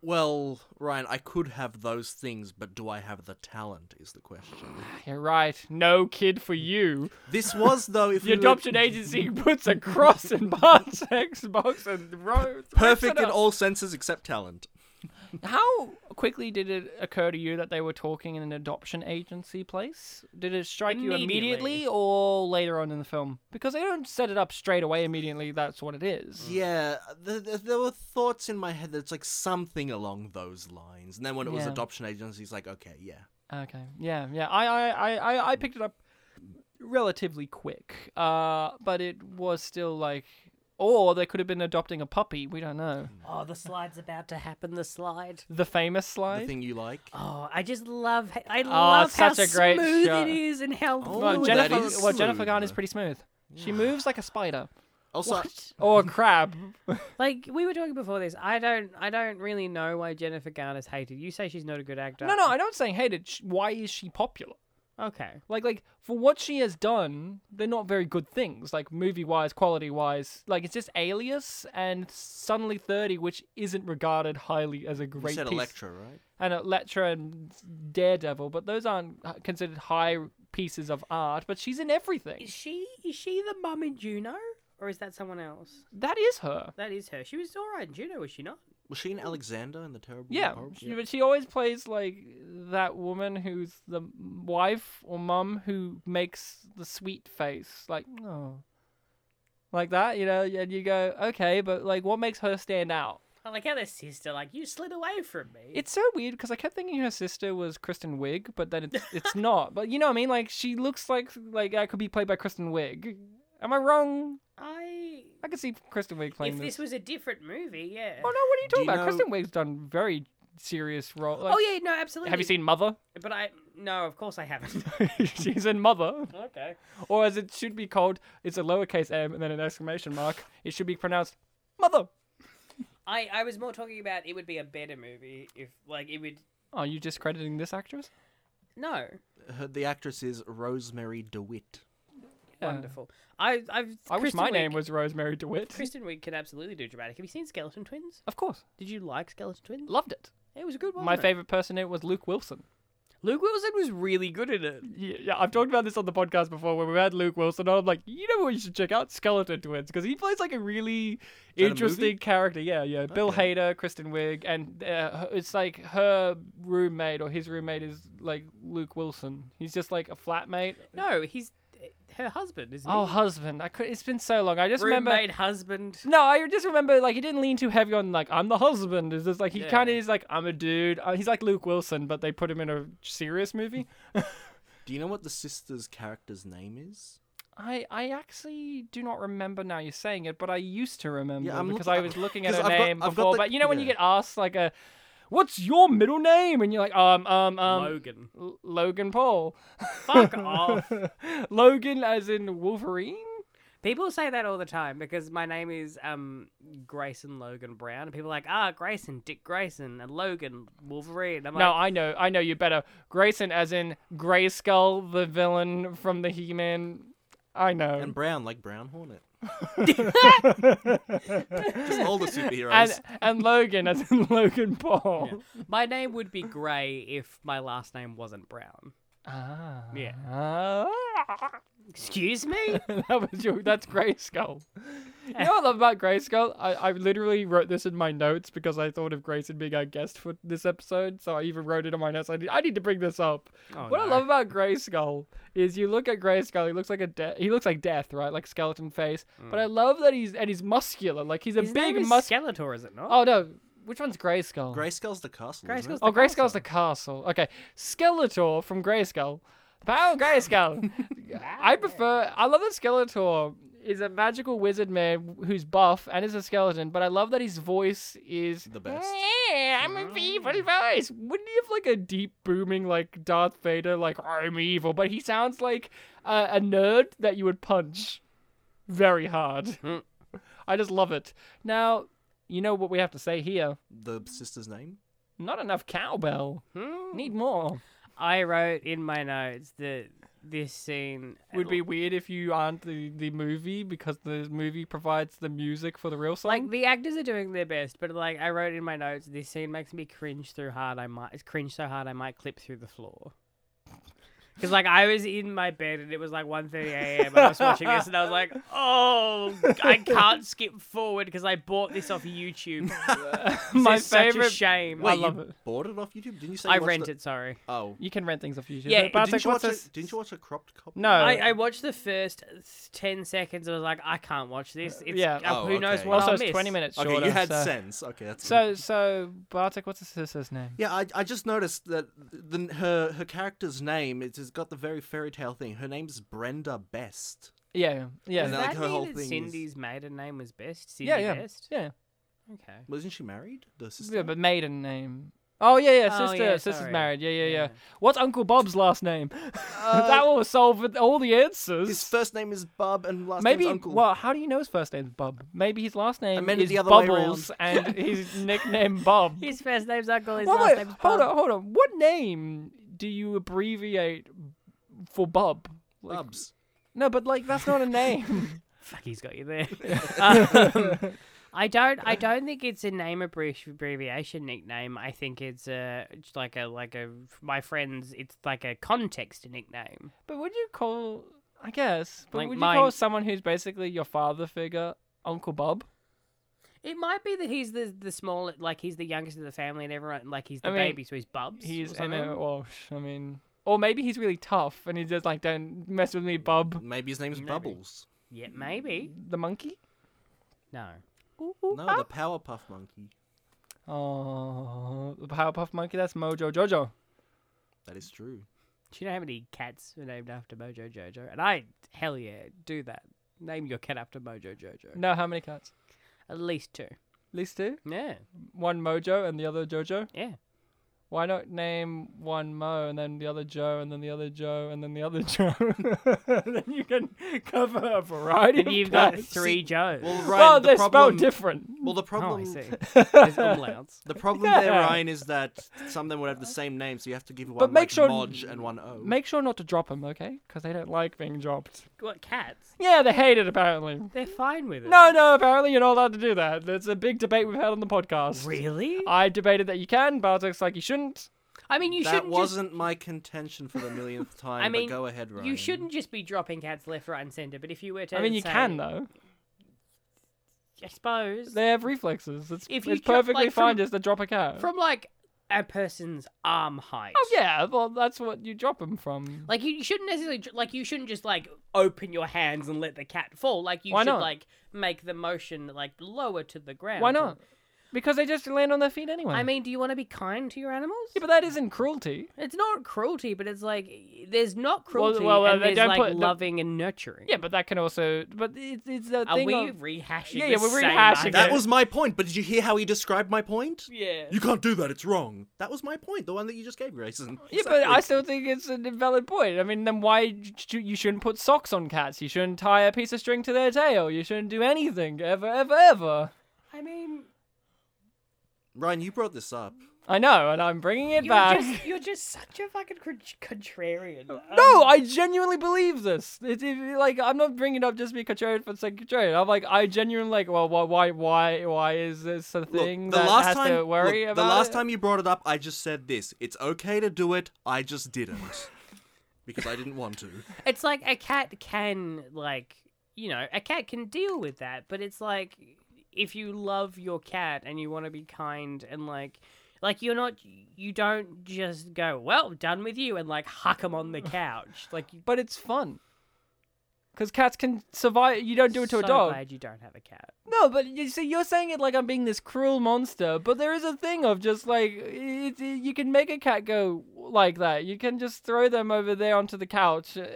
Speaker 2: Well, Ryan, I could have those things, but do I have the talent? Is the question.
Speaker 1: Ah, You're right. No kid for you.
Speaker 2: This was though, if
Speaker 1: The
Speaker 2: we were
Speaker 1: adoption agency puts a cross in Bartek's box and throws it
Speaker 2: perfect in
Speaker 1: up.
Speaker 2: all senses except talent.
Speaker 1: How quickly did it occur to you that they were talking in an adoption agency place? Did it strike you immediately
Speaker 3: Immediately.
Speaker 1: or later on in the film? Because they don't set it up straight away immediately, that's what it is.
Speaker 2: Yeah, th- th- there were thoughts in my head that it's like something along those lines, and then when it was
Speaker 1: Yeah.
Speaker 2: adoption agency, it's like, okay, yeah,
Speaker 1: Okay. Yeah, yeah. I I, I, I, I picked it up relatively quick. Uh, but it was still like or they could have been adopting a puppy, we don't know.
Speaker 3: Oh, the slide's about to happen. The slide.
Speaker 1: The famous
Speaker 2: Hmm. the
Speaker 1: slide.
Speaker 2: thing you like.
Speaker 1: Uh,
Speaker 3: Oh, I just love. I love
Speaker 1: such
Speaker 3: how
Speaker 1: a great
Speaker 3: smooth
Speaker 1: shot.
Speaker 3: it is and how.
Speaker 2: Oh,
Speaker 1: well,
Speaker 2: Ooh,
Speaker 3: fluid
Speaker 1: Jennifer
Speaker 2: that
Speaker 3: it
Speaker 2: is
Speaker 1: well Jennifer
Speaker 2: smooth.
Speaker 1: Garner's pretty smooth. She moves like a spider.
Speaker 2: Also,
Speaker 1: Or a crab.
Speaker 3: Like we were talking before this, I don't, I don't really know why Jennifer Garner's hated. You say she's not a good actor.
Speaker 1: No, no, I'm not saying hated. Sh- Why is she popular?
Speaker 3: Okay.
Speaker 1: Like, like for what she has done, they're not very good things. Like movie wise, quality wise, like it's just Alias and suddenly Thirty, which isn't regarded highly as a
Speaker 2: you
Speaker 1: great
Speaker 2: said
Speaker 1: piece,
Speaker 2: Electra, right?
Speaker 1: and Electra and Daredevil, but those aren't h- considered high pieces of art. But she's in everything.
Speaker 3: Is she, is she the mum in Juno, or is that someone else?
Speaker 1: That is her.
Speaker 3: That is her. She was all right in Juno, was she not?
Speaker 2: Was she in Alexander and the Terrible?
Speaker 1: Yeah,
Speaker 2: Horrible?
Speaker 1: she- but she always plays like that woman who's the m- wife or mum who makes the sweet face, like oh, like that, you know. And you go, okay, but like, what makes her stand out?
Speaker 3: I like how their sister, like you slid away from me.
Speaker 1: It's so weird because I kept thinking her sister was Kristen Wiig, but then it's it's not. But you know what I mean? Like she looks like like I could be played by Kristen Wiig. Am I wrong?
Speaker 3: I.
Speaker 1: I could see Kristen Wiig playing
Speaker 3: If this
Speaker 1: this.
Speaker 3: was a different movie, yeah.
Speaker 1: Oh no, what are you
Speaker 2: Do
Speaker 1: talking
Speaker 2: you
Speaker 1: about?
Speaker 2: know-
Speaker 1: Kristen Wiig's done very serious role. Like,
Speaker 3: oh yeah, no, absolutely.
Speaker 1: Have you seen Mother?
Speaker 3: But I no, of course I haven't.
Speaker 1: She's in Mother.
Speaker 3: okay.
Speaker 1: or as it should be called, it's a lowercase m and then an exclamation mark. It should be pronounced mother.
Speaker 3: I I was more talking about it would be a better movie if like it would.
Speaker 1: Are you discrediting this actress?
Speaker 3: No,
Speaker 2: Her, the actress is Rosemary DeWitt.
Speaker 1: Yeah.
Speaker 3: wonderful. I I've.
Speaker 1: I wish
Speaker 3: Kristen
Speaker 1: my name
Speaker 3: Wiig-
Speaker 1: was Rosemary DeWitt.
Speaker 3: Kristen Wiig could absolutely do dramatic. Have you seen Skeleton Twins?
Speaker 1: Of course,
Speaker 3: Did you like Skeleton Twins?
Speaker 1: loved it.
Speaker 3: It was a good one.
Speaker 1: my favorite person in it was Luke Wilson.
Speaker 3: Luke Wilson was really good at it.
Speaker 1: Yeah, yeah, I've talked about this on the podcast before when we had Luke Wilson on. I'm like, you know what you should check out? Skeleton Twins, because he plays like a really
Speaker 2: that a
Speaker 1: interesting
Speaker 2: movie?
Speaker 1: character. Yeah, yeah. Bill
Speaker 2: Okay.
Speaker 1: Hader, Kristen Wiig, and uh, her- it's like her roommate or his roommate is like Luke Wilson. He's just like a flatmate.
Speaker 3: No, he's her husband, isn't
Speaker 1: Oh,
Speaker 3: he?
Speaker 1: husband. I could, it's been so long. I just remember.
Speaker 3: Roommate, husband.
Speaker 1: No, I just remember like he didn't lean too heavy on like I'm the husband. It's just like he
Speaker 3: Yeah.
Speaker 1: kind of is like I'm a dude. Uh, he's like Luke Wilson, but they put him in a serious movie.
Speaker 2: Do you know what the sister's character's name is?
Speaker 1: I I actually do not remember now you're saying it, but I used to remember
Speaker 2: I'm
Speaker 1: because
Speaker 2: looking-
Speaker 1: I was looking at
Speaker 2: 'cause
Speaker 1: her
Speaker 2: I've got-
Speaker 1: name
Speaker 2: I've got
Speaker 1: before.
Speaker 2: the-
Speaker 1: but you know when you
Speaker 2: yeah.
Speaker 1: get asked like a, what's your middle name? And you're like um um um
Speaker 3: Logan.
Speaker 1: L- Logan Paul.
Speaker 3: Fuck off.
Speaker 1: Logan as in Wolverine.
Speaker 3: People say that all the time because my name is um, Grayson Logan Brown, and people are like, ah, Grayson, Dick Grayson, and Logan, Wolverine. I'm
Speaker 1: No,
Speaker 3: like,
Speaker 1: I know, I know you better. Grayson, as in Grayskull, the villain from the He-Man. I know.
Speaker 2: And Brown, like Brown Hornet. Just all the superheroes.
Speaker 1: And and Logan, as in Logan Paul.
Speaker 3: my name would be Gray if my last name wasn't Brown.
Speaker 1: Ah.
Speaker 3: Yeah.
Speaker 1: Ah.
Speaker 3: Excuse me?
Speaker 1: that was your. That's Grayskull. You know what I love about Grayskull? I, I literally wrote this in my notes because I thought of Grayson being our guest for this episode, so I even wrote it on my notes. I need, I need to bring this up.
Speaker 3: Oh,
Speaker 1: what I
Speaker 3: no.
Speaker 1: love about Grayskull is you look at Grayskull, he looks like a de- he looks like death, right? Like skeleton face.
Speaker 3: Mm.
Speaker 1: But I love that he's and he's muscular, like he's a
Speaker 3: His
Speaker 1: big
Speaker 3: name is
Speaker 1: muscular.
Speaker 3: Skeletor, is it not?
Speaker 1: oh no, which one's Grayskull?
Speaker 2: Grayskull's the castle. isn't
Speaker 3: Grayskull's
Speaker 2: it?
Speaker 1: oh,
Speaker 3: the
Speaker 1: Grayskull's the castle. Okay, Skeletor from Grayskull. Pal Grayskull. I prefer. I love that Skeletor is a magical wizard man who's buff and is a skeleton, but I love that his voice is
Speaker 2: The best.
Speaker 1: "Yeah, I'm a evil voice. Wouldn't he have like a deep booming like Darth Vader, like I'm evil? But he sounds like uh, a nerd that you would punch. very hard.
Speaker 2: Hmm.
Speaker 1: I just love it. Now, you know what we have to say here?
Speaker 2: The sister's name?
Speaker 1: Not enough cowbell.
Speaker 3: Hmm.
Speaker 1: Need more.
Speaker 3: I wrote in my notes that this scene
Speaker 1: Would be weird if you aren't the, the movie because the movie provides the music for the real song.
Speaker 3: like the actors are doing their best, but like I wrote in my notes, this scene makes me cringe through hard. I might cringe so hard I might clip through the floor. Because like I was in my bed and it was like 1.30 a.m. I was watching this and I was like, oh, I can't skip forward because I bought this off YouTube. This
Speaker 1: my
Speaker 3: is such a
Speaker 1: favorite.
Speaker 3: shame.
Speaker 2: Wait,
Speaker 3: I love
Speaker 2: you
Speaker 1: it.
Speaker 2: bought it off YouTube? Didn't you say
Speaker 3: I
Speaker 2: you watched
Speaker 3: rent it. Sorry.
Speaker 2: The... Oh.
Speaker 1: You can rent things off YouTube.
Speaker 3: Yeah,
Speaker 1: but Bartek,
Speaker 2: didn't, you watch
Speaker 1: what's
Speaker 2: a...
Speaker 1: this?
Speaker 2: didn't you watch a cropped copy?
Speaker 1: No.
Speaker 3: I, I watched the first ten seconds. and was like, I can't watch this. It's,
Speaker 1: yeah.
Speaker 3: uh,
Speaker 2: Oh,
Speaker 3: who knows
Speaker 2: okay.
Speaker 3: what
Speaker 1: also,
Speaker 3: I'll
Speaker 1: it's
Speaker 3: miss.
Speaker 1: 20 minutes
Speaker 2: Okay,
Speaker 1: shorter.
Speaker 2: you had
Speaker 1: so.
Speaker 2: sense. Okay, that's good.
Speaker 1: So, so Bartek, what's his sister's name?
Speaker 2: Yeah, I, I just noticed that the, her her character's name it's, it's got the very fairy tale thing. Her name's Brenda Best.
Speaker 1: Yeah, yeah,
Speaker 3: Does
Speaker 2: And
Speaker 1: yeah,
Speaker 2: then, like,
Speaker 3: that
Speaker 2: her
Speaker 3: mean
Speaker 2: whole
Speaker 3: that
Speaker 2: thing is-
Speaker 3: Cindy's maiden name was Best? Cindy
Speaker 1: yeah, yeah,
Speaker 3: Best?
Speaker 1: yeah.
Speaker 3: Okay.
Speaker 2: Wasn't she married? The sister.
Speaker 1: Yeah, but maiden name. Oh yeah, yeah,
Speaker 3: Oh,
Speaker 1: sister,
Speaker 3: yeah,
Speaker 1: sister's
Speaker 3: sorry.
Speaker 1: married. Yeah, yeah, yeah,
Speaker 3: Yeah.
Speaker 1: What's Uncle Bob's last name?
Speaker 2: Uh,
Speaker 1: that will solve it- all the answers.
Speaker 2: His first name is Bub and last
Speaker 1: Maybe.
Speaker 2: name's Uncle.
Speaker 1: Well, how do you know his first name's Bob? Maybe his last name
Speaker 2: meant it
Speaker 1: is
Speaker 2: the other way
Speaker 1: Bubbles, and his nickname Bob.
Speaker 3: His first name's Uncle. His
Speaker 1: Well, wait,
Speaker 3: last name's
Speaker 1: hold
Speaker 3: Bob.
Speaker 1: on, hold on. What name do you abbreviate for Bob? Like,
Speaker 2: Bubs.
Speaker 1: No, but like that's not a name.
Speaker 3: Fuck, he's got you there. um, I don't. I don't think it's a name abbrevi- abbreviation nickname. I think it's a it's like a like a my friends. It's like a context nickname.
Speaker 1: but would you call? I guess. But
Speaker 3: Like
Speaker 1: would you
Speaker 3: mine-
Speaker 1: call someone who's basically your father figure Uncle Bob?
Speaker 3: It might be that he's the the small like he's the youngest of the family and everyone like he's the
Speaker 1: I mean,
Speaker 3: baby, so he's Bubs.
Speaker 1: He's
Speaker 3: or
Speaker 1: I
Speaker 3: something.
Speaker 1: know. Well, sh- I mean, or maybe he's really tough and he's just like, "Don't mess with me, Bob
Speaker 2: Maybe his name's
Speaker 3: Maybe.
Speaker 2: Bubbles.
Speaker 3: Yeah, maybe.
Speaker 1: the monkey."
Speaker 3: No.
Speaker 1: Ooh, ooh,
Speaker 2: No,
Speaker 1: ah.
Speaker 2: the Powerpuff Monkey.
Speaker 1: Oh, the Powerpuff Monkey. That's Mojo Jojo.
Speaker 2: That is true.
Speaker 3: Do you know how many cats are named after Mojo Jojo? And I, hell yeah, do that. Name your cat after Mojo Jojo.
Speaker 1: No, how many cats?
Speaker 3: At least two.
Speaker 1: At least two.
Speaker 3: Yeah,
Speaker 1: One Mojo and the other Jojo.
Speaker 3: yeah.
Speaker 1: Why not name one Mo and then the other Joe and then the other Joe and then the other Joe? then you can cover a variety.
Speaker 3: And
Speaker 1: of
Speaker 3: you've got
Speaker 1: cats.
Speaker 3: three Joes.
Speaker 2: Well, Ryan,
Speaker 1: Well,
Speaker 2: the
Speaker 1: they're
Speaker 2: problem.
Speaker 1: spelled different.
Speaker 2: Well, the
Speaker 3: oh,
Speaker 2: problem.
Speaker 3: I see. There's umlauts.
Speaker 2: The problem there,
Speaker 1: Yeah.
Speaker 2: Ryan, is that some of them would have the same name, so you have to give one
Speaker 1: make
Speaker 2: like
Speaker 1: sure-
Speaker 2: Moj and one O.
Speaker 1: Make sure not to drop them, okay? Because they don't like being dropped.
Speaker 3: What, cats?
Speaker 1: Yeah, they hate it apparently.
Speaker 3: They're fine with it.
Speaker 1: No, no, apparently you're not allowed to do that. That's a big debate we've had on the podcast.
Speaker 3: Really?
Speaker 1: I debated that you can, Bartek's like you shouldn't.
Speaker 3: I mean, you
Speaker 2: that
Speaker 3: shouldn't
Speaker 2: wasn't my contention for the millionth time.
Speaker 3: mean,
Speaker 2: but go ahead, Ryan.
Speaker 3: just... You shouldn't just be dropping cats left, right, and centre, but if you were to.
Speaker 1: I mean, you
Speaker 3: say-
Speaker 1: can though.
Speaker 3: I suppose.
Speaker 1: They have reflexes. It's,
Speaker 3: If you
Speaker 1: it's
Speaker 3: chop, like,
Speaker 1: perfectly
Speaker 3: from-
Speaker 1: fine just to drop a cat.
Speaker 3: From, like, a person's arm height.
Speaker 1: oh yeah, well that's what you drop them from.
Speaker 3: Like you you shouldn't necessarily dr- like you shouldn't just like open your hands and let the cat fall. Like you
Speaker 1: Why
Speaker 3: should
Speaker 1: not?
Speaker 3: like make the motion like lower to the ground.
Speaker 1: Why not? Because they just land on their feet anyway.
Speaker 3: I mean, do you want to be kind to your animals?
Speaker 1: yeah, but that isn't cruelty.
Speaker 3: It's not cruelty, but it's like there's not cruelty
Speaker 1: well, well,
Speaker 3: and
Speaker 1: they
Speaker 3: there's
Speaker 1: don't
Speaker 3: like
Speaker 1: put-
Speaker 3: loving and nurturing.
Speaker 1: Yeah, but that can also. But it's it's the
Speaker 3: Are
Speaker 1: thing.
Speaker 3: we
Speaker 1: of-
Speaker 3: rehashing?
Speaker 1: Yeah, yeah,
Speaker 3: the
Speaker 1: we're
Speaker 3: same
Speaker 1: rehashing
Speaker 3: idea?
Speaker 2: That
Speaker 1: Yeah.
Speaker 2: was my point. But did you hear how he described my point?
Speaker 1: yeah.
Speaker 2: You can't do that. It's wrong. That was my point. The one that you just gave, Grayson.
Speaker 1: Yeah,
Speaker 2: Exactly.
Speaker 1: but I still think it's an invalid point. I mean, then why sh- you shouldn't put socks on cats? You shouldn't tie a piece of string to their tail. You shouldn't do anything ever, ever, ever.
Speaker 3: I mean,
Speaker 2: Ryan, you brought this up.
Speaker 1: I know, and I'm bringing it
Speaker 3: you're
Speaker 1: back.
Speaker 3: just, you're just such a fucking con- contrarian. Um,
Speaker 1: No,
Speaker 2: um,
Speaker 1: I genuinely believe this. It, it, like I'm not bringing it up just to be contrarian for the sake of contrarian. I'm like I genuinely like. Well, why, why, why, why is this a
Speaker 2: Look,
Speaker 1: thing
Speaker 2: the
Speaker 1: that
Speaker 2: last
Speaker 1: has
Speaker 2: time,
Speaker 1: to worry
Speaker 2: look,
Speaker 1: about?
Speaker 2: the last
Speaker 1: it?
Speaker 2: time you brought it up, I just said this. It's okay to do it. I just didn't because I didn't want to.
Speaker 3: It's like a cat can like you know a cat can deal with that, but it's like if you love your cat and you want to be kind and like like you're not you don't just go well done with you and like huck them on the couch like you
Speaker 1: but it's fun. Because cats can survive. You don't do it to
Speaker 3: so
Speaker 1: a dog.
Speaker 3: Glad you don't have a cat.
Speaker 1: No, but you see, you're saying it like I'm being this cruel monster, but there is a thing of just like it, it- you can make a cat go like that. You can just throw them over there onto the couch. Uh,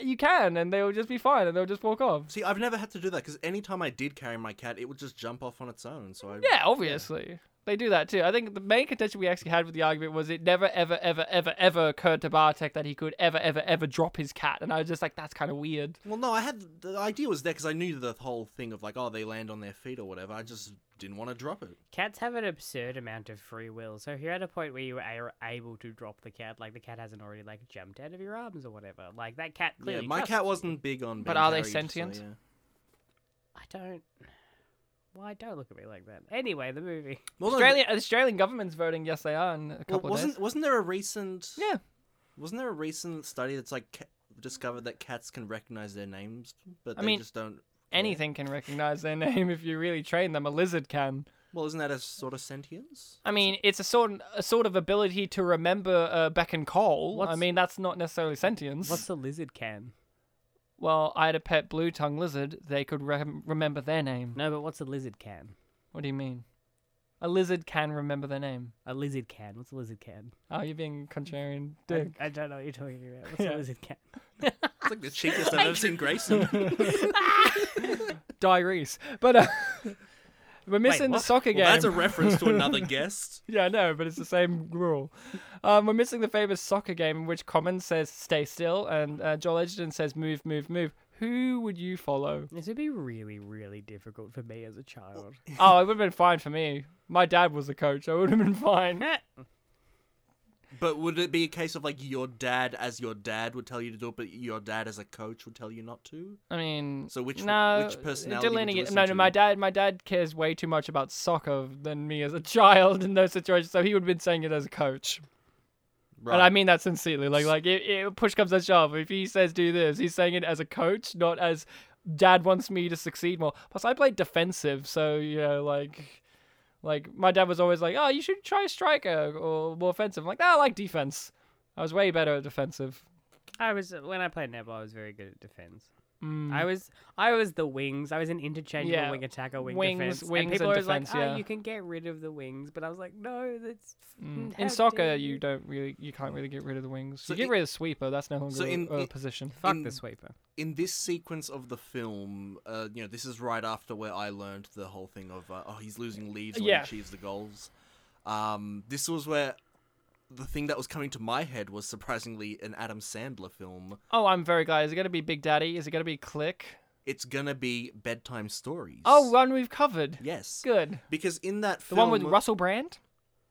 Speaker 1: you can, and they will just be fine, and they'll just walk off.
Speaker 2: See, I've never had to do that because anytime I did carry my cat, it would just jump off on its own. So I
Speaker 1: Yeah, obviously. They do that too. I think the main contention we actually had with the argument was it never, ever, ever, ever, ever occurred to Bartek that he could ever, ever, ever drop his cat. And I was just like, that's kind of weird.
Speaker 2: Well, no, I had the idea was there because I knew the whole thing of like, oh, they land on their feet or whatever. I just didn't want to drop it.
Speaker 3: Cats have an absurd amount of free will. So if you're at a point where you are able to drop the cat, like the cat hasn't already like jumped out of your arms or whatever, like that cat clearly.
Speaker 2: yeah, my
Speaker 3: trusts
Speaker 2: cat
Speaker 3: you.
Speaker 2: wasn't big on.
Speaker 1: But
Speaker 2: being
Speaker 1: are they
Speaker 2: carried, so,
Speaker 1: sentient?
Speaker 2: yeah.
Speaker 3: I don't. Why don't look at me like that? Anyway, the movie.
Speaker 2: Well, no,
Speaker 1: Australian, Australian government's voting yes they are in a
Speaker 2: but- well,
Speaker 1: couple of
Speaker 2: wasn't
Speaker 1: days.
Speaker 2: wasn't there a recent
Speaker 1: Yeah.
Speaker 2: wasn't there a recent study that's like ca- discovered that cats can recognize their names, but
Speaker 1: I
Speaker 2: they
Speaker 1: mean,
Speaker 2: just don't.
Speaker 1: Anything can recognize their name if you really train them. A lizard can.
Speaker 2: Well, isn't that a sort of sentience?
Speaker 1: I mean, it's a sort a sort of ability to remember uh, beck and call. I
Speaker 3: What's-
Speaker 1: mean, that's not necessarily sentience.
Speaker 3: What's the lizard can?
Speaker 1: Well, I had a pet blue tongue lizard. They could rem remember their name.
Speaker 3: No, but what's a lizard can?
Speaker 1: What do you mean? A lizard can remember their name.
Speaker 3: A lizard can. What's a lizard can?
Speaker 1: Oh, you're being contrarian,
Speaker 3: I,
Speaker 1: dick.
Speaker 3: I don't know what you're talking about. What's
Speaker 1: Yeah.
Speaker 3: a lizard can?
Speaker 2: It's like the cheapest I've ever seen Grayson.
Speaker 1: Diarese. But uh, we're missing
Speaker 2: what?
Speaker 1: the soccer game.
Speaker 2: Well, that's a reference to another guest.
Speaker 1: Yeah, I know, but it's the same rule. Um, we're missing the famous soccer game in which Common says stay still and uh, Joel Edgerton says move, move, move. Who would you follow?
Speaker 3: This would be really, really difficult for me as a child.
Speaker 1: oh, it would have been fine for me. My dad was the coach. I would have been fine.
Speaker 2: But would it be a case of like your dad as your dad would tell you to do it, but your dad as a coach would tell you not to?
Speaker 1: I mean,
Speaker 2: So which-
Speaker 1: no,
Speaker 2: which personality would you
Speaker 1: delineate-
Speaker 2: listen
Speaker 1: no, no,
Speaker 2: to?
Speaker 1: my dad, my dad cares way too much about soccer than me as a child in those situations. So he would have been saying it as a coach,
Speaker 2: Right.
Speaker 1: and I mean that sincerely. Like, like it, it, push comes to shove. If he says do this, he's saying it as a coach, not as dad wants me to succeed more. Plus, I played defensive, so you know, like. Like my dad was always like, "Oh, you should try striker or more offensive." I'm like, "No, I like defense. I was way better at defensive."
Speaker 3: I was when I played netball, I was very good at defense.
Speaker 1: Mm.
Speaker 3: I was I was the wings. I was an interchangeable
Speaker 1: Yeah,
Speaker 3: wing attacker, wing
Speaker 1: wings-
Speaker 3: defense.
Speaker 1: wings
Speaker 3: and people
Speaker 1: and
Speaker 3: are always
Speaker 1: defense,
Speaker 3: like,
Speaker 1: yeah.
Speaker 3: "Oh, you can get rid of the wings," but I was like, "No, that's
Speaker 1: Mm.
Speaker 3: how
Speaker 1: In soccer,
Speaker 3: dare
Speaker 1: you don't really, you can't really get rid of the wings.
Speaker 2: So
Speaker 1: you get
Speaker 2: in-
Speaker 1: rid of sweeper. That's no longer
Speaker 2: So in-
Speaker 1: a, a
Speaker 2: in-
Speaker 1: position.
Speaker 3: fuck
Speaker 2: in-
Speaker 3: the sweeper."
Speaker 2: in this sequence of the film, uh, you know, this is right after where I learned the whole thing of uh, oh, he's losing leads when
Speaker 1: Yeah.
Speaker 2: he achieves the goals. Um, this was where the thing that was coming to my head was surprisingly an Adam Sandler film.
Speaker 1: Oh, I'm very glad. Is it gonna be Big Daddy? Is it gonna be Click?
Speaker 2: It's gonna be bedtime stories.
Speaker 1: Oh, one we've covered.
Speaker 2: yes,
Speaker 1: Good.
Speaker 2: because in that
Speaker 1: The
Speaker 2: film,
Speaker 1: one with Russell Brand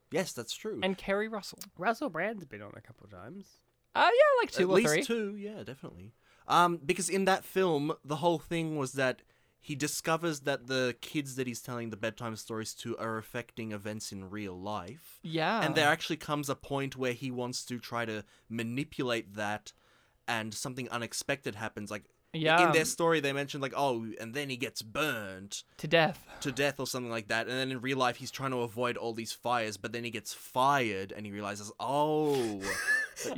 Speaker 2: Yes, that's true.
Speaker 1: and Kerry Russell.
Speaker 3: Russell Brand's been on a couple times.
Speaker 1: Uh, yeah, like two
Speaker 2: At
Speaker 1: or
Speaker 2: least
Speaker 1: three.
Speaker 2: two, yeah, definitely. Um, because in that film, the whole thing was that he discovers that the kids that he's telling the bedtime stories to are affecting events in real life.
Speaker 1: Yeah.
Speaker 2: And there actually comes a point where he wants to try to manipulate that, and something unexpected happens. Like
Speaker 1: yeah
Speaker 2: in their story, they mentioned like, oh, and then he gets burnt
Speaker 1: to death.
Speaker 2: to death or something like that. And then in real life, he's trying to avoid all these fires, but then he gets fired, and he realizes, oh,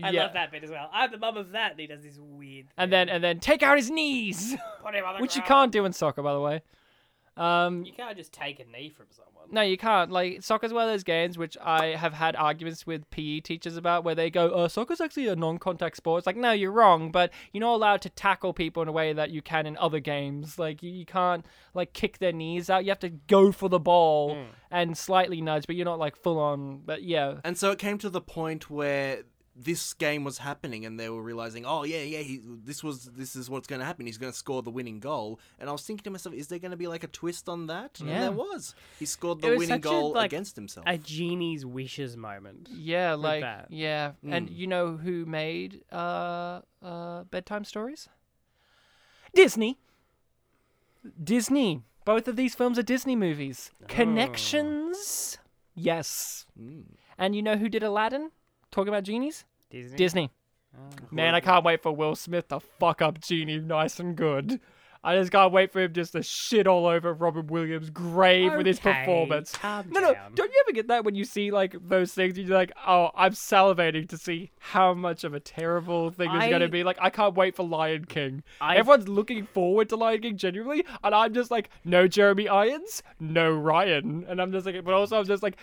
Speaker 3: I
Speaker 1: Yeah.
Speaker 3: love that bit as well. I'm the mum of that, and he does this weird.
Speaker 1: And then and then take out his knees,
Speaker 3: put him on the
Speaker 1: which you
Speaker 3: ground.
Speaker 1: can't do in soccer, by the way. Um,
Speaker 3: You can't just take a knee from someone.
Speaker 1: No, you can't. Like soccer's one of those games which I have had arguments with PE teachers about, where they go, "Uh, soccer's actually a non-contact sport." It's like, no, you're wrong, but you're not allowed to tackle people in a way that you can in other games. Like you, you can't like kick their knees out. You have to go for the ball and slightly nudge, but you're not like full on. But yeah,
Speaker 2: And so it came to the point where this game was happening, and they were realizing, oh yeah, yeah, he, this was this is what's going to happen. He's going to score the winning goal. And I was thinking to myself, is there going to be like a twist on that? And
Speaker 1: Yeah.
Speaker 2: there was. He scored
Speaker 3: It
Speaker 2: the
Speaker 3: was
Speaker 2: winning
Speaker 3: such a,
Speaker 2: goal
Speaker 3: like,
Speaker 2: against himself.
Speaker 3: A genie's wishes moment.
Speaker 1: yeah, like
Speaker 3: that.
Speaker 1: yeah. And
Speaker 2: Mm.
Speaker 1: you know who made uh uh bedtime stories? Disney. Disney. Both of these films are Disney movies. Connections. Yes.
Speaker 2: Mm.
Speaker 1: And you know who did Aladdin? Talking about genies?
Speaker 3: Disney.
Speaker 1: Disney. Man, I can't wait for Will Smith to fuck up Genie nice and good. I just can't wait for him just to shit all over Robin Williams' grave with his
Speaker 3: Okay,
Speaker 1: performance.
Speaker 3: calm
Speaker 1: no, no,
Speaker 3: down.
Speaker 1: don't you ever get that when you see like those things? You're like, oh, I'm salivating to see how much of a terrible thing is going
Speaker 3: I-
Speaker 1: to be. Like, I can't wait for Lion King.
Speaker 3: I-
Speaker 1: Everyone's looking forward to Lion King genuinely, and I'm just like, no Jeremy Irons, no Ryan, and I'm just like, but also I'm just like,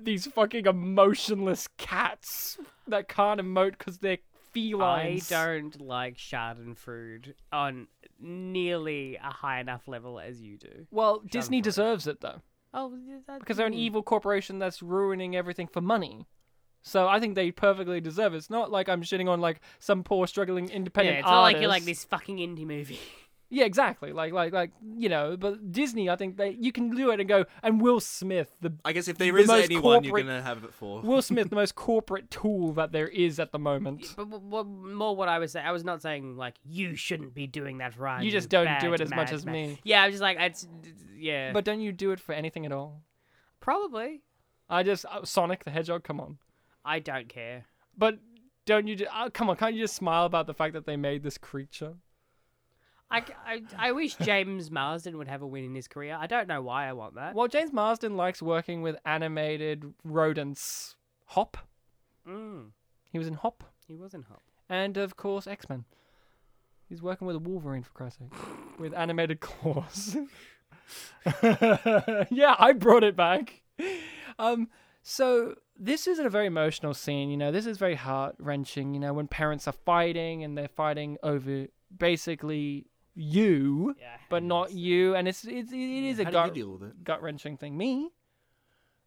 Speaker 1: these fucking emotionless cats that can't emote because they're felines.
Speaker 3: I don't like Schadenfreude on nearly a high enough level as you do.
Speaker 1: Well, Disney
Speaker 3: Schadenfreude.
Speaker 1: deserves it though.
Speaker 3: Oh, yeah, that,
Speaker 1: because they're an
Speaker 3: mm.
Speaker 1: evil corporation that's ruining everything for money. So I think they perfectly deserve it. It's not like I'm shitting on like some poor struggling
Speaker 3: Yeah,
Speaker 1: independent
Speaker 3: it's not like you're like
Speaker 1: artist.
Speaker 3: this fucking indie movie.
Speaker 1: Yeah, exactly. Like like like you know, but Disney, I think they you can do it and go and Will Smith, the
Speaker 2: I guess if there
Speaker 1: The
Speaker 2: is
Speaker 1: most
Speaker 2: anyone
Speaker 1: corporate-
Speaker 2: you're gonna have it for.
Speaker 1: Will Smith, the most corporate tool that there is at the moment.
Speaker 3: But w- w- more what I was saying, I was not saying like you shouldn't be doing that, right?
Speaker 1: You just don't do it as much as me.
Speaker 3: Yeah, I was just like, it's d- d- yeah,
Speaker 1: But don't you do it for anything at all?
Speaker 3: probably
Speaker 1: I just uh, Sonic the Hedgehog, come on.
Speaker 3: I don't care.
Speaker 1: But don't you? ju- oh, come on, can't you just smile about the fact that they made this creature?
Speaker 3: I, c- I, I wish James Marsden would have a win in his career. I don't know why I want that.
Speaker 1: Well, James Marsden likes working with animated rodents. Hop,
Speaker 3: Mm,
Speaker 1: he was in Hop,
Speaker 3: he wasn't hot.
Speaker 1: and of course X Men. He's working with a Wolverine for Christ's sake, with animated claws. yeah, I brought it back. Um, so this is a very emotional scene. You know, this is very heart wrenching. You know, when parents are fighting and they're fighting over basically you,
Speaker 3: Yeah, I hate
Speaker 1: but not
Speaker 3: this.
Speaker 1: you, and it's it's it is a
Speaker 2: How
Speaker 1: gut
Speaker 2: do you deal with it?
Speaker 1: gut wrenching thing. Me,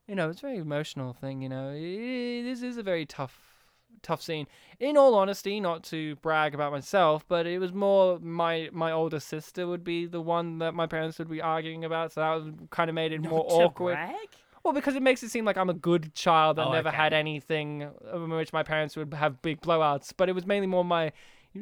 Speaker 1: you know, it's a very emotional thing. You know, I- this is a very tough, tough scene. In all honesty, not to brag about myself, but it was more my my older sister would be the one that my parents would be arguing about, so that was, kind of made it
Speaker 3: Not
Speaker 1: more
Speaker 3: to
Speaker 1: awkward.
Speaker 3: brag?
Speaker 1: Well, because it makes it seem like I'm a good child that
Speaker 3: Oh,
Speaker 1: never
Speaker 3: okay.
Speaker 1: had anything, in which my parents would have big blowouts. But it was mainly more my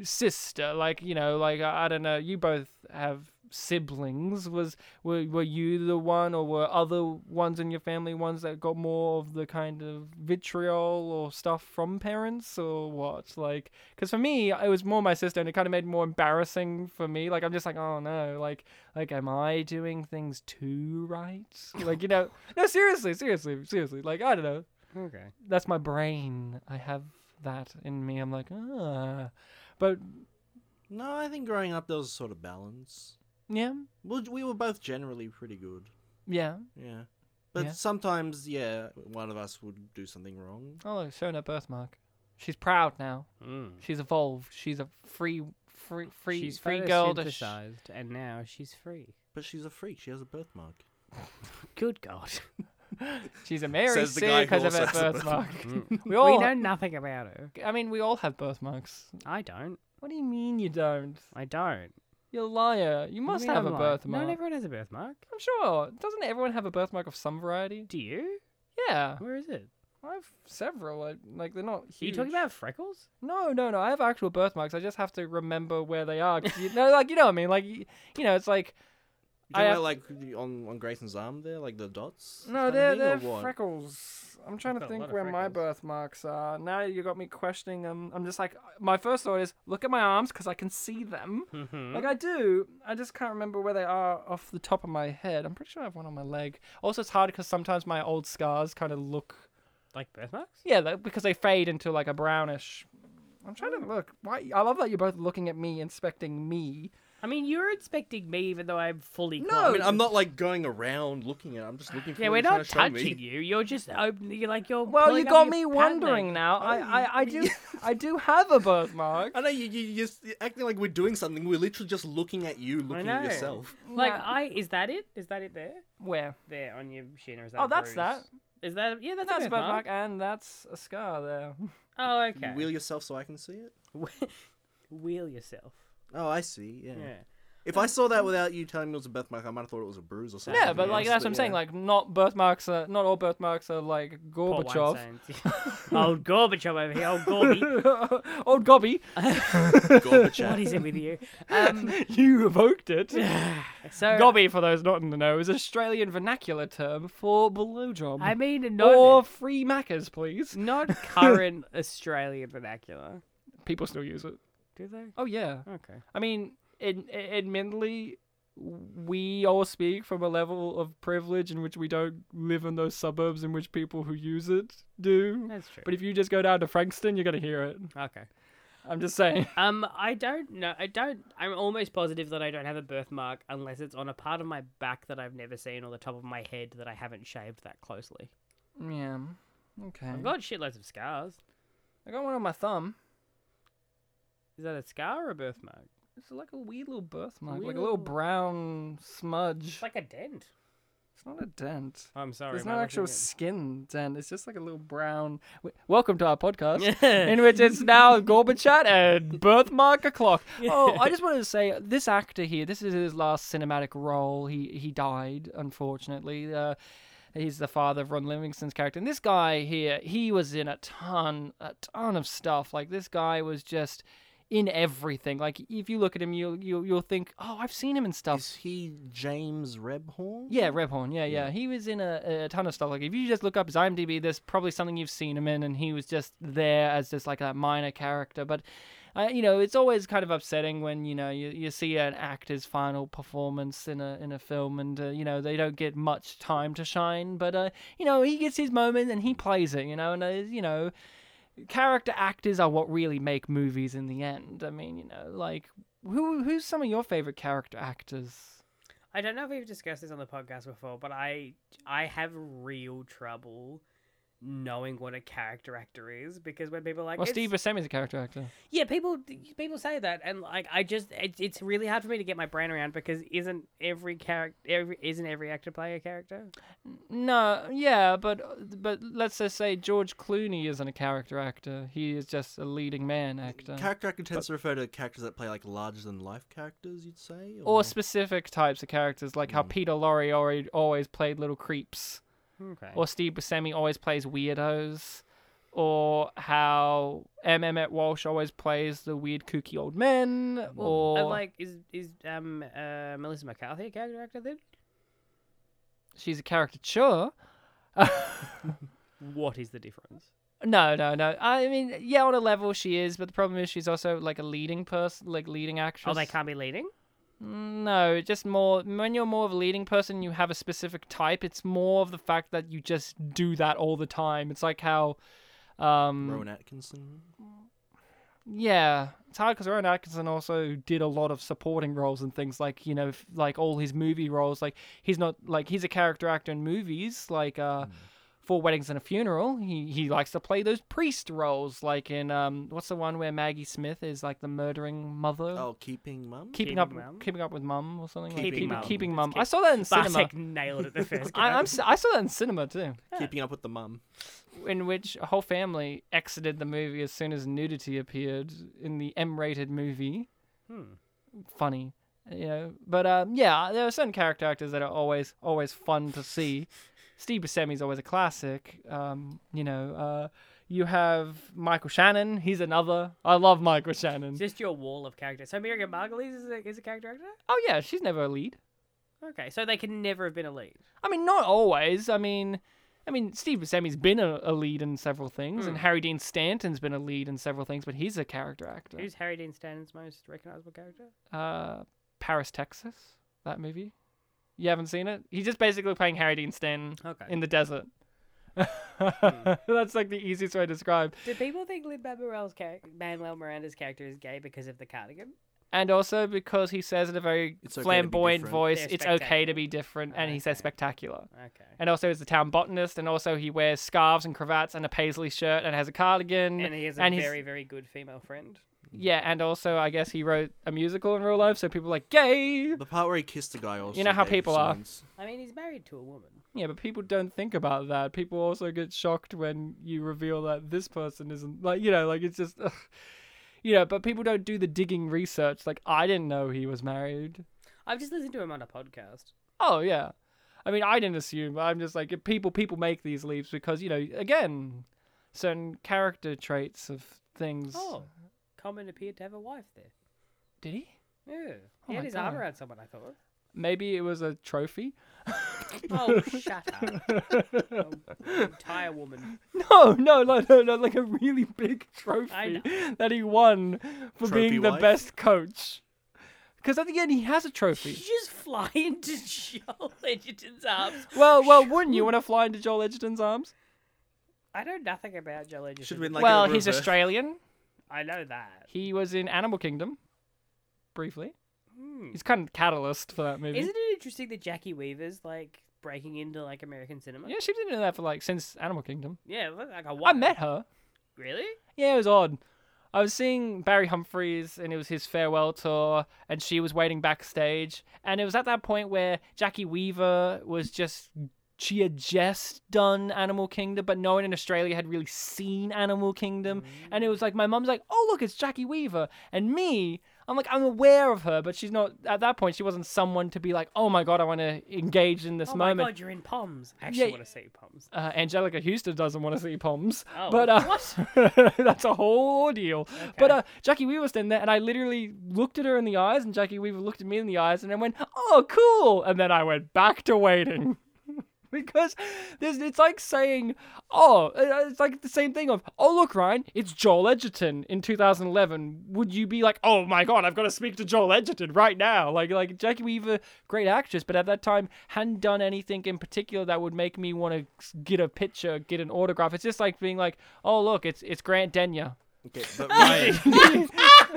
Speaker 1: sister, like you know, like I I don't know. You both have siblings. Was were were you the one, or were other ones in your family ones that got more of the kind of vitriol or stuff from parents, or what? Like, because for me, it was more my sister, and it kind of made it more embarrassing for me. Like, I'm just like, oh no, like, like, am I doing things too right? Like, you know, no, seriously, seriously, seriously. Like, I don't know.
Speaker 3: Okay.
Speaker 1: That's my brain. I have that in me. I'm like, ah, but
Speaker 2: No, I think growing up there was a sort of balance.
Speaker 1: yeah,
Speaker 2: Well, we were both generally pretty good.
Speaker 1: yeah.
Speaker 2: Yeah. But
Speaker 1: Yeah.
Speaker 2: sometimes, yeah, one of us would do something wrong.
Speaker 1: Oh, look, showing her birthmark. She's proud now.
Speaker 3: Mm.
Speaker 1: She's evolved. She's a free, free, free,
Speaker 3: she's
Speaker 1: free girl. To sh-
Speaker 3: photosynthesized, and now she's free.
Speaker 2: But she's a freak. She has a birthmark.
Speaker 3: Good God.
Speaker 1: she's a Mary
Speaker 2: Says the
Speaker 1: Sue
Speaker 2: guy who
Speaker 1: because of her
Speaker 2: also has a
Speaker 1: birthmark. we
Speaker 3: we
Speaker 1: all.
Speaker 3: know nothing about her.
Speaker 1: I mean, we all have birthmarks.
Speaker 3: I don't.
Speaker 1: What do you mean you don't?
Speaker 3: I don't.
Speaker 1: You're a liar. You must
Speaker 3: What do you mean
Speaker 1: have a
Speaker 3: I'm lying?
Speaker 1: birthmark.
Speaker 3: Not everyone has a birthmark.
Speaker 1: I'm sure. Doesn't everyone have a birthmark of some variety?
Speaker 3: Do you?
Speaker 1: Yeah,
Speaker 3: Where is it?
Speaker 1: I have several. Like, like they're not
Speaker 3: Are you
Speaker 1: huge.
Speaker 3: talking about freckles?
Speaker 1: No, no, no. I have actual birthmarks. I just have to remember where they are. 'cause You, no, like you know what I mean. Like you, you know, it's like
Speaker 2: You
Speaker 1: I
Speaker 2: talking
Speaker 1: have-
Speaker 2: about, like on, on Grayson's arm there, like the dots?
Speaker 1: no,
Speaker 2: kind of
Speaker 1: they're
Speaker 2: thing, or
Speaker 1: they're
Speaker 2: what?
Speaker 1: freckles. I'm trying
Speaker 3: I've
Speaker 1: to
Speaker 3: got a lot
Speaker 1: think
Speaker 3: of
Speaker 1: where my
Speaker 3: freckles.
Speaker 1: birthmarks are. Now you got me questioning them. I'm just like my first thought is look at my arms because I can see them.
Speaker 3: Mm-hmm.
Speaker 1: Like I do, I just can't remember where they are off the top of my head. I'm pretty sure I have one on my leg. Also, it's hard because sometimes my old scars kind of look
Speaker 3: Like birthmarks?
Speaker 1: Yeah, tha- because they fade into like a brownish. I'm trying to look. Why? I love that you're both looking at me, inspecting me.
Speaker 3: I mean, you were expecting me, even though I'm fully.
Speaker 1: No,
Speaker 2: I
Speaker 3: clothed.
Speaker 2: mean, I'm not like going around looking at. it. I'm just looking. for
Speaker 3: Yeah,
Speaker 2: what
Speaker 3: we're
Speaker 2: you're trying
Speaker 3: not
Speaker 2: to show me.
Speaker 3: touching you. You're just opening. You're like you're.
Speaker 1: Well, you
Speaker 3: pulling up
Speaker 1: got
Speaker 3: your
Speaker 1: me
Speaker 3: pad
Speaker 1: wondering
Speaker 3: leg. Oh,
Speaker 1: now. I, I, I do, I do have a birthmark.
Speaker 2: I
Speaker 3: Uh,
Speaker 2: know you, you you're just acting like we're doing something. We're literally just looking at you, looking at
Speaker 3: know.
Speaker 2: yourself.
Speaker 3: Like
Speaker 1: Yeah.
Speaker 3: I is that it? Is that it there?
Speaker 1: Where?
Speaker 3: There on your shin or is that?
Speaker 1: Oh,
Speaker 3: a
Speaker 1: that's
Speaker 3: bruise?
Speaker 1: that.
Speaker 3: Is that yeah? That's,
Speaker 1: That's
Speaker 3: a
Speaker 1: a
Speaker 3: birthmark.
Speaker 1: birthmark, and that's a scar there.
Speaker 3: Oh,
Speaker 2: You
Speaker 3: okay.
Speaker 2: Wheel yourself so I can see it.
Speaker 3: Wheel yourself.
Speaker 2: Oh, I see. Yeah.
Speaker 3: Yeah.
Speaker 2: If I saw that without you telling me it was a birthmark, I might have thought it was a bruise or something.
Speaker 1: Yeah,
Speaker 2: to be
Speaker 1: but like
Speaker 2: honest,
Speaker 1: that's what I'm saying.
Speaker 2: yeah.
Speaker 1: Like, not birthmarks are not all birthmarks are like
Speaker 3: Poor
Speaker 1: Gorbachev.
Speaker 3: Weinstein's. old Gorbachev over here. Old Gorby.
Speaker 1: Old Gobby,
Speaker 3: what
Speaker 2: Gorbachev.
Speaker 3: is it with you? Um,
Speaker 1: you evoked it.
Speaker 3: so
Speaker 1: Gobby, for those not in the know, is Australian vernacular term for blowjob.
Speaker 3: I mean, not
Speaker 1: Or free Maccas, please.
Speaker 3: not current Australian vernacular.
Speaker 1: People still use it.
Speaker 3: Do they?
Speaker 1: Oh yeah.
Speaker 3: Okay.
Speaker 1: I mean, in, admittedly, we all speak from a level of privilege in which we don't live in those suburbs in which people who use it do.
Speaker 3: That's true.
Speaker 1: But if you just go down to Frankston, you're gonna hear it.
Speaker 3: Okay.
Speaker 1: I'm just saying.
Speaker 3: Um, I don't know. I don't. I'm almost positive that I don't have a birthmark unless it's on a part of my back that I've never seen or the top of my head that I haven't shaved that closely.
Speaker 1: Yeah. Okay.
Speaker 3: I've got shitloads of scars.
Speaker 1: I got one on my thumb.
Speaker 3: Is that a scar or a birthmark?
Speaker 1: It's like a wee little birthmark,
Speaker 3: wee
Speaker 1: like a little
Speaker 3: little-
Speaker 1: brown smudge.
Speaker 3: It's like a dent.
Speaker 1: It's not a dent.
Speaker 4: I'm sorry.
Speaker 1: There's
Speaker 4: am I
Speaker 1: no actual
Speaker 4: looking
Speaker 1: skin dent. It's just like a little brown. W- Welcome to our podcast,
Speaker 4: at-
Speaker 1: in which it's now Gorbachev Chat and Birthmark O'Clock. Oh, I just wanted to say this actor here. This is his last cinematic role. He he died unfortunately. Uh, he's the father of Ron Livingston's character. And this guy here, he was in a ton, a ton of stuff. Like this guy was just in everything. Like if you look at him, you'll you'll, you'll think, oh, I've seen him in stuff.
Speaker 2: Is he James Rebhorn?
Speaker 1: Yeah, Revhorn. Yeah, yeah, He was in a, a ton of stuff. Like if you just look up his IMDb, there's probably something you've seen him in, and he was just there as just like that minor character. But uh, you know, it's always kind of upsetting when you know you, you see an actor's final performance in a in a film, and uh, you know they don't get much time to shine. But uh, you know, he gets his moment and he plays it. You know, and uh, you know. Character actors are what really make movies in the end. I mean, you know, like who who's some of your favorite character actors?
Speaker 3: I don't know if we've discussed this on the podcast before, but I I have real trouble knowing what a character actor is because when people are like
Speaker 1: Well,
Speaker 3: "It's-
Speaker 1: Steve Buscemi's a character actor.
Speaker 3: yeah people people say that and like I just it, it's really hard for me to get my brain around because isn't every character every isn't every actor play a character
Speaker 1: No, yeah, but but let's just say George Clooney isn't a character actor. He is just a leading man actor.
Speaker 2: Character actor tends to refer to characters that play like larger than life characters, you'd say?
Speaker 1: or specific types of characters, like how Peter Lorre already, always played little creeps,
Speaker 3: okay
Speaker 1: or Steve Buscemi always plays weirdos, or how M. Emmett Walsh always plays the weird kooky old men, or
Speaker 3: and like is is um uh Melissa McCarthy a character actor then
Speaker 1: she's a caricature.
Speaker 3: what is the difference
Speaker 1: No, no, no. I mean, yeah, on a level she is, but the problem is she's also like a leading person, like leading actress.
Speaker 3: oh they can't be leading
Speaker 1: No, just more. When you're more of a leading person, you have a specific type. It's more of the fact that you just do that all the time. It's like how, um,
Speaker 2: Rowan Atkinson?
Speaker 1: yeah, it's hard because Rowan Atkinson also did a lot of supporting roles and things like you know, f- like all his movie roles. Like he's not like he's a character actor in movies, like uh,
Speaker 2: Hmm.
Speaker 1: Four Weddings and a Funeral. He he likes to play those priest roles, like in um, what's the one where Maggie Smith is like the murdering mother?
Speaker 2: Oh, Keeping Mum?
Speaker 1: keeping
Speaker 3: Keeping
Speaker 1: up,
Speaker 3: Mum?
Speaker 1: keeping up with mum or something. like-
Speaker 3: Keeping
Speaker 1: keeping,
Speaker 3: Mum.
Speaker 1: keeping
Speaker 3: It's
Speaker 1: mum.
Speaker 3: keep-
Speaker 1: I saw that in cinema.
Speaker 3: Bartek nailed it the first
Speaker 1: I,
Speaker 3: go.
Speaker 1: I'm, s- I saw that in cinema too,
Speaker 2: Keeping up with the Mum.
Speaker 1: in which a whole family exited the movie as soon as nudity appeared in the M-rated movie.
Speaker 3: Hmm.
Speaker 1: Funny, you know. But um, yeah, there are certain character actors that are always always fun to see. Steve Buscemi's always a classic. Um, you know, uh, you have Michael Shannon. He's another. I love Michael Shannon.
Speaker 3: It's just your wall of characters. So Miriam Margolyes is a, is a character actor?
Speaker 1: Oh yeah, she's never a lead.
Speaker 3: Okay, so they can never have been a lead.
Speaker 1: I mean, not always. I mean, I mean, Steve Buscemi's been a, a lead in several things,
Speaker 3: Hmm.
Speaker 1: and Harry Dean Stanton's been a lead in several things, but he's a character actor.
Speaker 3: Who's Harry Dean Stanton's most recognizable character?
Speaker 1: Uh, Paris, Texas, that movie. You haven't seen it? He's just basically playing Harry Dean Stanton
Speaker 3: Okay.
Speaker 1: in the desert.
Speaker 3: Hmm.
Speaker 1: That's like the easiest way to describe.
Speaker 3: Do people think Lin Manuel's character, Manuel Miranda's character is gay because of the cardigan?
Speaker 1: And also because he says in a very
Speaker 2: It's okay to be
Speaker 1: flamboyant
Speaker 2: different.
Speaker 1: voice,
Speaker 3: They're
Speaker 1: it's okay to
Speaker 3: spectacular.
Speaker 1: be different, and he says spectacular.
Speaker 3: Okay.
Speaker 1: And also, he's the town botanist, and also he wears scarves and cravats and a paisley shirt and has a cardigan.
Speaker 3: And he has a
Speaker 1: he's-
Speaker 3: very, very good female friend.
Speaker 1: Yeah, and also I guess he wrote a musical in real life, so people are like gay.
Speaker 2: The part where he kissed the guy also.
Speaker 1: know how
Speaker 2: gave
Speaker 1: people are.
Speaker 2: signs.
Speaker 3: I mean, he's married to a woman.
Speaker 1: Yeah, but people don't think about that. People also get shocked when you reveal that this person isn't like you know, like it's just, ugh. you know. But people don't do the digging research. Like I didn't know he was married.
Speaker 3: I've just listened to him on a podcast.
Speaker 1: Oh yeah, I mean I didn't assume. I'm just like if people people make these leaps because you know again, certain character traits of things.
Speaker 3: Oh, Common appeared to have a wife there.
Speaker 1: did he?
Speaker 3: Yeah.
Speaker 1: Oh
Speaker 3: he
Speaker 1: my
Speaker 3: had his
Speaker 1: God.
Speaker 3: arm around someone, I thought.
Speaker 1: Maybe it was a trophy.
Speaker 3: Oh, shut up. Oh, entire woman.
Speaker 1: No, Oh, no, no, no, no, like a really big trophy
Speaker 3: know.
Speaker 1: that he won for
Speaker 2: Trophy
Speaker 1: being the
Speaker 2: wife?
Speaker 1: best coach. Because at the end, he has a
Speaker 3: Did
Speaker 1: trophy.
Speaker 3: you just fly into Joel Edgerton's arms?
Speaker 1: Well, well, wouldn't you want to fly into Joel Edgerton's arms?
Speaker 3: I know nothing about Joel Edgerton.
Speaker 2: Should've been Like
Speaker 1: well,
Speaker 2: a
Speaker 1: he's
Speaker 2: reverse-
Speaker 1: Australian.
Speaker 3: I know that.
Speaker 1: He was in Animal Kingdom, briefly.
Speaker 3: Hmm.
Speaker 1: He's kind of the catalyst for that movie.
Speaker 3: Isn't it interesting that Jackie Weaver's like breaking into like American cinema?
Speaker 1: Yeah, she's been doing that for like since Animal Kingdom.
Speaker 3: Yeah, like a
Speaker 1: I met her.
Speaker 3: Really?
Speaker 1: Yeah, it was odd. I was seeing Barry Humphries, and it was his farewell tour, and she was waiting backstage, and it was at that point where Jackie Weaver was just she had just done Animal Kingdom, but no one in Australia had really seen Animal Kingdom,
Speaker 3: Mm.
Speaker 1: and it was like my mum's like, oh look, it's Jackie Weaver, and me. I'm like I'm aware of her, but she's not at that point. She wasn't someone to be like, "Oh my god, I want to engage in this
Speaker 3: oh
Speaker 1: moment."
Speaker 3: my god, you're in Poms. I actually
Speaker 1: Yeah.
Speaker 3: want to see Poms.
Speaker 1: uh, Angelica Houston doesn't want to see Poms.
Speaker 3: Oh,
Speaker 1: but uh, that's a whole deal. But
Speaker 3: Okay.
Speaker 1: uh, Jackie Weaver was standing there, and I literally looked at her in the eyes, and Jackie Weaver looked at me in the eyes, and I went, "Oh, cool!" And then I went back to waiting. Because there's, it's like saying, oh, uh, it's like the same thing of, oh, look, Ryan, it's Joel Edgerton in 2011. Would you be like, oh my God, I've got to speak to Joel Edgerton right now? Like, like Jackie Weaver, great actress, but at that time hadn't done anything in particular that would make me want to get a picture, get an autograph. It's just like being like, oh, look, it's it's Grant Denyer.
Speaker 2: Okay, but Ryan,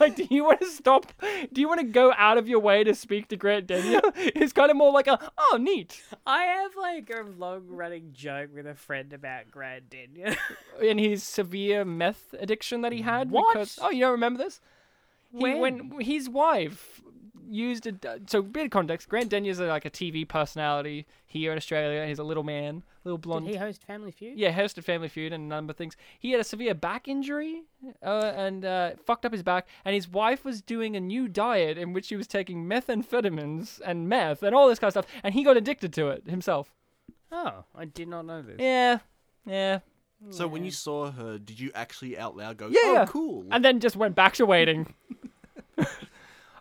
Speaker 1: Like, do you want to stop? Do you want to go out of your way to speak to Grant Denyer? It's kind of more like a, oh, neat.
Speaker 3: I have like a long running joke with a friend about Grand Daniel.
Speaker 1: in his severe meth addiction that he had.
Speaker 3: What?
Speaker 1: Because, oh, you don't remember this? He,
Speaker 3: When?
Speaker 1: when his wife used a so bit of context. Grant Denye's a, like a TV personality here in Australia. He's a little man, little blonde.
Speaker 3: he host Family Feud?
Speaker 1: Yeah, hosted Family Feud and a number of things. He had a severe back injury uh, and uh, fucked up his back. And his wife was doing a new diet in which he was taking methamphetamines and meth and all this kind of stuff. And he got addicted to it himself.
Speaker 3: Oh, I did not know this.
Speaker 1: Yeah, yeah.
Speaker 2: so when you saw her, did you actually out loud go,
Speaker 1: Yeah,
Speaker 2: "Oh,
Speaker 1: yeah.
Speaker 2: cool"?
Speaker 1: and then just went back to waiting.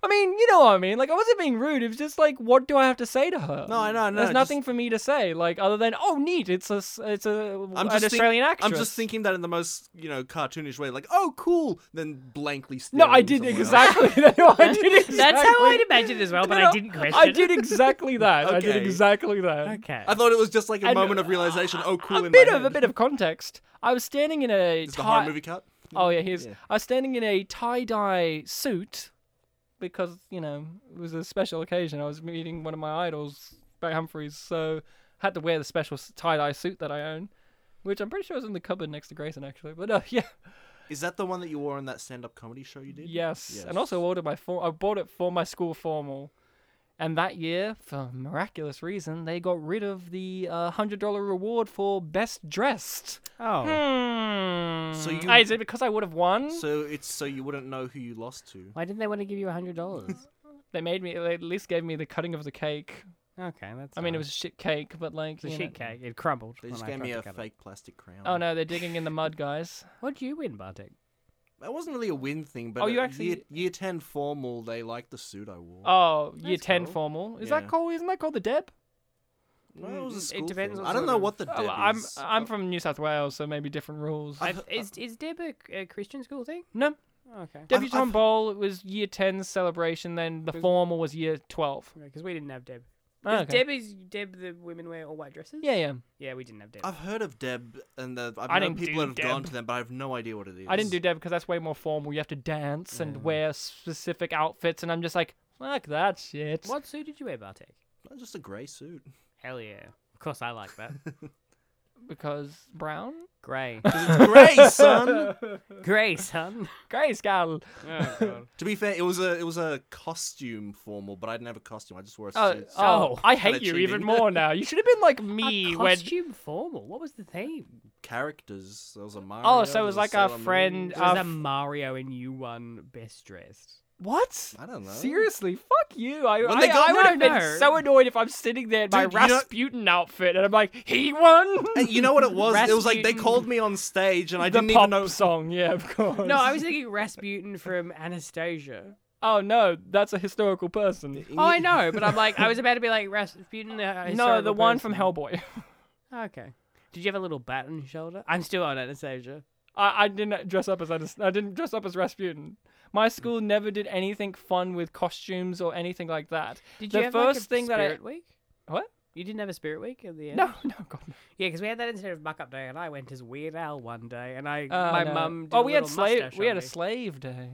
Speaker 1: I mean, you know what I mean. Like, I wasn't being rude. It was just like, what do I have to say to her?
Speaker 2: No, I know, I know,
Speaker 1: There's
Speaker 2: just-
Speaker 1: nothing for me to say, like, other than, oh, neat. It's a, s- it's a, an
Speaker 2: I'm just think-
Speaker 1: Australian actress.
Speaker 2: I'm just thinking that in the most you know cartoonish way, like "Oh, cool," then blankly.
Speaker 1: No, I
Speaker 2: staring
Speaker 1: did
Speaker 2: somewhere else.
Speaker 1: exactly. no, I did exactly.
Speaker 3: That's how I'd imagine as well, but
Speaker 1: No, no,
Speaker 3: I didn't question
Speaker 1: I did exactly that. I did
Speaker 2: Okay.
Speaker 1: exactly that.
Speaker 3: it. Okay.
Speaker 2: I thought it was just like a
Speaker 1: And-
Speaker 2: moment of realization. Oh, cool.
Speaker 1: A
Speaker 2: in
Speaker 1: bit
Speaker 2: my
Speaker 1: of a
Speaker 2: head.
Speaker 1: bit of context. I was standing in a
Speaker 2: Is the horror
Speaker 1: tie-
Speaker 2: movie cut?
Speaker 1: Oh yeah, here's.
Speaker 2: Mm, Yeah.
Speaker 1: I was standing in a tie dye suit because you know it was a special occasion. I was meeting one of my idols, Barry Humphries, so had to wear the special tie dye suit that I own, which I'm pretty sure is in the cupboard next to Grayson actually. But uh, yeah,
Speaker 2: Is that the one that you wore on that stand-up comedy show you did?
Speaker 1: yes.
Speaker 2: Yes.
Speaker 1: and also ordered my form. I bought it for my school formal. And that year, for miraculous reason, they got rid of the uh, hundred dollar reward for best dressed.
Speaker 3: oh.
Speaker 1: Hmm.
Speaker 2: So you-
Speaker 1: Ah, is it because I would have won?
Speaker 2: So it's so you wouldn't know who you lost to.
Speaker 3: Why didn't they want to give you a $100?
Speaker 1: They made me. They at least gave me the cutting of the cake.
Speaker 3: okay, that's.
Speaker 1: I mean,
Speaker 3: nice.
Speaker 1: it was a shit cake, but like,
Speaker 3: It's a
Speaker 1: you
Speaker 3: shit
Speaker 1: know.
Speaker 3: cake. It crumbled.
Speaker 2: They
Speaker 3: when
Speaker 2: just
Speaker 3: I
Speaker 2: gave
Speaker 3: tried
Speaker 2: me
Speaker 3: to
Speaker 2: a
Speaker 3: cut it.
Speaker 2: fake plastic crown.
Speaker 1: Oh no, they're digging in the mud, guys.
Speaker 3: What'd you win, Bartek?
Speaker 2: That wasn't really a win thing, but
Speaker 1: Oh, you
Speaker 2: uh,
Speaker 1: actually-
Speaker 2: year, year ten formal. They liked the suit I wore.
Speaker 1: Oh, year
Speaker 3: That's
Speaker 1: ten
Speaker 3: cool.
Speaker 1: formal. Is
Speaker 2: Yeah.
Speaker 1: that called? Isn't that called the Deb?
Speaker 2: Well, it was a
Speaker 3: It
Speaker 2: school
Speaker 3: depends
Speaker 2: thing. I
Speaker 3: on
Speaker 2: don't
Speaker 3: sort
Speaker 2: know
Speaker 3: of-
Speaker 2: what the deb
Speaker 1: Oh, I'm
Speaker 2: is.
Speaker 1: I'm from New South Wales, so maybe different rules.
Speaker 2: I've-
Speaker 3: Is, is Deb a, a Christian school thing?
Speaker 1: no,
Speaker 3: Okay.
Speaker 1: debutante
Speaker 2: I've-
Speaker 1: bowl was year 10's celebration. Then the
Speaker 3: Was-
Speaker 1: formal was year twelve.
Speaker 3: Because we didn't have Deb.
Speaker 1: Oh,
Speaker 3: Is
Speaker 1: okay.
Speaker 3: Deb is Deb the women wear all white dresses?
Speaker 1: Yeah, yeah.
Speaker 3: Yeah, we didn't have Deb.
Speaker 2: I've heard of Deb, and the, I've
Speaker 1: I
Speaker 2: known
Speaker 1: didn't
Speaker 2: people that
Speaker 1: do
Speaker 2: have gone
Speaker 1: Deb.
Speaker 2: to them, but I have no idea what it is.
Speaker 1: I didn't do Deb because that's way more formal. You have to dance and wear specific outfits, and I'm just like, fuck that shit.
Speaker 3: What suit did you wear, Bartek?
Speaker 2: That's Just a grey suit.
Speaker 3: Hell yeah. Of course, I like that.
Speaker 1: Because brown?
Speaker 3: Grey.
Speaker 2: Grey, son.
Speaker 3: Grey, son.
Speaker 1: Grey skull.
Speaker 3: Oh, God.
Speaker 2: to be fair, it was a it was a costume formal, but I didn't have a costume. I just wore a
Speaker 1: Oh,
Speaker 2: suit. so-
Speaker 1: oh, I
Speaker 2: kinda
Speaker 1: hate you even
Speaker 2: cheating.
Speaker 1: more now. You should have been like me
Speaker 3: a
Speaker 1: when.
Speaker 3: costume formal. What was the theme?
Speaker 2: characters. There was a Mario.
Speaker 1: Oh, so it
Speaker 2: there
Speaker 1: was
Speaker 2: a
Speaker 1: like our
Speaker 2: Sailor
Speaker 1: friend,
Speaker 2: Moon.
Speaker 3: It was
Speaker 1: Uh,
Speaker 3: a Mario and you won best dressed.
Speaker 1: What?
Speaker 2: I don't know.
Speaker 1: Seriously, fuck you. I,
Speaker 2: When
Speaker 1: I,
Speaker 2: they got-
Speaker 1: I would have
Speaker 3: No,
Speaker 1: been
Speaker 3: no.
Speaker 1: so annoyed if I'm sitting there in my
Speaker 2: Dude, you know-
Speaker 1: Rasputin outfit and I'm like, he won
Speaker 2: And you know what it was? It was like they
Speaker 3: Rasputin.
Speaker 2: called me on stage, and I
Speaker 1: the
Speaker 2: didn't
Speaker 1: pop
Speaker 2: even know.
Speaker 1: song. Yeah, of course.
Speaker 3: No, I was thinking Rasputin from Anastasia.
Speaker 1: Oh no, that's a historical person.
Speaker 3: Oh, I know, but I'm like, I was about to be like Rasputin. The
Speaker 1: No, the one from
Speaker 3: person.
Speaker 1: Hellboy.
Speaker 3: Okay. Did you have a little bat on your shoulder? I'm still on Anastasia.
Speaker 1: I, I didn't dress up as Anas- I didn't dress up as Rasputin. My school never did anything fun with costumes or anything like that.
Speaker 3: Did
Speaker 1: The
Speaker 3: you have like, a
Speaker 1: first thing that I-
Speaker 3: spirit week?
Speaker 1: What?
Speaker 3: You didn't have a spirit week at the end?
Speaker 1: No, no, God. no.
Speaker 3: Yeah, because we had that instead of muck up day, and I went as Weird Al one day, and I
Speaker 1: Oh,
Speaker 3: my
Speaker 1: no.
Speaker 3: mum. Did
Speaker 1: Oh,
Speaker 3: a
Speaker 1: we had
Speaker 3: little
Speaker 1: slave.
Speaker 3: mustache
Speaker 1: We
Speaker 3: on
Speaker 1: had a
Speaker 3: me.
Speaker 1: slave day.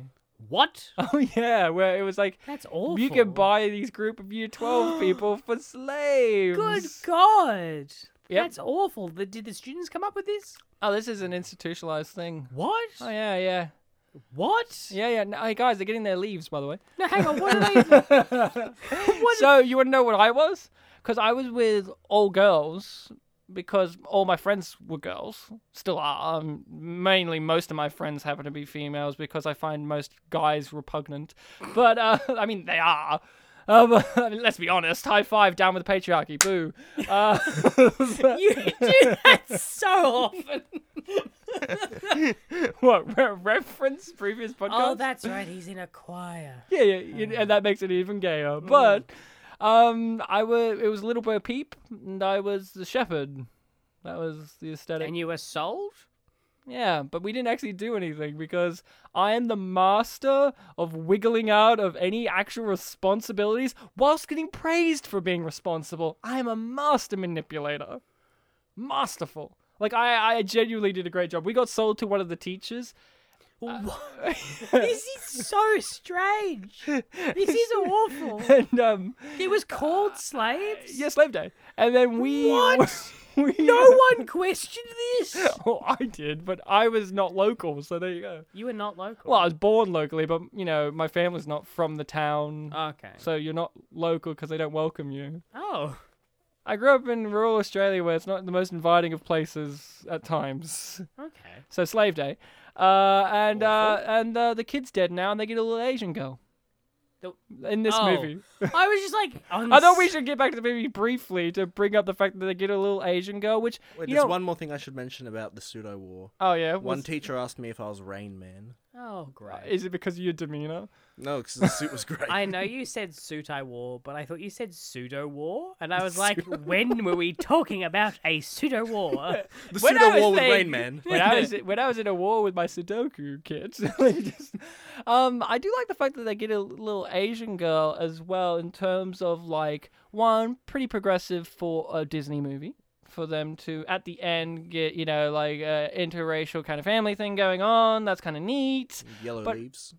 Speaker 3: What?
Speaker 1: Oh yeah, where it was like
Speaker 3: That's awful.
Speaker 1: You could buy these group of year 12 people for slaves.
Speaker 3: Good God!
Speaker 1: Yep.
Speaker 3: That's awful. The, did the students come up with this?
Speaker 1: Oh, this is an institutionalized thing.
Speaker 3: What?
Speaker 1: Oh yeah, yeah,
Speaker 3: What?
Speaker 1: yeah, yeah. No, hey guys, they're getting their leaves, by the way.
Speaker 3: No, hang on. What are they?
Speaker 1: so you want to know what I was? Because I was with all girls because all my friends were girls, still are. Um, mainly, most of my friends happen to be females because I find most guys repugnant. But uh, I mean, they are. Um, I mean, let's be honest. High five, down with the patriarchy. Boo. Uh,
Speaker 3: you do that so often.
Speaker 1: what re- reference previous podcast?
Speaker 3: Oh, that's right. He's in a choir.
Speaker 1: Yeah, yeah,
Speaker 3: Um,
Speaker 1: you- and that makes it even gayer. But um, I was it was Little Bo Peep, and I was the shepherd. That was the aesthetic.
Speaker 3: And you were sold?
Speaker 1: yeah, but we didn't actually do anything because I am the master of wiggling out of any actual responsibilities whilst getting praised for being responsible. I am a master manipulator, masterful. Like I, I genuinely did a great job. We got sold to one of the teachers. Uh,
Speaker 3: This is so strange. This is awful.
Speaker 1: and um,
Speaker 3: It was called slaves.
Speaker 1: yeah, slave day. And then we
Speaker 3: What?
Speaker 1: we
Speaker 3: No one questioned this.
Speaker 1: Oh, I did, but I was not local, so there you go.
Speaker 3: You were not local.
Speaker 1: Well, I was born locally, but you know, my family's not from the town,
Speaker 3: Okay.
Speaker 1: so you're not local because they don't welcome you.
Speaker 3: Oh.
Speaker 1: I grew up in rural Australia, where it's not the most inviting of places at times.
Speaker 3: Okay.
Speaker 1: So slave day, uh, and uh, and uh, the kid's dead now, and they get a little Asian girl.
Speaker 3: The-
Speaker 1: In this
Speaker 3: Oh. Hmm.
Speaker 1: movie,
Speaker 3: I was just like,
Speaker 1: I thought we should get back to the movie briefly to bring up the fact that they get a little Asian girl, which
Speaker 2: Wait,
Speaker 1: you
Speaker 2: there's
Speaker 1: know,
Speaker 2: one more thing I should mention about the pseudo war.
Speaker 1: oh yeah,
Speaker 2: One
Speaker 1: was-
Speaker 2: teacher asked me if I was Rain Man.
Speaker 3: Oh, great.
Speaker 1: is it because of your demeanor?
Speaker 2: No, because the suit was great.
Speaker 3: I know you said Sutai War, but I thought you said pseudo war, and I was like, when were we talking about a pseudo war?
Speaker 2: the
Speaker 1: When I
Speaker 2: pseudo
Speaker 1: was
Speaker 2: war with
Speaker 1: saying-
Speaker 2: Rain Man.
Speaker 1: when I was when I was in a war with my Sudoku kids, like, just- um, I do like the fact that they get a little Asian girl as well in terms of like one pretty progressive for a Disney movie for them to at the end get you know like a interracial kind of family thing going on. That's kind of neat.
Speaker 2: Yellow
Speaker 1: But-
Speaker 2: leaves.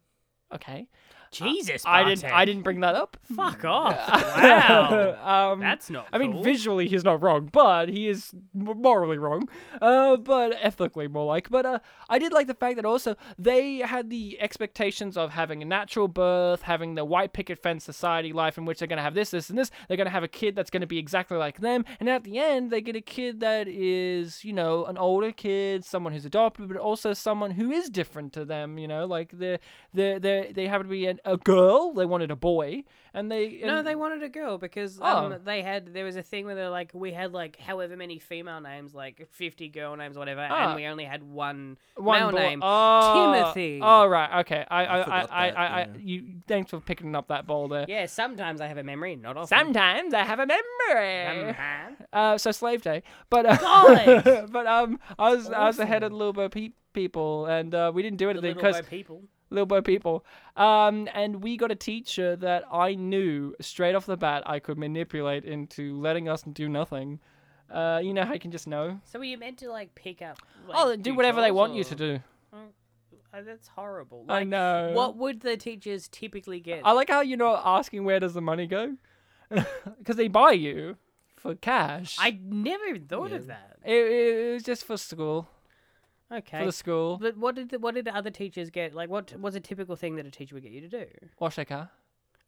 Speaker 1: Okay,
Speaker 3: Jesus,
Speaker 1: I didn't I
Speaker 3: Bartek.
Speaker 1: didn't bring that up.
Speaker 3: Fuck off! Wow,
Speaker 1: um,
Speaker 3: that's not.
Speaker 1: I mean,
Speaker 3: Oh, cool.
Speaker 1: visually he's not wrong, but he is m- morally wrong. Uh, but ethically more like. But uh, I did like the fact that also they had the expectations of having a natural birth, having the white picket fence society life in which they're going to have this, this, and this. They're going to have a kid that's going to be exactly like them, and at the end they get a kid that is, you know, an older kid, someone who's adopted, but also someone who is different to them. You know, like they they they they happen to be an, a girl. They wanted a boy, and they
Speaker 3: no,
Speaker 1: and-
Speaker 3: they wanted a girl because
Speaker 1: Oh.
Speaker 3: um, they had there was a thing where they're like we had like however many female names, like fifty girl names, whatever,
Speaker 1: Ah.
Speaker 3: and we only had one,
Speaker 1: one
Speaker 3: male
Speaker 1: boy-
Speaker 3: name.
Speaker 1: Oh,
Speaker 3: Timothy.
Speaker 1: Oh right, okay. I I
Speaker 2: I
Speaker 1: I,
Speaker 2: forgot
Speaker 1: I,
Speaker 2: that,
Speaker 1: I, I
Speaker 2: yeah.
Speaker 1: you thanks for picking up that ball there.
Speaker 3: Yeah, sometimes I have a memory, not often.
Speaker 1: Sometimes I have a memory.
Speaker 3: Sometimes.
Speaker 1: Uh, so slave day, but uh,
Speaker 3: God.
Speaker 1: but um, I was I was ahead of the little bo pe- people, and uh, we didn't do
Speaker 3: The
Speaker 1: anything
Speaker 3: little
Speaker 1: because
Speaker 3: white people.
Speaker 1: little bo people. Um, and we got a teacher that I knew straight off the bat I could manipulate into letting us do nothing. Uh, you know how you can just know.
Speaker 3: So were you meant to like pick up? Like,
Speaker 1: Oh, do whatever they
Speaker 3: jobs
Speaker 1: want you
Speaker 3: or-
Speaker 1: to do.
Speaker 3: Oh, that's horrible.
Speaker 1: I
Speaker 3: Like,
Speaker 1: know. Oh,
Speaker 3: What would the teachers typically get?
Speaker 1: I like how you're not asking where does the money go, because they buy you for cash.
Speaker 3: I never even thought of that.
Speaker 1: it, it, it was just for school, for
Speaker 3: Okay.
Speaker 1: the school.
Speaker 3: But what did the, what did the other teachers get? Like, what was a typical thing that a teacher would get you to do? Are
Speaker 1: Wash their car.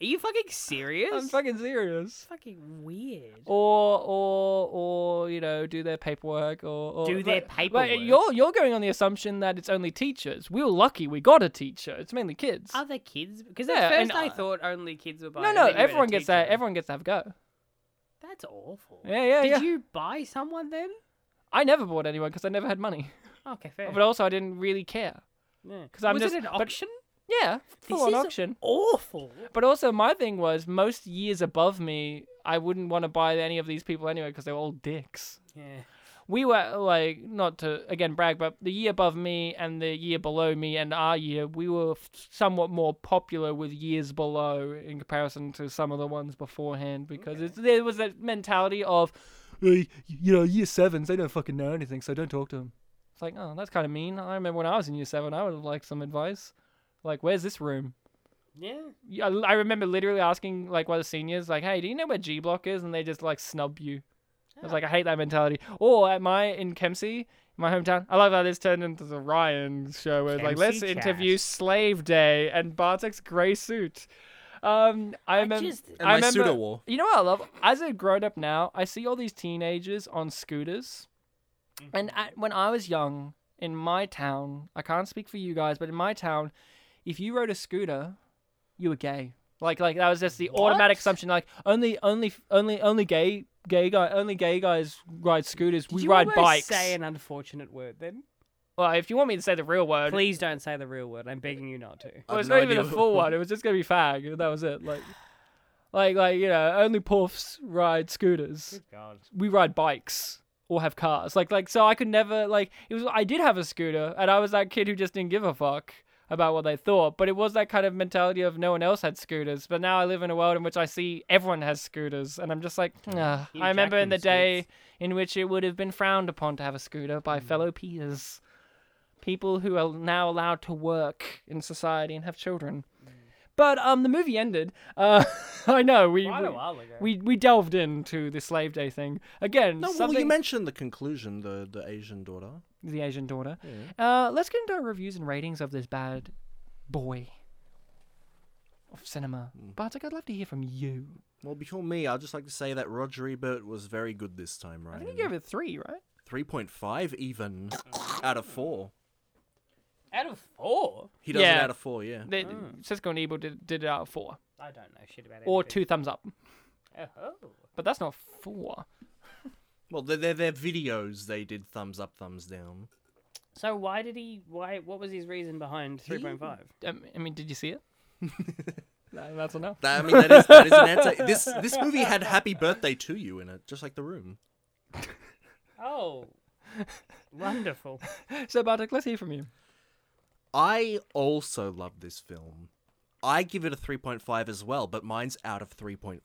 Speaker 3: you fucking serious?
Speaker 1: I'm fucking serious.
Speaker 3: fucking weird.
Speaker 1: Or or or you know do their paperwork or, or
Speaker 3: Do their
Speaker 1: but- but
Speaker 3: paperwork.
Speaker 1: you're you're going on the assumption that it's only teachers. We were lucky we got a teacher. It's mainly kids.
Speaker 3: Other kids? Because
Speaker 1: Yeah,
Speaker 3: at
Speaker 1: and
Speaker 3: first I
Speaker 1: I-
Speaker 3: thought only kids were buying.
Speaker 1: no,
Speaker 3: and
Speaker 1: no,
Speaker 3: then you went a
Speaker 1: everyone gets that.
Speaker 3: teacher.
Speaker 1: Everyone gets to have a go.
Speaker 3: That's awful.
Speaker 1: Yeah, yeah,
Speaker 3: Did
Speaker 1: yeah.
Speaker 3: you buy someone then?
Speaker 1: I never bought anyone because I never had money,
Speaker 3: Okay, fair.
Speaker 1: but also I didn't really care.
Speaker 3: Yeah.
Speaker 1: 'cause I'm
Speaker 3: was
Speaker 1: just-
Speaker 3: it an
Speaker 1: but-
Speaker 3: auction?
Speaker 1: Yeah, full
Speaker 3: this
Speaker 1: on
Speaker 3: is
Speaker 1: auction.
Speaker 3: Awful.
Speaker 1: But also, my thing was most years above me, I wouldn't want to buy any of these people anyway because they were all dicks.
Speaker 3: Yeah.
Speaker 1: We were like, not to again brag, but the year above me and the year below me and our year, we were f- somewhat more popular with years below in comparison to some of the ones beforehand because it's, there was that mentality of, "Hey, you know, year sevens, they don't fucking know anything, so don't talk to them. It's like, oh, that's kind of mean. I remember when I was in year seven, I would have liked some advice. Like, where's this room?
Speaker 3: Yeah.
Speaker 1: Yeah, I remember literally asking like one of the seniors, like, "Hey, do you know where G Block is?" And they just like snub you. I
Speaker 3: Ah.
Speaker 1: was like, I hate that mentality. Or at my in Kempsey, my hometown, I love how this turned into the Ryan show where it's like, let's
Speaker 3: Kempsey chat.
Speaker 1: interview Slave Day and Bartek's grey suit. Um, I,
Speaker 3: I
Speaker 1: remem-
Speaker 3: just- And
Speaker 2: my
Speaker 1: I remember.
Speaker 2: pseudo war.
Speaker 1: You know what I love? As a grown up now, I see all these teenagers on scooters, and
Speaker 3: Mm-hmm.
Speaker 1: at, when I was young in my town, I can't speak for you guys, but in my town, if you rode a scooter, you were gay. Like like that was just the automatic
Speaker 3: What?
Speaker 1: assumption. Like only only only only gay gay guy only gay guys ride scooters.
Speaker 3: Did
Speaker 1: we
Speaker 3: you
Speaker 1: ride
Speaker 3: almost
Speaker 1: bikes.
Speaker 3: Say an unfortunate word, then.
Speaker 1: Well, if you want me to say the real word,
Speaker 3: Please don't say the real word. I'm begging you not to.
Speaker 1: well,
Speaker 2: I've
Speaker 1: it's
Speaker 2: no
Speaker 1: not even
Speaker 2: idea
Speaker 1: a
Speaker 2: what-
Speaker 1: full one. It was just gonna be fag. and That was it. Like like like you know only puffs ride scooters.
Speaker 3: God.
Speaker 1: we ride bikes or have cars. Like like so I could never like it was I did have a scooter and I was that kid who just didn't give a fuck about what they thought. But it was that kind of mentality of no one else had scooters. But now I live in a world in which I see everyone has scooters and I'm just like "Ugh."
Speaker 3: Hugh
Speaker 1: I remember in the
Speaker 3: Jackman
Speaker 1: day in which it would have been frowned upon to have a scooter by
Speaker 3: Hmm.
Speaker 1: fellow peers. People who are now allowed to work in society and have children.
Speaker 3: Hmm.
Speaker 1: But um the movie ended. Uh I know we,
Speaker 3: Quite
Speaker 1: we
Speaker 3: a while ago.
Speaker 1: we we delved into the slave day thing again.
Speaker 2: No,
Speaker 1: something
Speaker 2: well, you mentioned the conclusion, the the Asian daughter.
Speaker 1: the Asian daughter. Uh, let's get into our reviews and ratings of this bad boy of cinema. Bartek, I'd love to hear from you.
Speaker 2: Well, before me, I'd just like to say that Roger Ebert was very good this time,
Speaker 1: I
Speaker 2: right?
Speaker 1: think you gave it three, right?
Speaker 2: 3.5 even out of 4.
Speaker 3: Out of four?
Speaker 2: He does
Speaker 1: Yeah.
Speaker 2: it out of 4, yeah.
Speaker 1: They, Cisco and Ebel did, did it out of four
Speaker 3: I don't know shit about it.
Speaker 1: or two thumbs up,
Speaker 3: Oh.
Speaker 1: but that's not four.
Speaker 2: Well, they're, they're, they're videos they did thumbs up, thumbs down.
Speaker 3: So why did he? Why? What was his reason behind three point five?
Speaker 1: Um, I mean, did you see it? No, that's enough.
Speaker 2: That, I mean, that is, that is an answer. This, this movie had Happy Birthday to You in it, just like The Room.
Speaker 3: Oh, wonderful.
Speaker 1: So Bartek, let's hear from you.
Speaker 2: I also love this film. I give it a 3.5 as well, but mine's out of 3.5.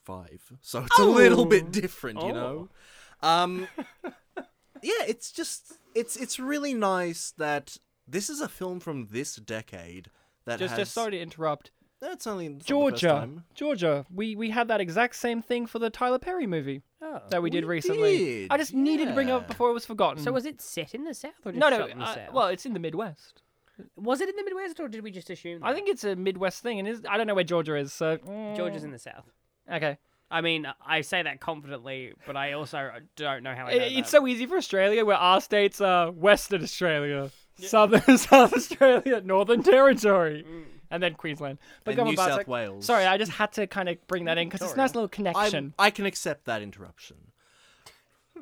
Speaker 2: So it's a little
Speaker 1: Oh.
Speaker 2: bit different, you know. Um Yeah, it's just it's it's really nice that this is a film from this decade that
Speaker 1: Just,
Speaker 2: has
Speaker 1: just sorry to interrupt.
Speaker 2: That's only it's not the first
Speaker 1: Georgia,
Speaker 2: time.
Speaker 1: Georgia, we we had that exact same thing for the Tyler Perry movie.
Speaker 3: Oh.
Speaker 1: that we did
Speaker 2: We
Speaker 1: recently. I
Speaker 2: did,
Speaker 1: just needed to bring it up
Speaker 2: yeah.
Speaker 1: before it was forgotten.
Speaker 3: So was it set in the south or just
Speaker 1: no, no.
Speaker 3: shot in the
Speaker 1: uh,
Speaker 3: south?
Speaker 1: well, it's in the Midwest.
Speaker 3: was it in the Midwest or did we just assume? That?
Speaker 1: I think it's a Midwest thing, and is I don't know where Georgia is. So mm,
Speaker 3: Georgia's in the south.
Speaker 1: okay.
Speaker 3: I mean, I say that confidently, but I also don't know how I
Speaker 1: It-
Speaker 3: know
Speaker 1: it's
Speaker 3: that.
Speaker 1: so easy for Australia, where our states are Western Australia, Southern South Australia, Northern Territory, and then Queensland. But
Speaker 2: Mm. And
Speaker 1: go on,
Speaker 2: New South
Speaker 1: Bartek.
Speaker 2: Wales.
Speaker 1: Sorry, I just had to kind of bring that in because it's a nice little
Speaker 2: I
Speaker 1: connection.
Speaker 2: I can accept that interruption.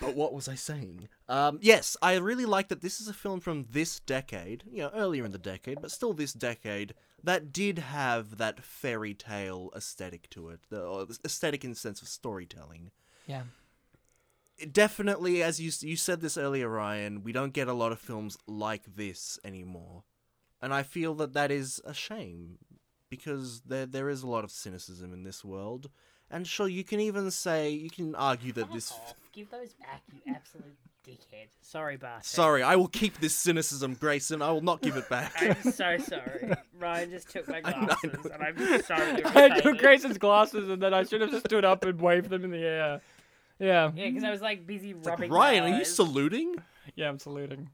Speaker 2: but what was I saying? Um, yes, I really like that this is a film from this decade, you know, earlier in the decade, but still this decade that did have that fairy tale aesthetic to it, the or the aesthetic in the sense of storytelling.
Speaker 1: yeah.
Speaker 2: It definitely, as you s- you said this earlier, Ryan, we don't get a lot of films like this anymore, and I feel that that is a shame because there there is a lot of cynicism in this world. And sure, you can even say you can argue that this.
Speaker 3: Oh,
Speaker 2: f-
Speaker 3: Give those back, you absolute dickhead. Sorry, bastard.
Speaker 2: Sorry, I will keep this cynicism, Grayson. I will not give it back.
Speaker 3: I'm so sorry. Ryan just took my
Speaker 2: know, I
Speaker 3: glasses,
Speaker 2: know.
Speaker 3: and I'm so irritated.
Speaker 1: I took Grayson's glasses, and then I should have just stood up and waved them in the air. Yeah.
Speaker 3: Yeah, because I was like busy rubbing. my
Speaker 2: Ryan, are you
Speaker 3: eyes.
Speaker 2: saluting
Speaker 1: Yeah, I'm saluting.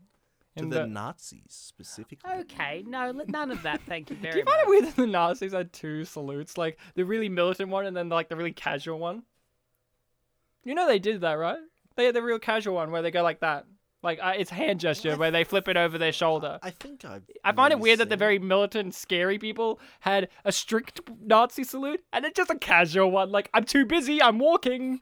Speaker 2: to
Speaker 1: In
Speaker 2: the Nazis specifically?
Speaker 3: Okay, no, let- none of that. Thank you
Speaker 1: Do
Speaker 3: very
Speaker 1: you find
Speaker 3: much.
Speaker 1: it weird that the Nazis had two salutes, like the really militant one and then like the really casual one? You know they did that, right? They had the real casual one where they go like that, like uh, it's hand gesture where they flip it over their shoulder.
Speaker 2: I think I.
Speaker 1: I find it weird that the very militant, scary people had a strict Nazi salute and it's just a casual one. Like I'm too busy, I'm walking.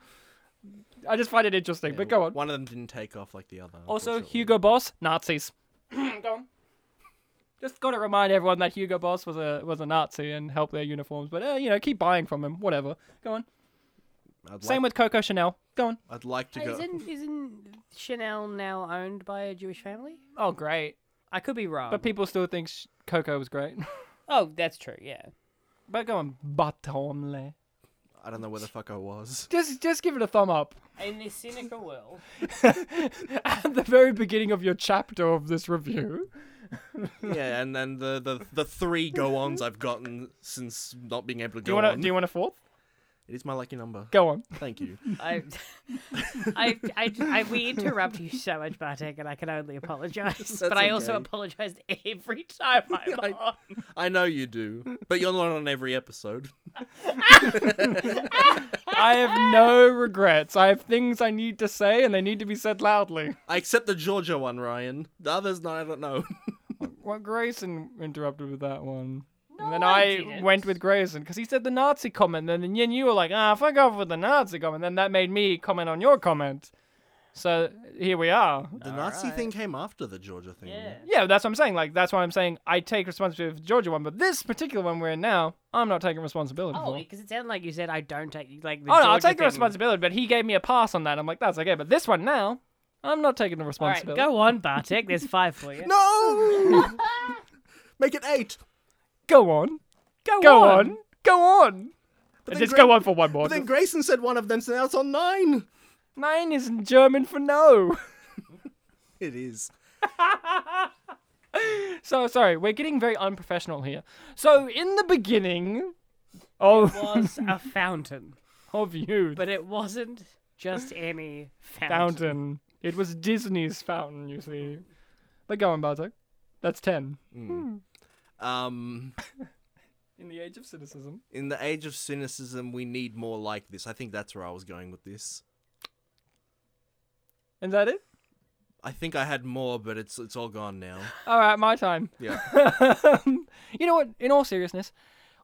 Speaker 1: I just find it interesting. but go on.
Speaker 2: One of them didn't take off like the other.
Speaker 1: Also,
Speaker 2: unfortunately.
Speaker 1: Hugo Boss, Nazis. Go on. Just got to remind everyone that Hugo Boss was a was a Nazi and helped their uniforms. But uh, you know, keep buying from him. Whatever. Go on.
Speaker 2: I'd
Speaker 1: Same
Speaker 2: like,
Speaker 1: with Coco Chanel. Go on.
Speaker 2: I'd like to go.
Speaker 3: Isn't isn't Chanel now owned by a Jewish family?
Speaker 1: Oh, great.
Speaker 3: I could be
Speaker 2: Um,
Speaker 3: wrong.
Speaker 1: But people still think sh- Coco was great.
Speaker 3: oh, that's true. Yeah.
Speaker 1: but go on, Batomle.
Speaker 2: I don't know where the fuck I was.
Speaker 1: Just just give it a thumb up.
Speaker 3: In this cynical world,
Speaker 1: At the very beginning of your chapter of this review.
Speaker 2: yeah, and then the, the the three go ons I've gotten since not being able to
Speaker 1: Do you
Speaker 2: go
Speaker 1: want to
Speaker 2: on
Speaker 1: do you want a fourth?
Speaker 2: It is my lucky number.
Speaker 1: Go on.
Speaker 2: Thank you.
Speaker 3: I, I, I, I, we interrupt you so much, Bartek, and I can only apologize. but I also
Speaker 2: okay.
Speaker 3: apologize every time I'm
Speaker 2: I-
Speaker 3: on.
Speaker 2: I know you do, but you're not on every episode.
Speaker 1: I have no regrets. I have things I need to say, and they need to be said loudly.
Speaker 2: I accept the Georgia one, Ryan. The others, no, I don't know.
Speaker 1: What Grayson interrupted with that one. and then
Speaker 3: No,
Speaker 1: I,
Speaker 3: I didn't.
Speaker 1: went with Grayson because he said the Nazi comment, and then you were like, ah, fuck off with the Nazi comment. Then that made me comment on your comment. So here we are.
Speaker 2: The Nazi thing came after the Georgia thing.
Speaker 3: Yeah.
Speaker 1: Yeah, that's what I'm saying. Like, that's why I'm saying I take responsibility for the Georgia one, but this particular one we're in now, I'm not taking responsibility
Speaker 3: Oh,
Speaker 1: for.
Speaker 3: because it sounded like you said I don't take like. The
Speaker 1: Uh-huh. Oh, no, I'll
Speaker 3: Georgia
Speaker 1: take the
Speaker 3: thing.
Speaker 1: responsibility, but he gave me a pass on that. I'm like, that's okay. But this one now, I'm not taking the
Speaker 3: All right,
Speaker 1: responsibility.
Speaker 3: go on, Bartek. There's five for you.
Speaker 2: No! Make it eight.
Speaker 1: go, on.
Speaker 3: go,
Speaker 1: Go on. Go on.
Speaker 2: But then
Speaker 1: Just
Speaker 2: Gra-
Speaker 1: go on for one more.
Speaker 2: But then Grayson said one of them, so now it's on nine.
Speaker 1: Mine is German for no.
Speaker 2: It is.
Speaker 1: So sorry, we're getting very unprofessional here. So in the beginning of
Speaker 3: Was a fountain,
Speaker 1: of you
Speaker 3: but it wasn't just any fountain.
Speaker 1: fountain, it was Disney's fountain, you see. But go on, Bartek. That's ten.
Speaker 2: Um,
Speaker 1: In the age of cynicism.
Speaker 2: in the age of cynicism, we need more like this. I think that's where I was going with this.
Speaker 1: Is that it?
Speaker 2: I think I had more, but it's it's all gone now.
Speaker 1: All right, my time. Um,
Speaker 2: Yeah.
Speaker 1: you know what? In all seriousness,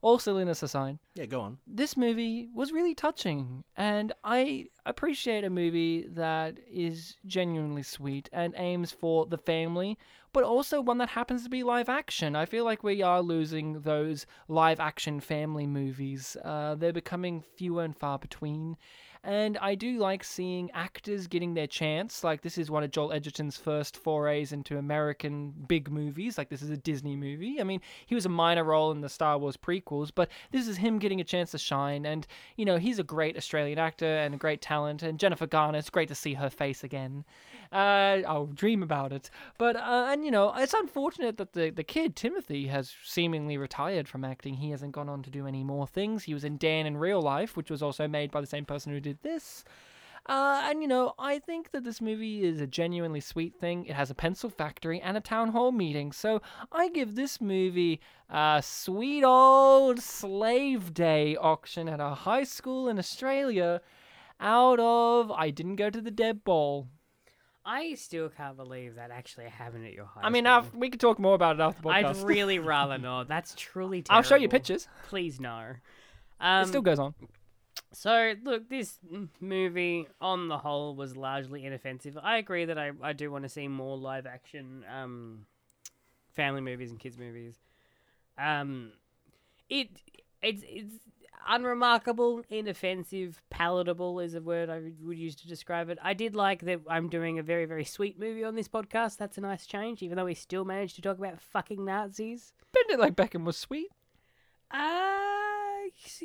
Speaker 1: all silliness aside,
Speaker 2: Yeah, go on.
Speaker 1: this movie was really touching, and I appreciate a movie that is genuinely sweet and aims for the family, but also one that happens to be live action. I feel like we are losing those live action family movies. Uh, they're becoming fewer and far between. And I do like seeing actors getting their chance. Like, this is one of Joel Edgerton's first forays into American big movies. Like, this is a Disney movie. I mean, he was a minor role in the Star Wars prequels, but this is him getting a chance to shine. And, you know, he's a great Australian actor and a great talent. And Jennifer Garner, it's great to see her face again. Uh, I'll dream about it. But, uh, and, you know, it's unfortunate that the, the kid, Timothy, has seemingly retired from acting. He hasn't gone on to do any more things. He was in Dan in Real Life, which was also made by the same person who did this. Uh, and you know, I think that this movie is a genuinely sweet thing. It has a pencil factory and a town hall meeting, so I give this movie a sweet old slave day auction at a high school in Australia. Out of I didn't go to the dead ball.
Speaker 3: I still can't believe that actually happened at your high.
Speaker 1: I mean,
Speaker 3: school.
Speaker 1: af- we could talk more about it after the
Speaker 3: I'd
Speaker 1: podcast.
Speaker 3: really rather not. That's truly terrible.
Speaker 1: I'll show you pictures.
Speaker 3: Please no. Um,
Speaker 1: It still goes on.
Speaker 3: So, look, this m- movie on the whole was largely inoffensive. I agree that I, I do want to see more live action um, family movies and kids movies. Um, it it's it's unremarkable, inoffensive, palatable is a word I would use to describe it. I did like that I'm doing a very very sweet movie on this podcast. That's a nice change, even though we still managed to talk about fucking Nazis.
Speaker 1: Bend it like Beckham was sweet.
Speaker 3: Uh,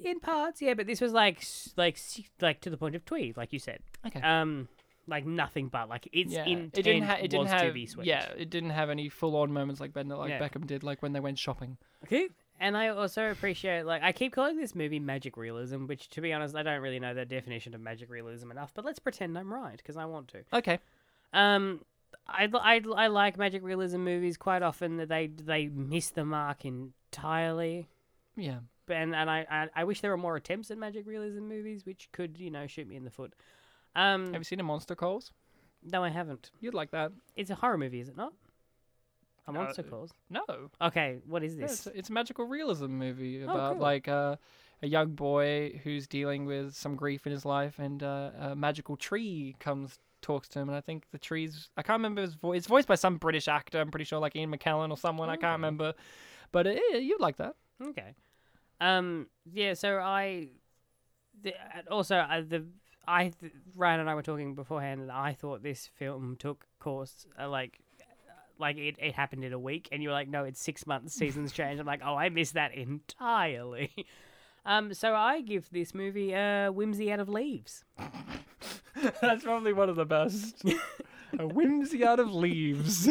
Speaker 3: in parts, yeah, but this was like s- like s- like to the point of twee, like you said.
Speaker 1: Okay.
Speaker 3: Um, like nothing but like its
Speaker 1: yeah,
Speaker 3: intent
Speaker 1: it didn't, ha- it didn't
Speaker 3: was
Speaker 1: have
Speaker 3: to be sweet.
Speaker 1: yeah, it didn't have any full-on moments like Bender like
Speaker 3: Yeah.
Speaker 1: Beckham did, like when they went shopping.
Speaker 3: Okay. And I also appreciate like I keep calling this movie magic realism, which to be honest, I don't really know the definition of magic realism enough. But let's pretend I'm right because I want to.
Speaker 1: Okay,
Speaker 3: Um, I, I, I like magic realism movies quite often that they they miss the mark entirely.
Speaker 1: yeah.
Speaker 3: and and I, I I wish there were more attempts at magic realism movies, which could you know shoot me in the foot. Um,
Speaker 1: Have you seen a Monster Calls?
Speaker 3: no, I haven't.
Speaker 1: You'd like that.
Speaker 3: It's a horror movie, is it not? A
Speaker 1: No,
Speaker 3: monster
Speaker 1: it-
Speaker 3: calls.
Speaker 1: No,
Speaker 3: Okay, what is
Speaker 1: Yeah, Uh, it's,
Speaker 3: this?
Speaker 1: it's a magical realism movie
Speaker 3: Oh,
Speaker 1: about
Speaker 3: cool.
Speaker 1: like uh, a young boy who's dealing with some grief in his life, and uh, a magical tree comes talks to him, and I think the tree's I can't remember his voice. It's voiced by some British actor. I'm pretty sure like Ian McKellen or someone. I
Speaker 3: Oh.
Speaker 1: can't remember, but uh, yeah, you'd like that.
Speaker 3: Okay. Um. Yeah. So I. The, and also, uh, the I th- Ryan and I were talking beforehand, and I thought this film took course uh, like. Like it, it happened in a week, and you were like, "No, it's six months. Seasons change." I'm like, "Oh, I missed that entirely." Um, so I give this movie a whimsy out of leaves.
Speaker 1: That's probably one of the best. a whimsy out of leaves.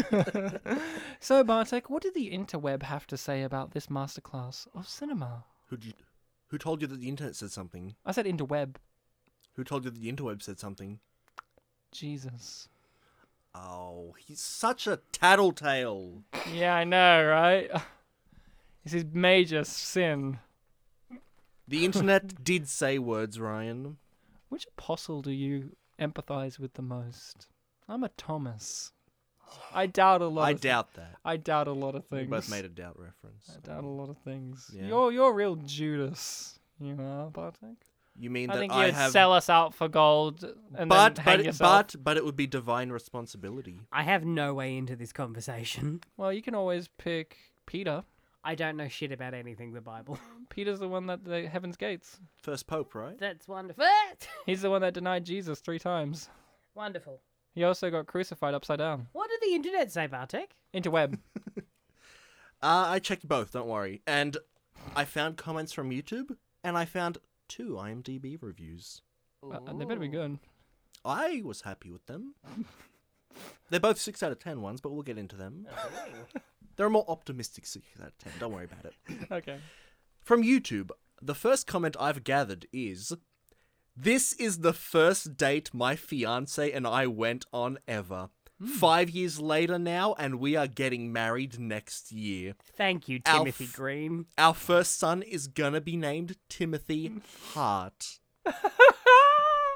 Speaker 1: so Bartek, what did the interweb have to say about this masterclass of cinema?
Speaker 2: Who'd you, Who told you that the internet said something?
Speaker 1: I said interweb.
Speaker 2: Who told you that the interweb said something?
Speaker 1: Jesus.
Speaker 2: Oh, he's such a tattletale.
Speaker 1: Yeah, I know, right? This is major sin.
Speaker 2: The internet did say words, Ryan.
Speaker 1: Which apostle do you empathize with the most? I'm a Thomas. I doubt a lot.
Speaker 2: I
Speaker 1: of thi-
Speaker 2: doubt that.
Speaker 1: I doubt a lot of things.
Speaker 2: We both made a doubt reference.
Speaker 1: I doubt a lot of things.
Speaker 2: Yeah.
Speaker 1: You're you're real Judas. You are, Bartek.
Speaker 2: You mean
Speaker 1: I
Speaker 2: that
Speaker 1: think
Speaker 2: I
Speaker 1: you'd
Speaker 2: have?
Speaker 1: sell us out for gold and
Speaker 2: but
Speaker 1: then hang
Speaker 2: but it-
Speaker 1: yourself.
Speaker 2: but but it would be divine responsibility.
Speaker 3: I have no way into this conversation.
Speaker 1: Well, you can always pick Peter.
Speaker 3: I don't know shit about anything the Bible.
Speaker 1: Peter's the one that the heaven's gates.
Speaker 2: First pope, right?
Speaker 3: That's wonderful.
Speaker 1: He's the one that denied Jesus three times.
Speaker 3: wonderful.
Speaker 1: He also got crucified upside down.
Speaker 3: What did the internet say, Bartek?
Speaker 1: Interweb.
Speaker 2: Uh, I checked both. Don't worry. And I found comments from YouTube, and I found two IMDb reviews.
Speaker 1: Uh, they better be good.
Speaker 2: I was happy with them. They're both six out of ten ones, but we'll get into them.
Speaker 1: Oh,
Speaker 2: They're a more optimistic six out of ten. Don't worry about it.
Speaker 1: Okay.
Speaker 2: From YouTube, the first comment I've gathered is This is the first date my fiance and I went on ever. Five years later now, and we are getting married next year.
Speaker 3: Thank you,
Speaker 2: Alf.
Speaker 3: Timothy Green.
Speaker 2: Our first son is gonna be named Timothy Hart.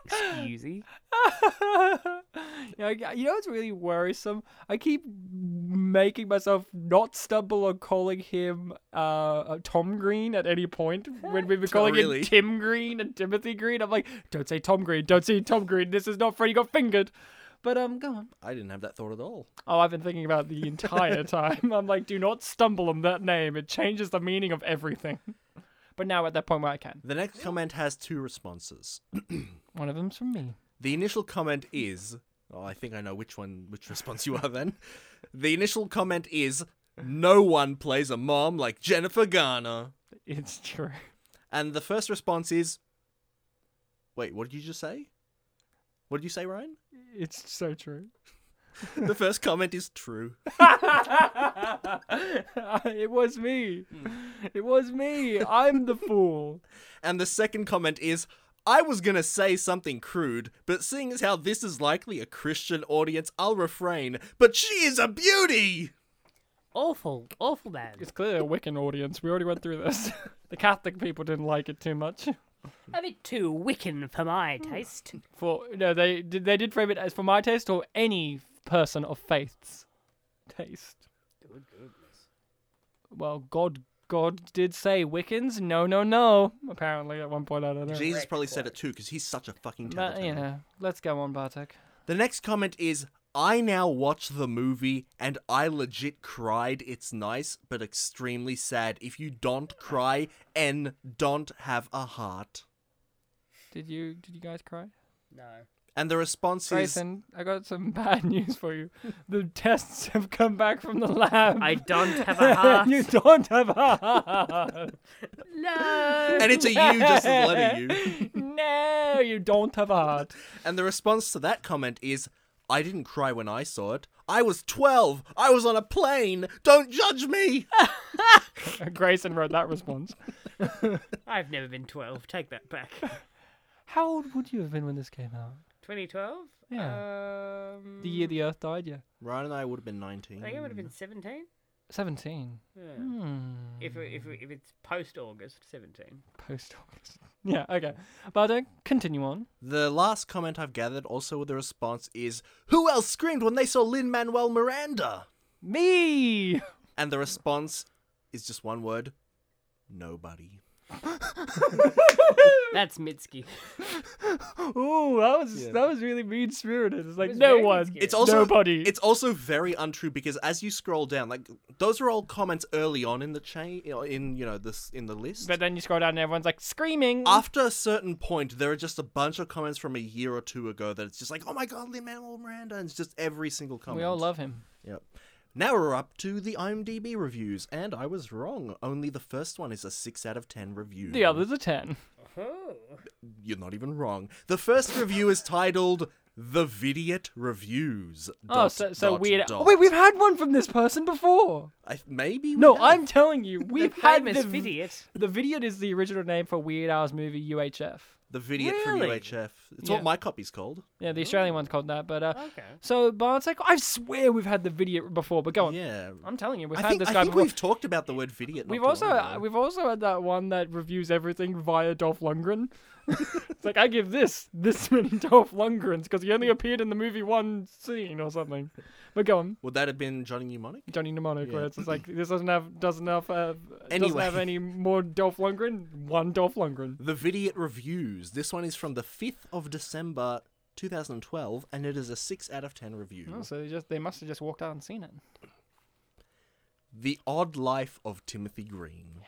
Speaker 3: Excusey.
Speaker 1: you, know, you know what's really worrisome? I keep making myself not stumble on calling him uh, uh, Tom Green at any point when we've been calling
Speaker 2: really?
Speaker 1: him Tim Green and Timothy Green. I'm like, don't say Tom Green, don't say Tom Green. This is not Freddy Got Fingered. But um, go on.
Speaker 2: I didn't have that thought at all.
Speaker 1: Oh, I've been thinking about it the entire time. I'm like, do not stumble on that name. It changes the meaning of everything. But now at that point where I can,
Speaker 2: The next comment has two responses.
Speaker 1: one of them's from me.
Speaker 2: The initial comment is, oh, I think I know which one, which response you are then. The initial comment is, no one plays a mom like Jennifer Garner.
Speaker 1: It's true.
Speaker 2: And the first response is, wait, what did you just say? What did you say, Ryan?
Speaker 1: It's so true.
Speaker 2: the first comment is true.
Speaker 1: it was me. It was me. I'm the fool.
Speaker 2: And the second comment is, I was gonna say something crude, but seeing as how this is likely a Christian audience, I'll refrain. But she is a beauty!
Speaker 3: Awful, awful man.
Speaker 1: It's clearly a Wiccan audience. We already went through this. The Catholic people didn't like it too much.
Speaker 3: A bit too Wiccan for my
Speaker 1: Hmm.
Speaker 3: taste.
Speaker 1: For no, they did. They did frame it as for my taste or any person of faith's taste. Well, God, God did say Wiccans. No, no, no. Apparently, at one point, I don't know.
Speaker 2: Jesus probably said it too, because he's such a fucking
Speaker 1: But,
Speaker 2: tattletale.
Speaker 1: you know, let's go on, Bartek.
Speaker 2: The next comment is I now watch the movie and I legit cried. It's nice, but extremely sad. If you don't cry and don't have a heart.
Speaker 1: Did you? Did you guys cry?
Speaker 3: No.
Speaker 2: And the response is
Speaker 1: Grayson, I got some bad news for you. The tests have come back from the lab.
Speaker 3: I don't have a heart.
Speaker 1: you don't have a heart.
Speaker 3: no.
Speaker 2: And it's a you just as the letter you.
Speaker 1: no, you don't have a heart.
Speaker 2: And the response to that comment is I didn't cry when I saw it. I was 12. I was on a plane. Don't judge me.
Speaker 1: Uh, Grayson wrote that response.
Speaker 3: I've never been 12. Take that back.
Speaker 1: How old would you have been when this came out?
Speaker 3: 2012? Yeah. Um,
Speaker 1: The year the Earth died, yeah.
Speaker 2: Ryan and I would have been
Speaker 3: I
Speaker 2: 19.
Speaker 3: think it would have been 17.
Speaker 1: 17.
Speaker 3: Yeah.
Speaker 1: Hmm.
Speaker 3: If, it- if, it- if it's post August 17.
Speaker 1: Post August. Yeah, okay. But uh, continue on.
Speaker 2: The last comment I've gathered also with the response is Who else screamed when they saw Lin Manuel Miranda?
Speaker 1: Me!
Speaker 2: And the response is just one word nobody.
Speaker 3: That's Mitski.
Speaker 1: Ooh, that was
Speaker 2: Yeah.
Speaker 1: that was really mean spirited. It's like
Speaker 3: was
Speaker 1: no
Speaker 3: very
Speaker 1: one.
Speaker 3: mean-spirited.
Speaker 2: It's also
Speaker 1: nobody.
Speaker 2: It's also very untrue because as you scroll down, like those are all comments early on in the chain, in you know this in the list.
Speaker 1: But then you scroll down and everyone's like screaming.
Speaker 2: after a certain point, there are just a bunch of comments from a year or two ago that it's just like, oh my god, Lin Manuel Miranda, and it's just every single comment.
Speaker 1: we all love him.
Speaker 2: Yep. Now we're up to the IMDb reviews, and I was wrong. Only the first one is a six out of ten review.
Speaker 1: The other's a ten.
Speaker 3: Oh.
Speaker 2: You're not even wrong. The first review is titled The Vidiot Reviews.
Speaker 1: Oh,
Speaker 2: dot,
Speaker 1: so, so
Speaker 2: dot,
Speaker 1: weird.
Speaker 2: dot.
Speaker 1: Oh, wait, we've had one from this person before.
Speaker 2: I, maybe. we
Speaker 1: No,
Speaker 2: have.
Speaker 1: I'm telling you, we've had
Speaker 3: famous
Speaker 1: the v-
Speaker 3: idiot.
Speaker 1: the video is the original name for Weird Al's movie UHF.
Speaker 2: The Vidiot from
Speaker 3: Really?
Speaker 2: UHF. It's
Speaker 1: Yeah.
Speaker 2: what my copy's called.
Speaker 1: Yeah, the Australian one's called that. But uh,
Speaker 3: Okay.
Speaker 1: so Bartek, I swear we've had the video before. But go on.
Speaker 2: Yeah.
Speaker 1: I'm telling you, we've
Speaker 2: I
Speaker 1: had
Speaker 2: think,
Speaker 1: this
Speaker 2: I
Speaker 1: guy
Speaker 2: think
Speaker 1: before.
Speaker 2: we've talked about the word Vidiot. not
Speaker 1: We've
Speaker 2: too
Speaker 1: also uh,
Speaker 2: long ago.
Speaker 1: we've also had that one that reviews everything via Dolph Lundgren. it's like I give this this many Dolph Lundgrens because he only appeared in the movie one scene or something. But go on,
Speaker 2: Would that have been Johnny Mnemonic?
Speaker 1: Johnny Mnemonic. Where
Speaker 2: Yeah.
Speaker 1: it's just like this doesn't have doesn't have uh, doesn't
Speaker 2: Anyway.
Speaker 1: have any more Dolph Lundgren. One Dolph Lundgren.
Speaker 2: The Vidiot Reviews. This one is from the 5th of December 2012, and it is a 6 out of 10 review.
Speaker 1: Oh, so they just they must have just walked out and seen it.
Speaker 2: The Odd Life of Timothy Green.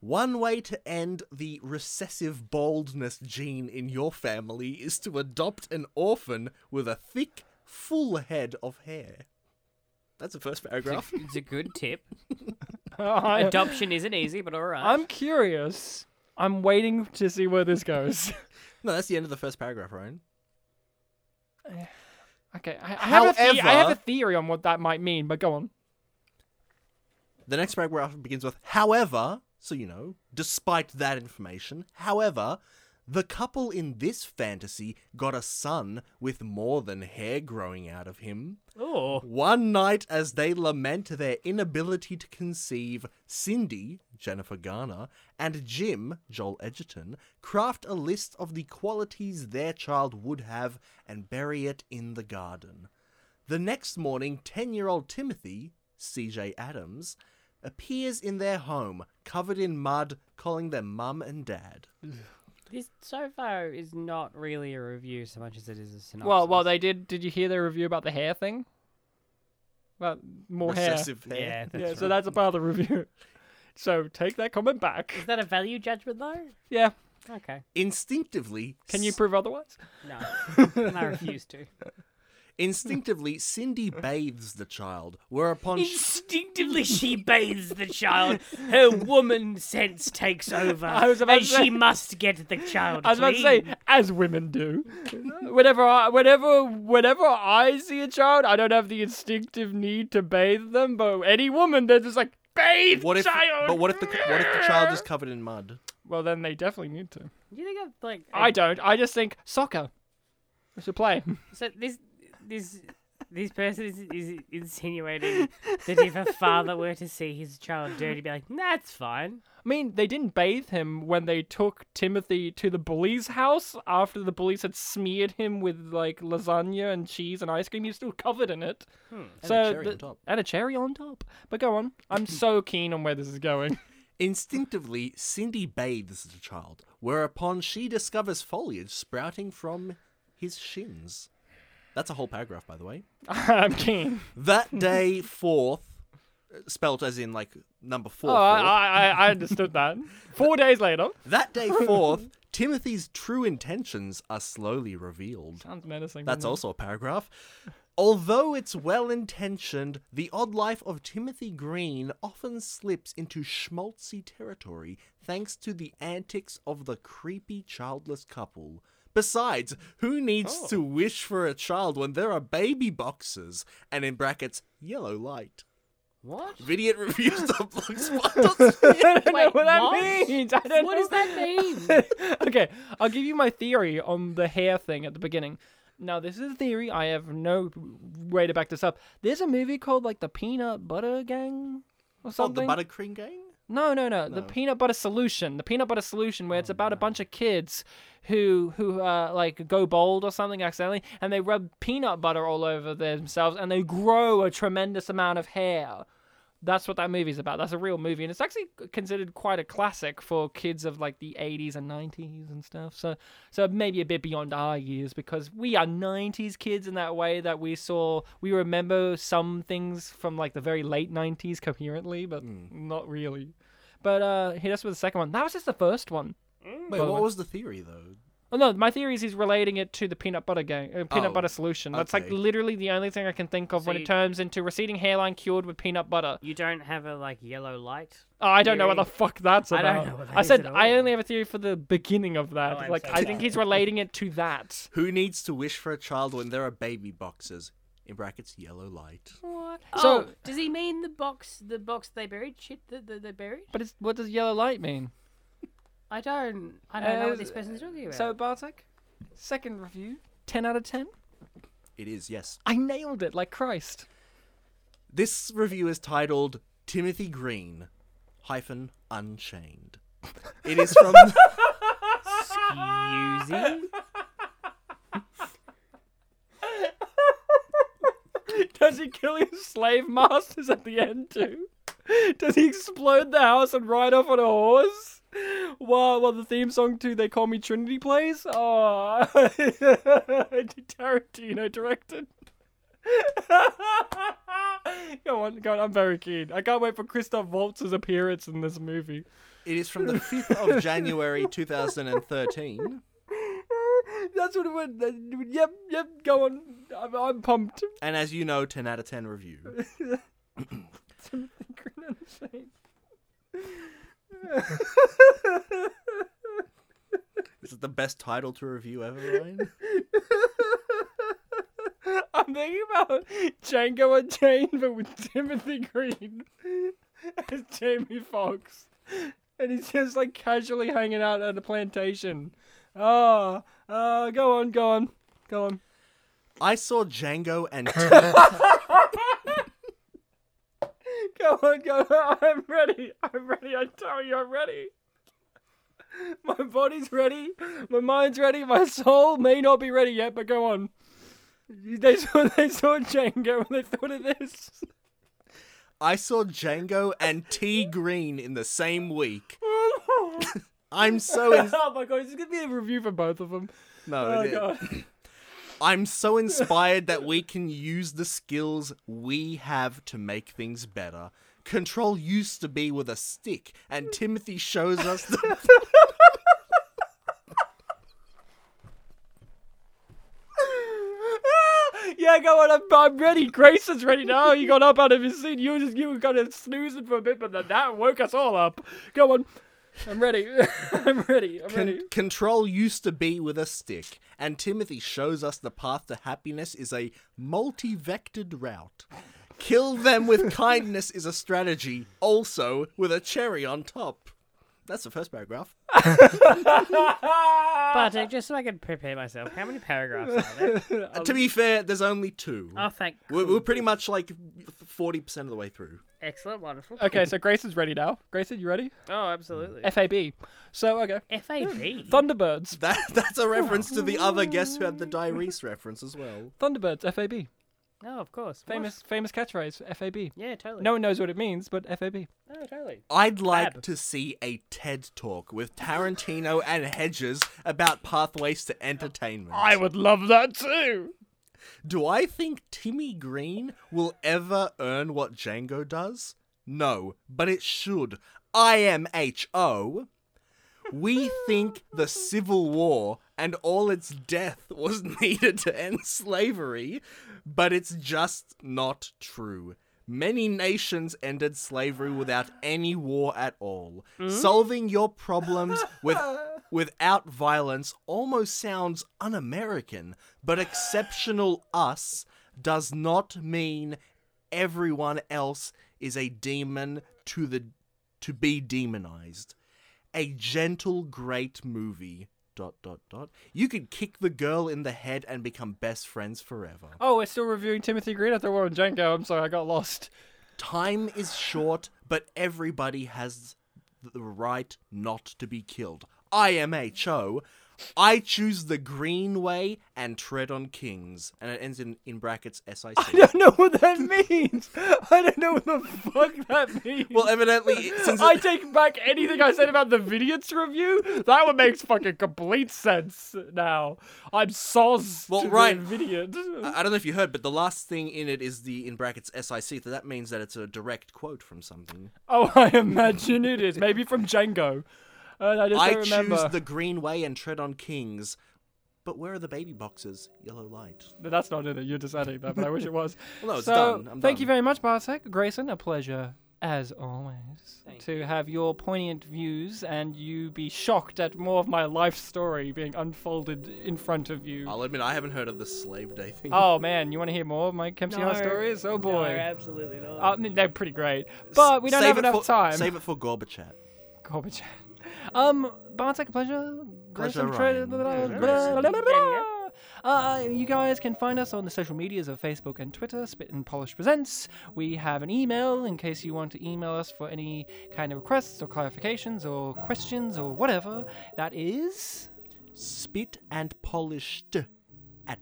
Speaker 2: One way to end the recessive baldness gene in your family is to adopt an orphan with a thick, full head of hair. That's the first paragraph.
Speaker 4: It's a, it's a good tip.
Speaker 1: I,
Speaker 4: Adoption isn't easy, but all right.
Speaker 1: I'm curious. I'm waiting to see where this goes.
Speaker 2: No, that's the end of the first paragraph, Ryan.
Speaker 1: okay, I, I have a the- I have a
Speaker 2: However-
Speaker 1: theory on what that might mean, but go on.
Speaker 2: The next paragraph begins with, however, so you know, despite that information, however, the couple in this fantasy got a son with more than hair growing out of him.
Speaker 4: Oh,
Speaker 2: One night, as they lament their inability to conceive, Cindy, Jennifer Garner, and Jim, Joel Edgerton, craft a list of the qualities their child would have and bury it in the garden. The next morning, 10 year old Timothy, CJ Adams, appears in their home, covered in mud, calling them mum and dad.
Speaker 4: this so far is not really a review so much as it is a synopsis.
Speaker 1: Well, well, they did. Did you hear their review about the hair thing? About more
Speaker 2: Recessive
Speaker 4: yeah,
Speaker 2: hair.
Speaker 1: hair.
Speaker 4: that's
Speaker 1: yeah, so
Speaker 4: right.
Speaker 1: that's a part of the review. So take that comment back.
Speaker 3: Is that a value judgment though?
Speaker 1: Yeah.
Speaker 4: okay.
Speaker 2: Instinctively,
Speaker 1: Can you prove otherwise?
Speaker 4: No, and I refuse to.
Speaker 2: instinctively Cindy bathes the child, whereupon she-
Speaker 4: Instinctively, she bathes the child. Her woman sense takes over,
Speaker 1: I was about
Speaker 4: and
Speaker 1: to
Speaker 4: she
Speaker 1: say-
Speaker 4: must get the child.
Speaker 1: I was about to say,
Speaker 4: clean.
Speaker 1: as women do. whenever I, whenever, whenever I see a child, I don't have the instinctive need to bathe them. But any woman, they're just like bathe
Speaker 2: What if?
Speaker 1: child.
Speaker 2: But what if the what if the child is covered in mud?
Speaker 1: Well, then they definitely need to.
Speaker 3: Do you think I've like
Speaker 1: I don't. I just think soccer. We should play.
Speaker 4: So this, this, this person is, is insinuating that if a father were to see his child dirty, he'd be like, "That's fine."
Speaker 1: I mean, they didn't bathe him when they took Timothy to the bully's house after the bullies had smeared him with like lasagna and cheese and ice cream. He was still covered in it.
Speaker 2: a
Speaker 1: so
Speaker 2: cherry on
Speaker 1: the-
Speaker 2: top.
Speaker 1: And a cherry on top. But go on. I'm so keen on where this is going.
Speaker 2: Instinctively, Cindy bathes the child, whereupon she discovers foliage sprouting from his shins. That's a whole paragraph, by the way.
Speaker 1: I'm keen.
Speaker 2: That day, fourth, spelt as in like number four.
Speaker 1: Oh, I,
Speaker 2: fourth.
Speaker 1: I, I- I understood that. Four days later.
Speaker 2: That day, fourth, Timothy's true intentions are slowly revealed.
Speaker 1: Sounds menacing.
Speaker 2: That's
Speaker 1: doesn't it?
Speaker 2: also a paragraph. Although it's well intentioned, the odd life of Timothy Green often slips into schmaltzy territory thanks to the antics of the creepy childless couple. Besides, who needs to wish for a child when there are baby boxes and in brackets yellow light?
Speaker 3: what?
Speaker 2: Vidiot reviews the blogspot.
Speaker 1: I don't know
Speaker 3: Wait,
Speaker 1: what that
Speaker 3: what?
Speaker 1: means. I don't
Speaker 3: What
Speaker 1: know.
Speaker 3: does that mean?
Speaker 1: okay, I'll give you my theory on the hair thing at the beginning. Now, this is a theory. I have no way to back this up. There's a movie called like the Peanut Butter Gang or
Speaker 2: Oh, the
Speaker 1: something.
Speaker 2: buttercream gang?
Speaker 1: no, no, no, The Peanut Butter Solution. The Peanut Butter Solution, where it's about a bunch of kids who who uh, like go bald or something accidentally, and they rub peanut butter all over themselves, and they grow a tremendous amount of hair. That's what that movie's about. That's a real movie, and it's actually considered quite a classic for kids of like the '80s and '90s and stuff. So, so maybe a bit beyond our years because we are '90s kids in that way that we saw, we remember some things from like the very late '90s coherently, but not really. But uh, hit us with the second one. That was just the first one.
Speaker 2: Wait, what was the theory though?
Speaker 1: Oh no, my theory is he's relating it to the peanut butter gang, uh, peanut
Speaker 2: Oh,
Speaker 1: butter solution. That's like
Speaker 2: okay.
Speaker 1: literally the only thing I can think of when
Speaker 4: So
Speaker 1: it
Speaker 4: you-
Speaker 1: turns into receding hairline cured with peanut butter.
Speaker 4: You don't have a like yellow light.
Speaker 1: Oh, I don't know what the
Speaker 4: Theory.
Speaker 1: fuck that's
Speaker 4: I
Speaker 1: about.
Speaker 4: don't know what that
Speaker 1: I
Speaker 4: is
Speaker 1: said
Speaker 4: at
Speaker 1: I
Speaker 4: all.
Speaker 1: only have a theory for the beginning of that.
Speaker 4: Oh, I'm
Speaker 1: like
Speaker 4: so
Speaker 1: I think he's relating it to that.
Speaker 2: Who needs to wish for a child when there are baby boxes? In brackets, yellow light.
Speaker 3: What?
Speaker 1: So-
Speaker 3: oh, does he mean the box? The box they buried? Shit that that they buried?
Speaker 1: But it's, what does yellow light mean?
Speaker 3: I don't. I don't know
Speaker 1: Uh,
Speaker 3: what this person's talking about.
Speaker 1: So Bartek, second review, ten out of ten.
Speaker 2: It is, yes.
Speaker 1: I nailed it like Christ.
Speaker 2: This review is titled Timothy Green hyphen Unchained. It is from
Speaker 4: Excuse me?
Speaker 1: Does he kill his slave masters at the end too? Does he explode the house and ride off on a horse? While while the theme song to They Call Me Trinity plays? Oh, Tarantino directed. go on, go on, I'm very keen. I can't wait for Christoph Waltz's appearance in this movie.
Speaker 2: it is from the 5th of January 2013.
Speaker 1: That's what it would. Yep, yep, go on. I'm, I'm pumped.
Speaker 2: And as you know, 10 out of 10 review.
Speaker 1: Timothy Green on the same.
Speaker 2: This is the best title to review ever, Ryan.
Speaker 1: I'm thinking about Django Unchained, but with Timothy Green as Jamie Foxx. And he's just like casually hanging out at a plantation. Oh, uh, go on, go on, go on.
Speaker 2: I saw Django and
Speaker 1: Go on, go on. I'm ready. I'm ready. I tell you, I'm ready. My body's ready. My mind's ready. My soul may not be ready yet, but go on. They saw, they saw Django and they thought of this.
Speaker 2: I saw Django and T Green in the same week. I'm so in-
Speaker 1: oh my god, this is gonna be a review for both of them.
Speaker 2: no.
Speaker 1: Oh
Speaker 2: it-
Speaker 1: god.
Speaker 2: I'm so inspired that we can use the skills we have to make things better. Control used to be with a stick, and Timothy shows us the.
Speaker 1: yeah, go on. I'm, I'm ready. Grayson's ready now. He got up out of his seat. You were just you were kind of snoozing for a bit, but then that woke us all up. Go on. I'm ready. I'm ready. I'm ready.
Speaker 2: Con- control used to be with a stick, and Timothy shows us the path to happiness is a multi vectored route. Kill them with kindness is a strategy, also with a cherry on top. That's the first paragraph.
Speaker 4: But uh, just so I can prepare myself, how many paragraphs are there?
Speaker 2: Uh, to be fair, there's only two.
Speaker 4: Oh,
Speaker 3: Ah,
Speaker 4: thank
Speaker 2: We're, we're pretty much like 40% of the way through.
Speaker 4: Excellent, wonderful.
Speaker 1: Okay, so Grayson's ready now. Grayson, you ready?
Speaker 4: Oh, absolutely.
Speaker 1: FAB. So okay,
Speaker 4: FAB.
Speaker 1: Thunderbirds.
Speaker 2: That that's a reference to the other guest who had the diarrhea reference as well.
Speaker 1: Thunderbirds. FAB.
Speaker 4: No, Oh, of course. What?
Speaker 1: Hmm. Famous famous catchphrase. FAB.
Speaker 4: Yeah, totally.
Speaker 1: No one knows what it means, but FAB.
Speaker 4: no totally.
Speaker 2: I'd like to see a TED talk with Tarantino and Hedges about pathways to entertainment.
Speaker 1: would love that too.
Speaker 2: Do I think Timmy Green will ever earn what Django does? No, but it should. I am H O. We think the Civil War and all its death was needed to end slavery, but it's just not true. Many nations ended slavery without any war at all. Solving your problems with without violence almost sounds un American, but exceptional us does not mean everyone else is a demon to the to be demonized. A gentle great movie. Dot dot dot. You could kick the girl in the head and become best friends forever.
Speaker 1: Oh, we're still reviewing Timothy Green. I thought we were on Django. I'm sorry, I got lost.
Speaker 2: Time is short, but everybody has the right not to be killed. I am H.O. I choose the green way and tread on kings. And it ends in, in brackets
Speaker 1: I
Speaker 2: S-I-C.
Speaker 1: don't know what that means. I don't know what the fuck that means.
Speaker 2: Well, evidently, it- since
Speaker 1: I
Speaker 2: it,
Speaker 1: take back anything I said about the Vidiot's review. That one makes fucking complete sense now. I'm soz
Speaker 2: Well,
Speaker 1: to
Speaker 2: right.
Speaker 1: the Vidiot.
Speaker 2: I I don't know if you heard, but the last thing in it is the in brackets SIC, so that means that it's a direct quote from something.
Speaker 1: Oh, I imagine it is. Maybe from Django. And I just
Speaker 2: I
Speaker 1: don't remember.
Speaker 2: choose the green way and tread on kings. But where are the baby boxes? Yellow light.
Speaker 1: No, That's not in it. You're just adding that, but I wish it was.
Speaker 2: Well, no, it's
Speaker 1: so,
Speaker 2: done. I'm
Speaker 1: thank you
Speaker 2: done.
Speaker 1: very much, Bartek. Grayson, a pleasure, as always, to have your poignant views and you be shocked at more of my life story being unfolded in front of you.
Speaker 2: I'll admit I haven't heard of the slave day thing.
Speaker 1: Oh, man, you want to hear more of my Kempsey Horror stories? Oh,
Speaker 3: No,
Speaker 1: boy.
Speaker 3: absolutely not.
Speaker 1: Uh, they're pretty great. But oh, we don't
Speaker 2: Save
Speaker 1: have
Speaker 2: it
Speaker 1: enough
Speaker 2: for-
Speaker 1: time.
Speaker 2: Save it for Gorbachev.
Speaker 1: Gorbachev. Um, Bartek, a pleasure.
Speaker 2: Pleasure,
Speaker 1: Grayson,
Speaker 2: Ryan.
Speaker 1: tra- blah,
Speaker 2: Yeah,
Speaker 1: blah,
Speaker 2: Grayson.
Speaker 1: blah, blah, blah. Uh, you guys can find us on the social medias of Facebook and Twitter, Spit and Polish Presents. We have an email in case you want to email us for any kind of requests or clarifications or questions or whatever. That is.
Speaker 2: Spit and polished at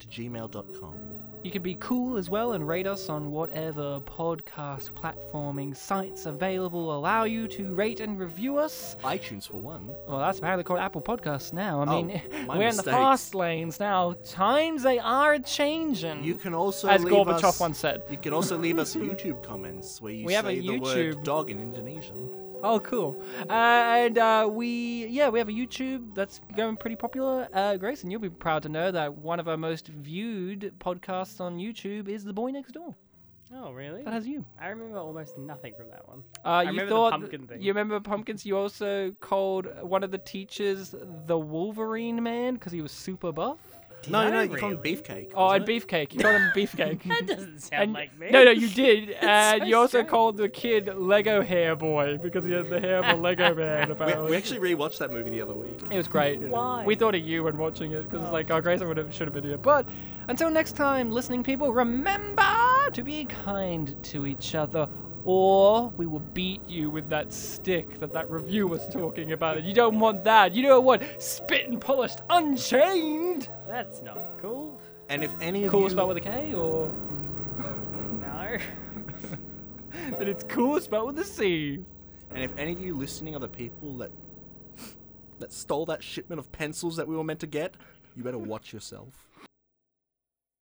Speaker 2: gmail.com.
Speaker 1: You can be cool as well and rate us on whatever podcast platforming sites available allow you to rate and review us.
Speaker 2: iTunes for one.
Speaker 1: Well, that's apparently called Apple Podcasts now. I
Speaker 2: Oh,
Speaker 1: mean,
Speaker 2: my
Speaker 1: we're in the
Speaker 2: mistakes.
Speaker 1: fast lanes now. Times they are changing.
Speaker 2: You can also
Speaker 1: as
Speaker 2: leave
Speaker 1: Gorbachev
Speaker 2: us-
Speaker 1: once said.
Speaker 2: You can also leave us YouTube comments where you
Speaker 1: We
Speaker 2: say
Speaker 1: have a
Speaker 2: the word
Speaker 1: YouTube.
Speaker 2: dog in Indonesian.
Speaker 1: Oh, cool. Uh, and uh, we, yeah, we have a YouTube that's going pretty popular. Uh, Grayson, you'll be proud to know that one of our most viewed podcasts on YouTube is The Boy Next Door.
Speaker 4: Oh, really?
Speaker 1: That has you.
Speaker 4: I remember almost nothing from that one.
Speaker 1: Uh, you
Speaker 4: remember the
Speaker 1: thought
Speaker 4: pumpkin thing.
Speaker 1: You remember pumpkins? You also called one of the teachers the Wolverine Man because he was super buff.
Speaker 2: no, no,
Speaker 4: I
Speaker 2: you call him
Speaker 4: really?
Speaker 2: beefcake.
Speaker 1: Oh, and
Speaker 2: wasn't it?
Speaker 1: Beefcake. You called him Beefcake.
Speaker 4: That doesn't sound
Speaker 1: And-
Speaker 4: like me.
Speaker 1: No, no, you did. and
Speaker 4: so
Speaker 1: you also
Speaker 4: strange.
Speaker 1: called the kid Lego Hair Boy because he had the hair of a Lego man, apparently.
Speaker 2: We, we actually rewatched that movie the other week.
Speaker 1: it was great.
Speaker 3: Why?
Speaker 1: We thought of you when watching it because it's like, oh, Grayson would have, should have been here. But until next time, listening people, remember to be kind to each other. Or we will beat you with that stick that that review was talking about. And you don't want that. You don't want spit and polished, unchained.
Speaker 4: That's not cool.
Speaker 2: And if any of
Speaker 1: Cool
Speaker 2: you,
Speaker 1: spelled with a K, or
Speaker 4: No.
Speaker 1: then it's cool spelled with a C.
Speaker 2: and if any of you listening are the people that that stole that shipment of pencils that we were meant to get, you better watch yourself.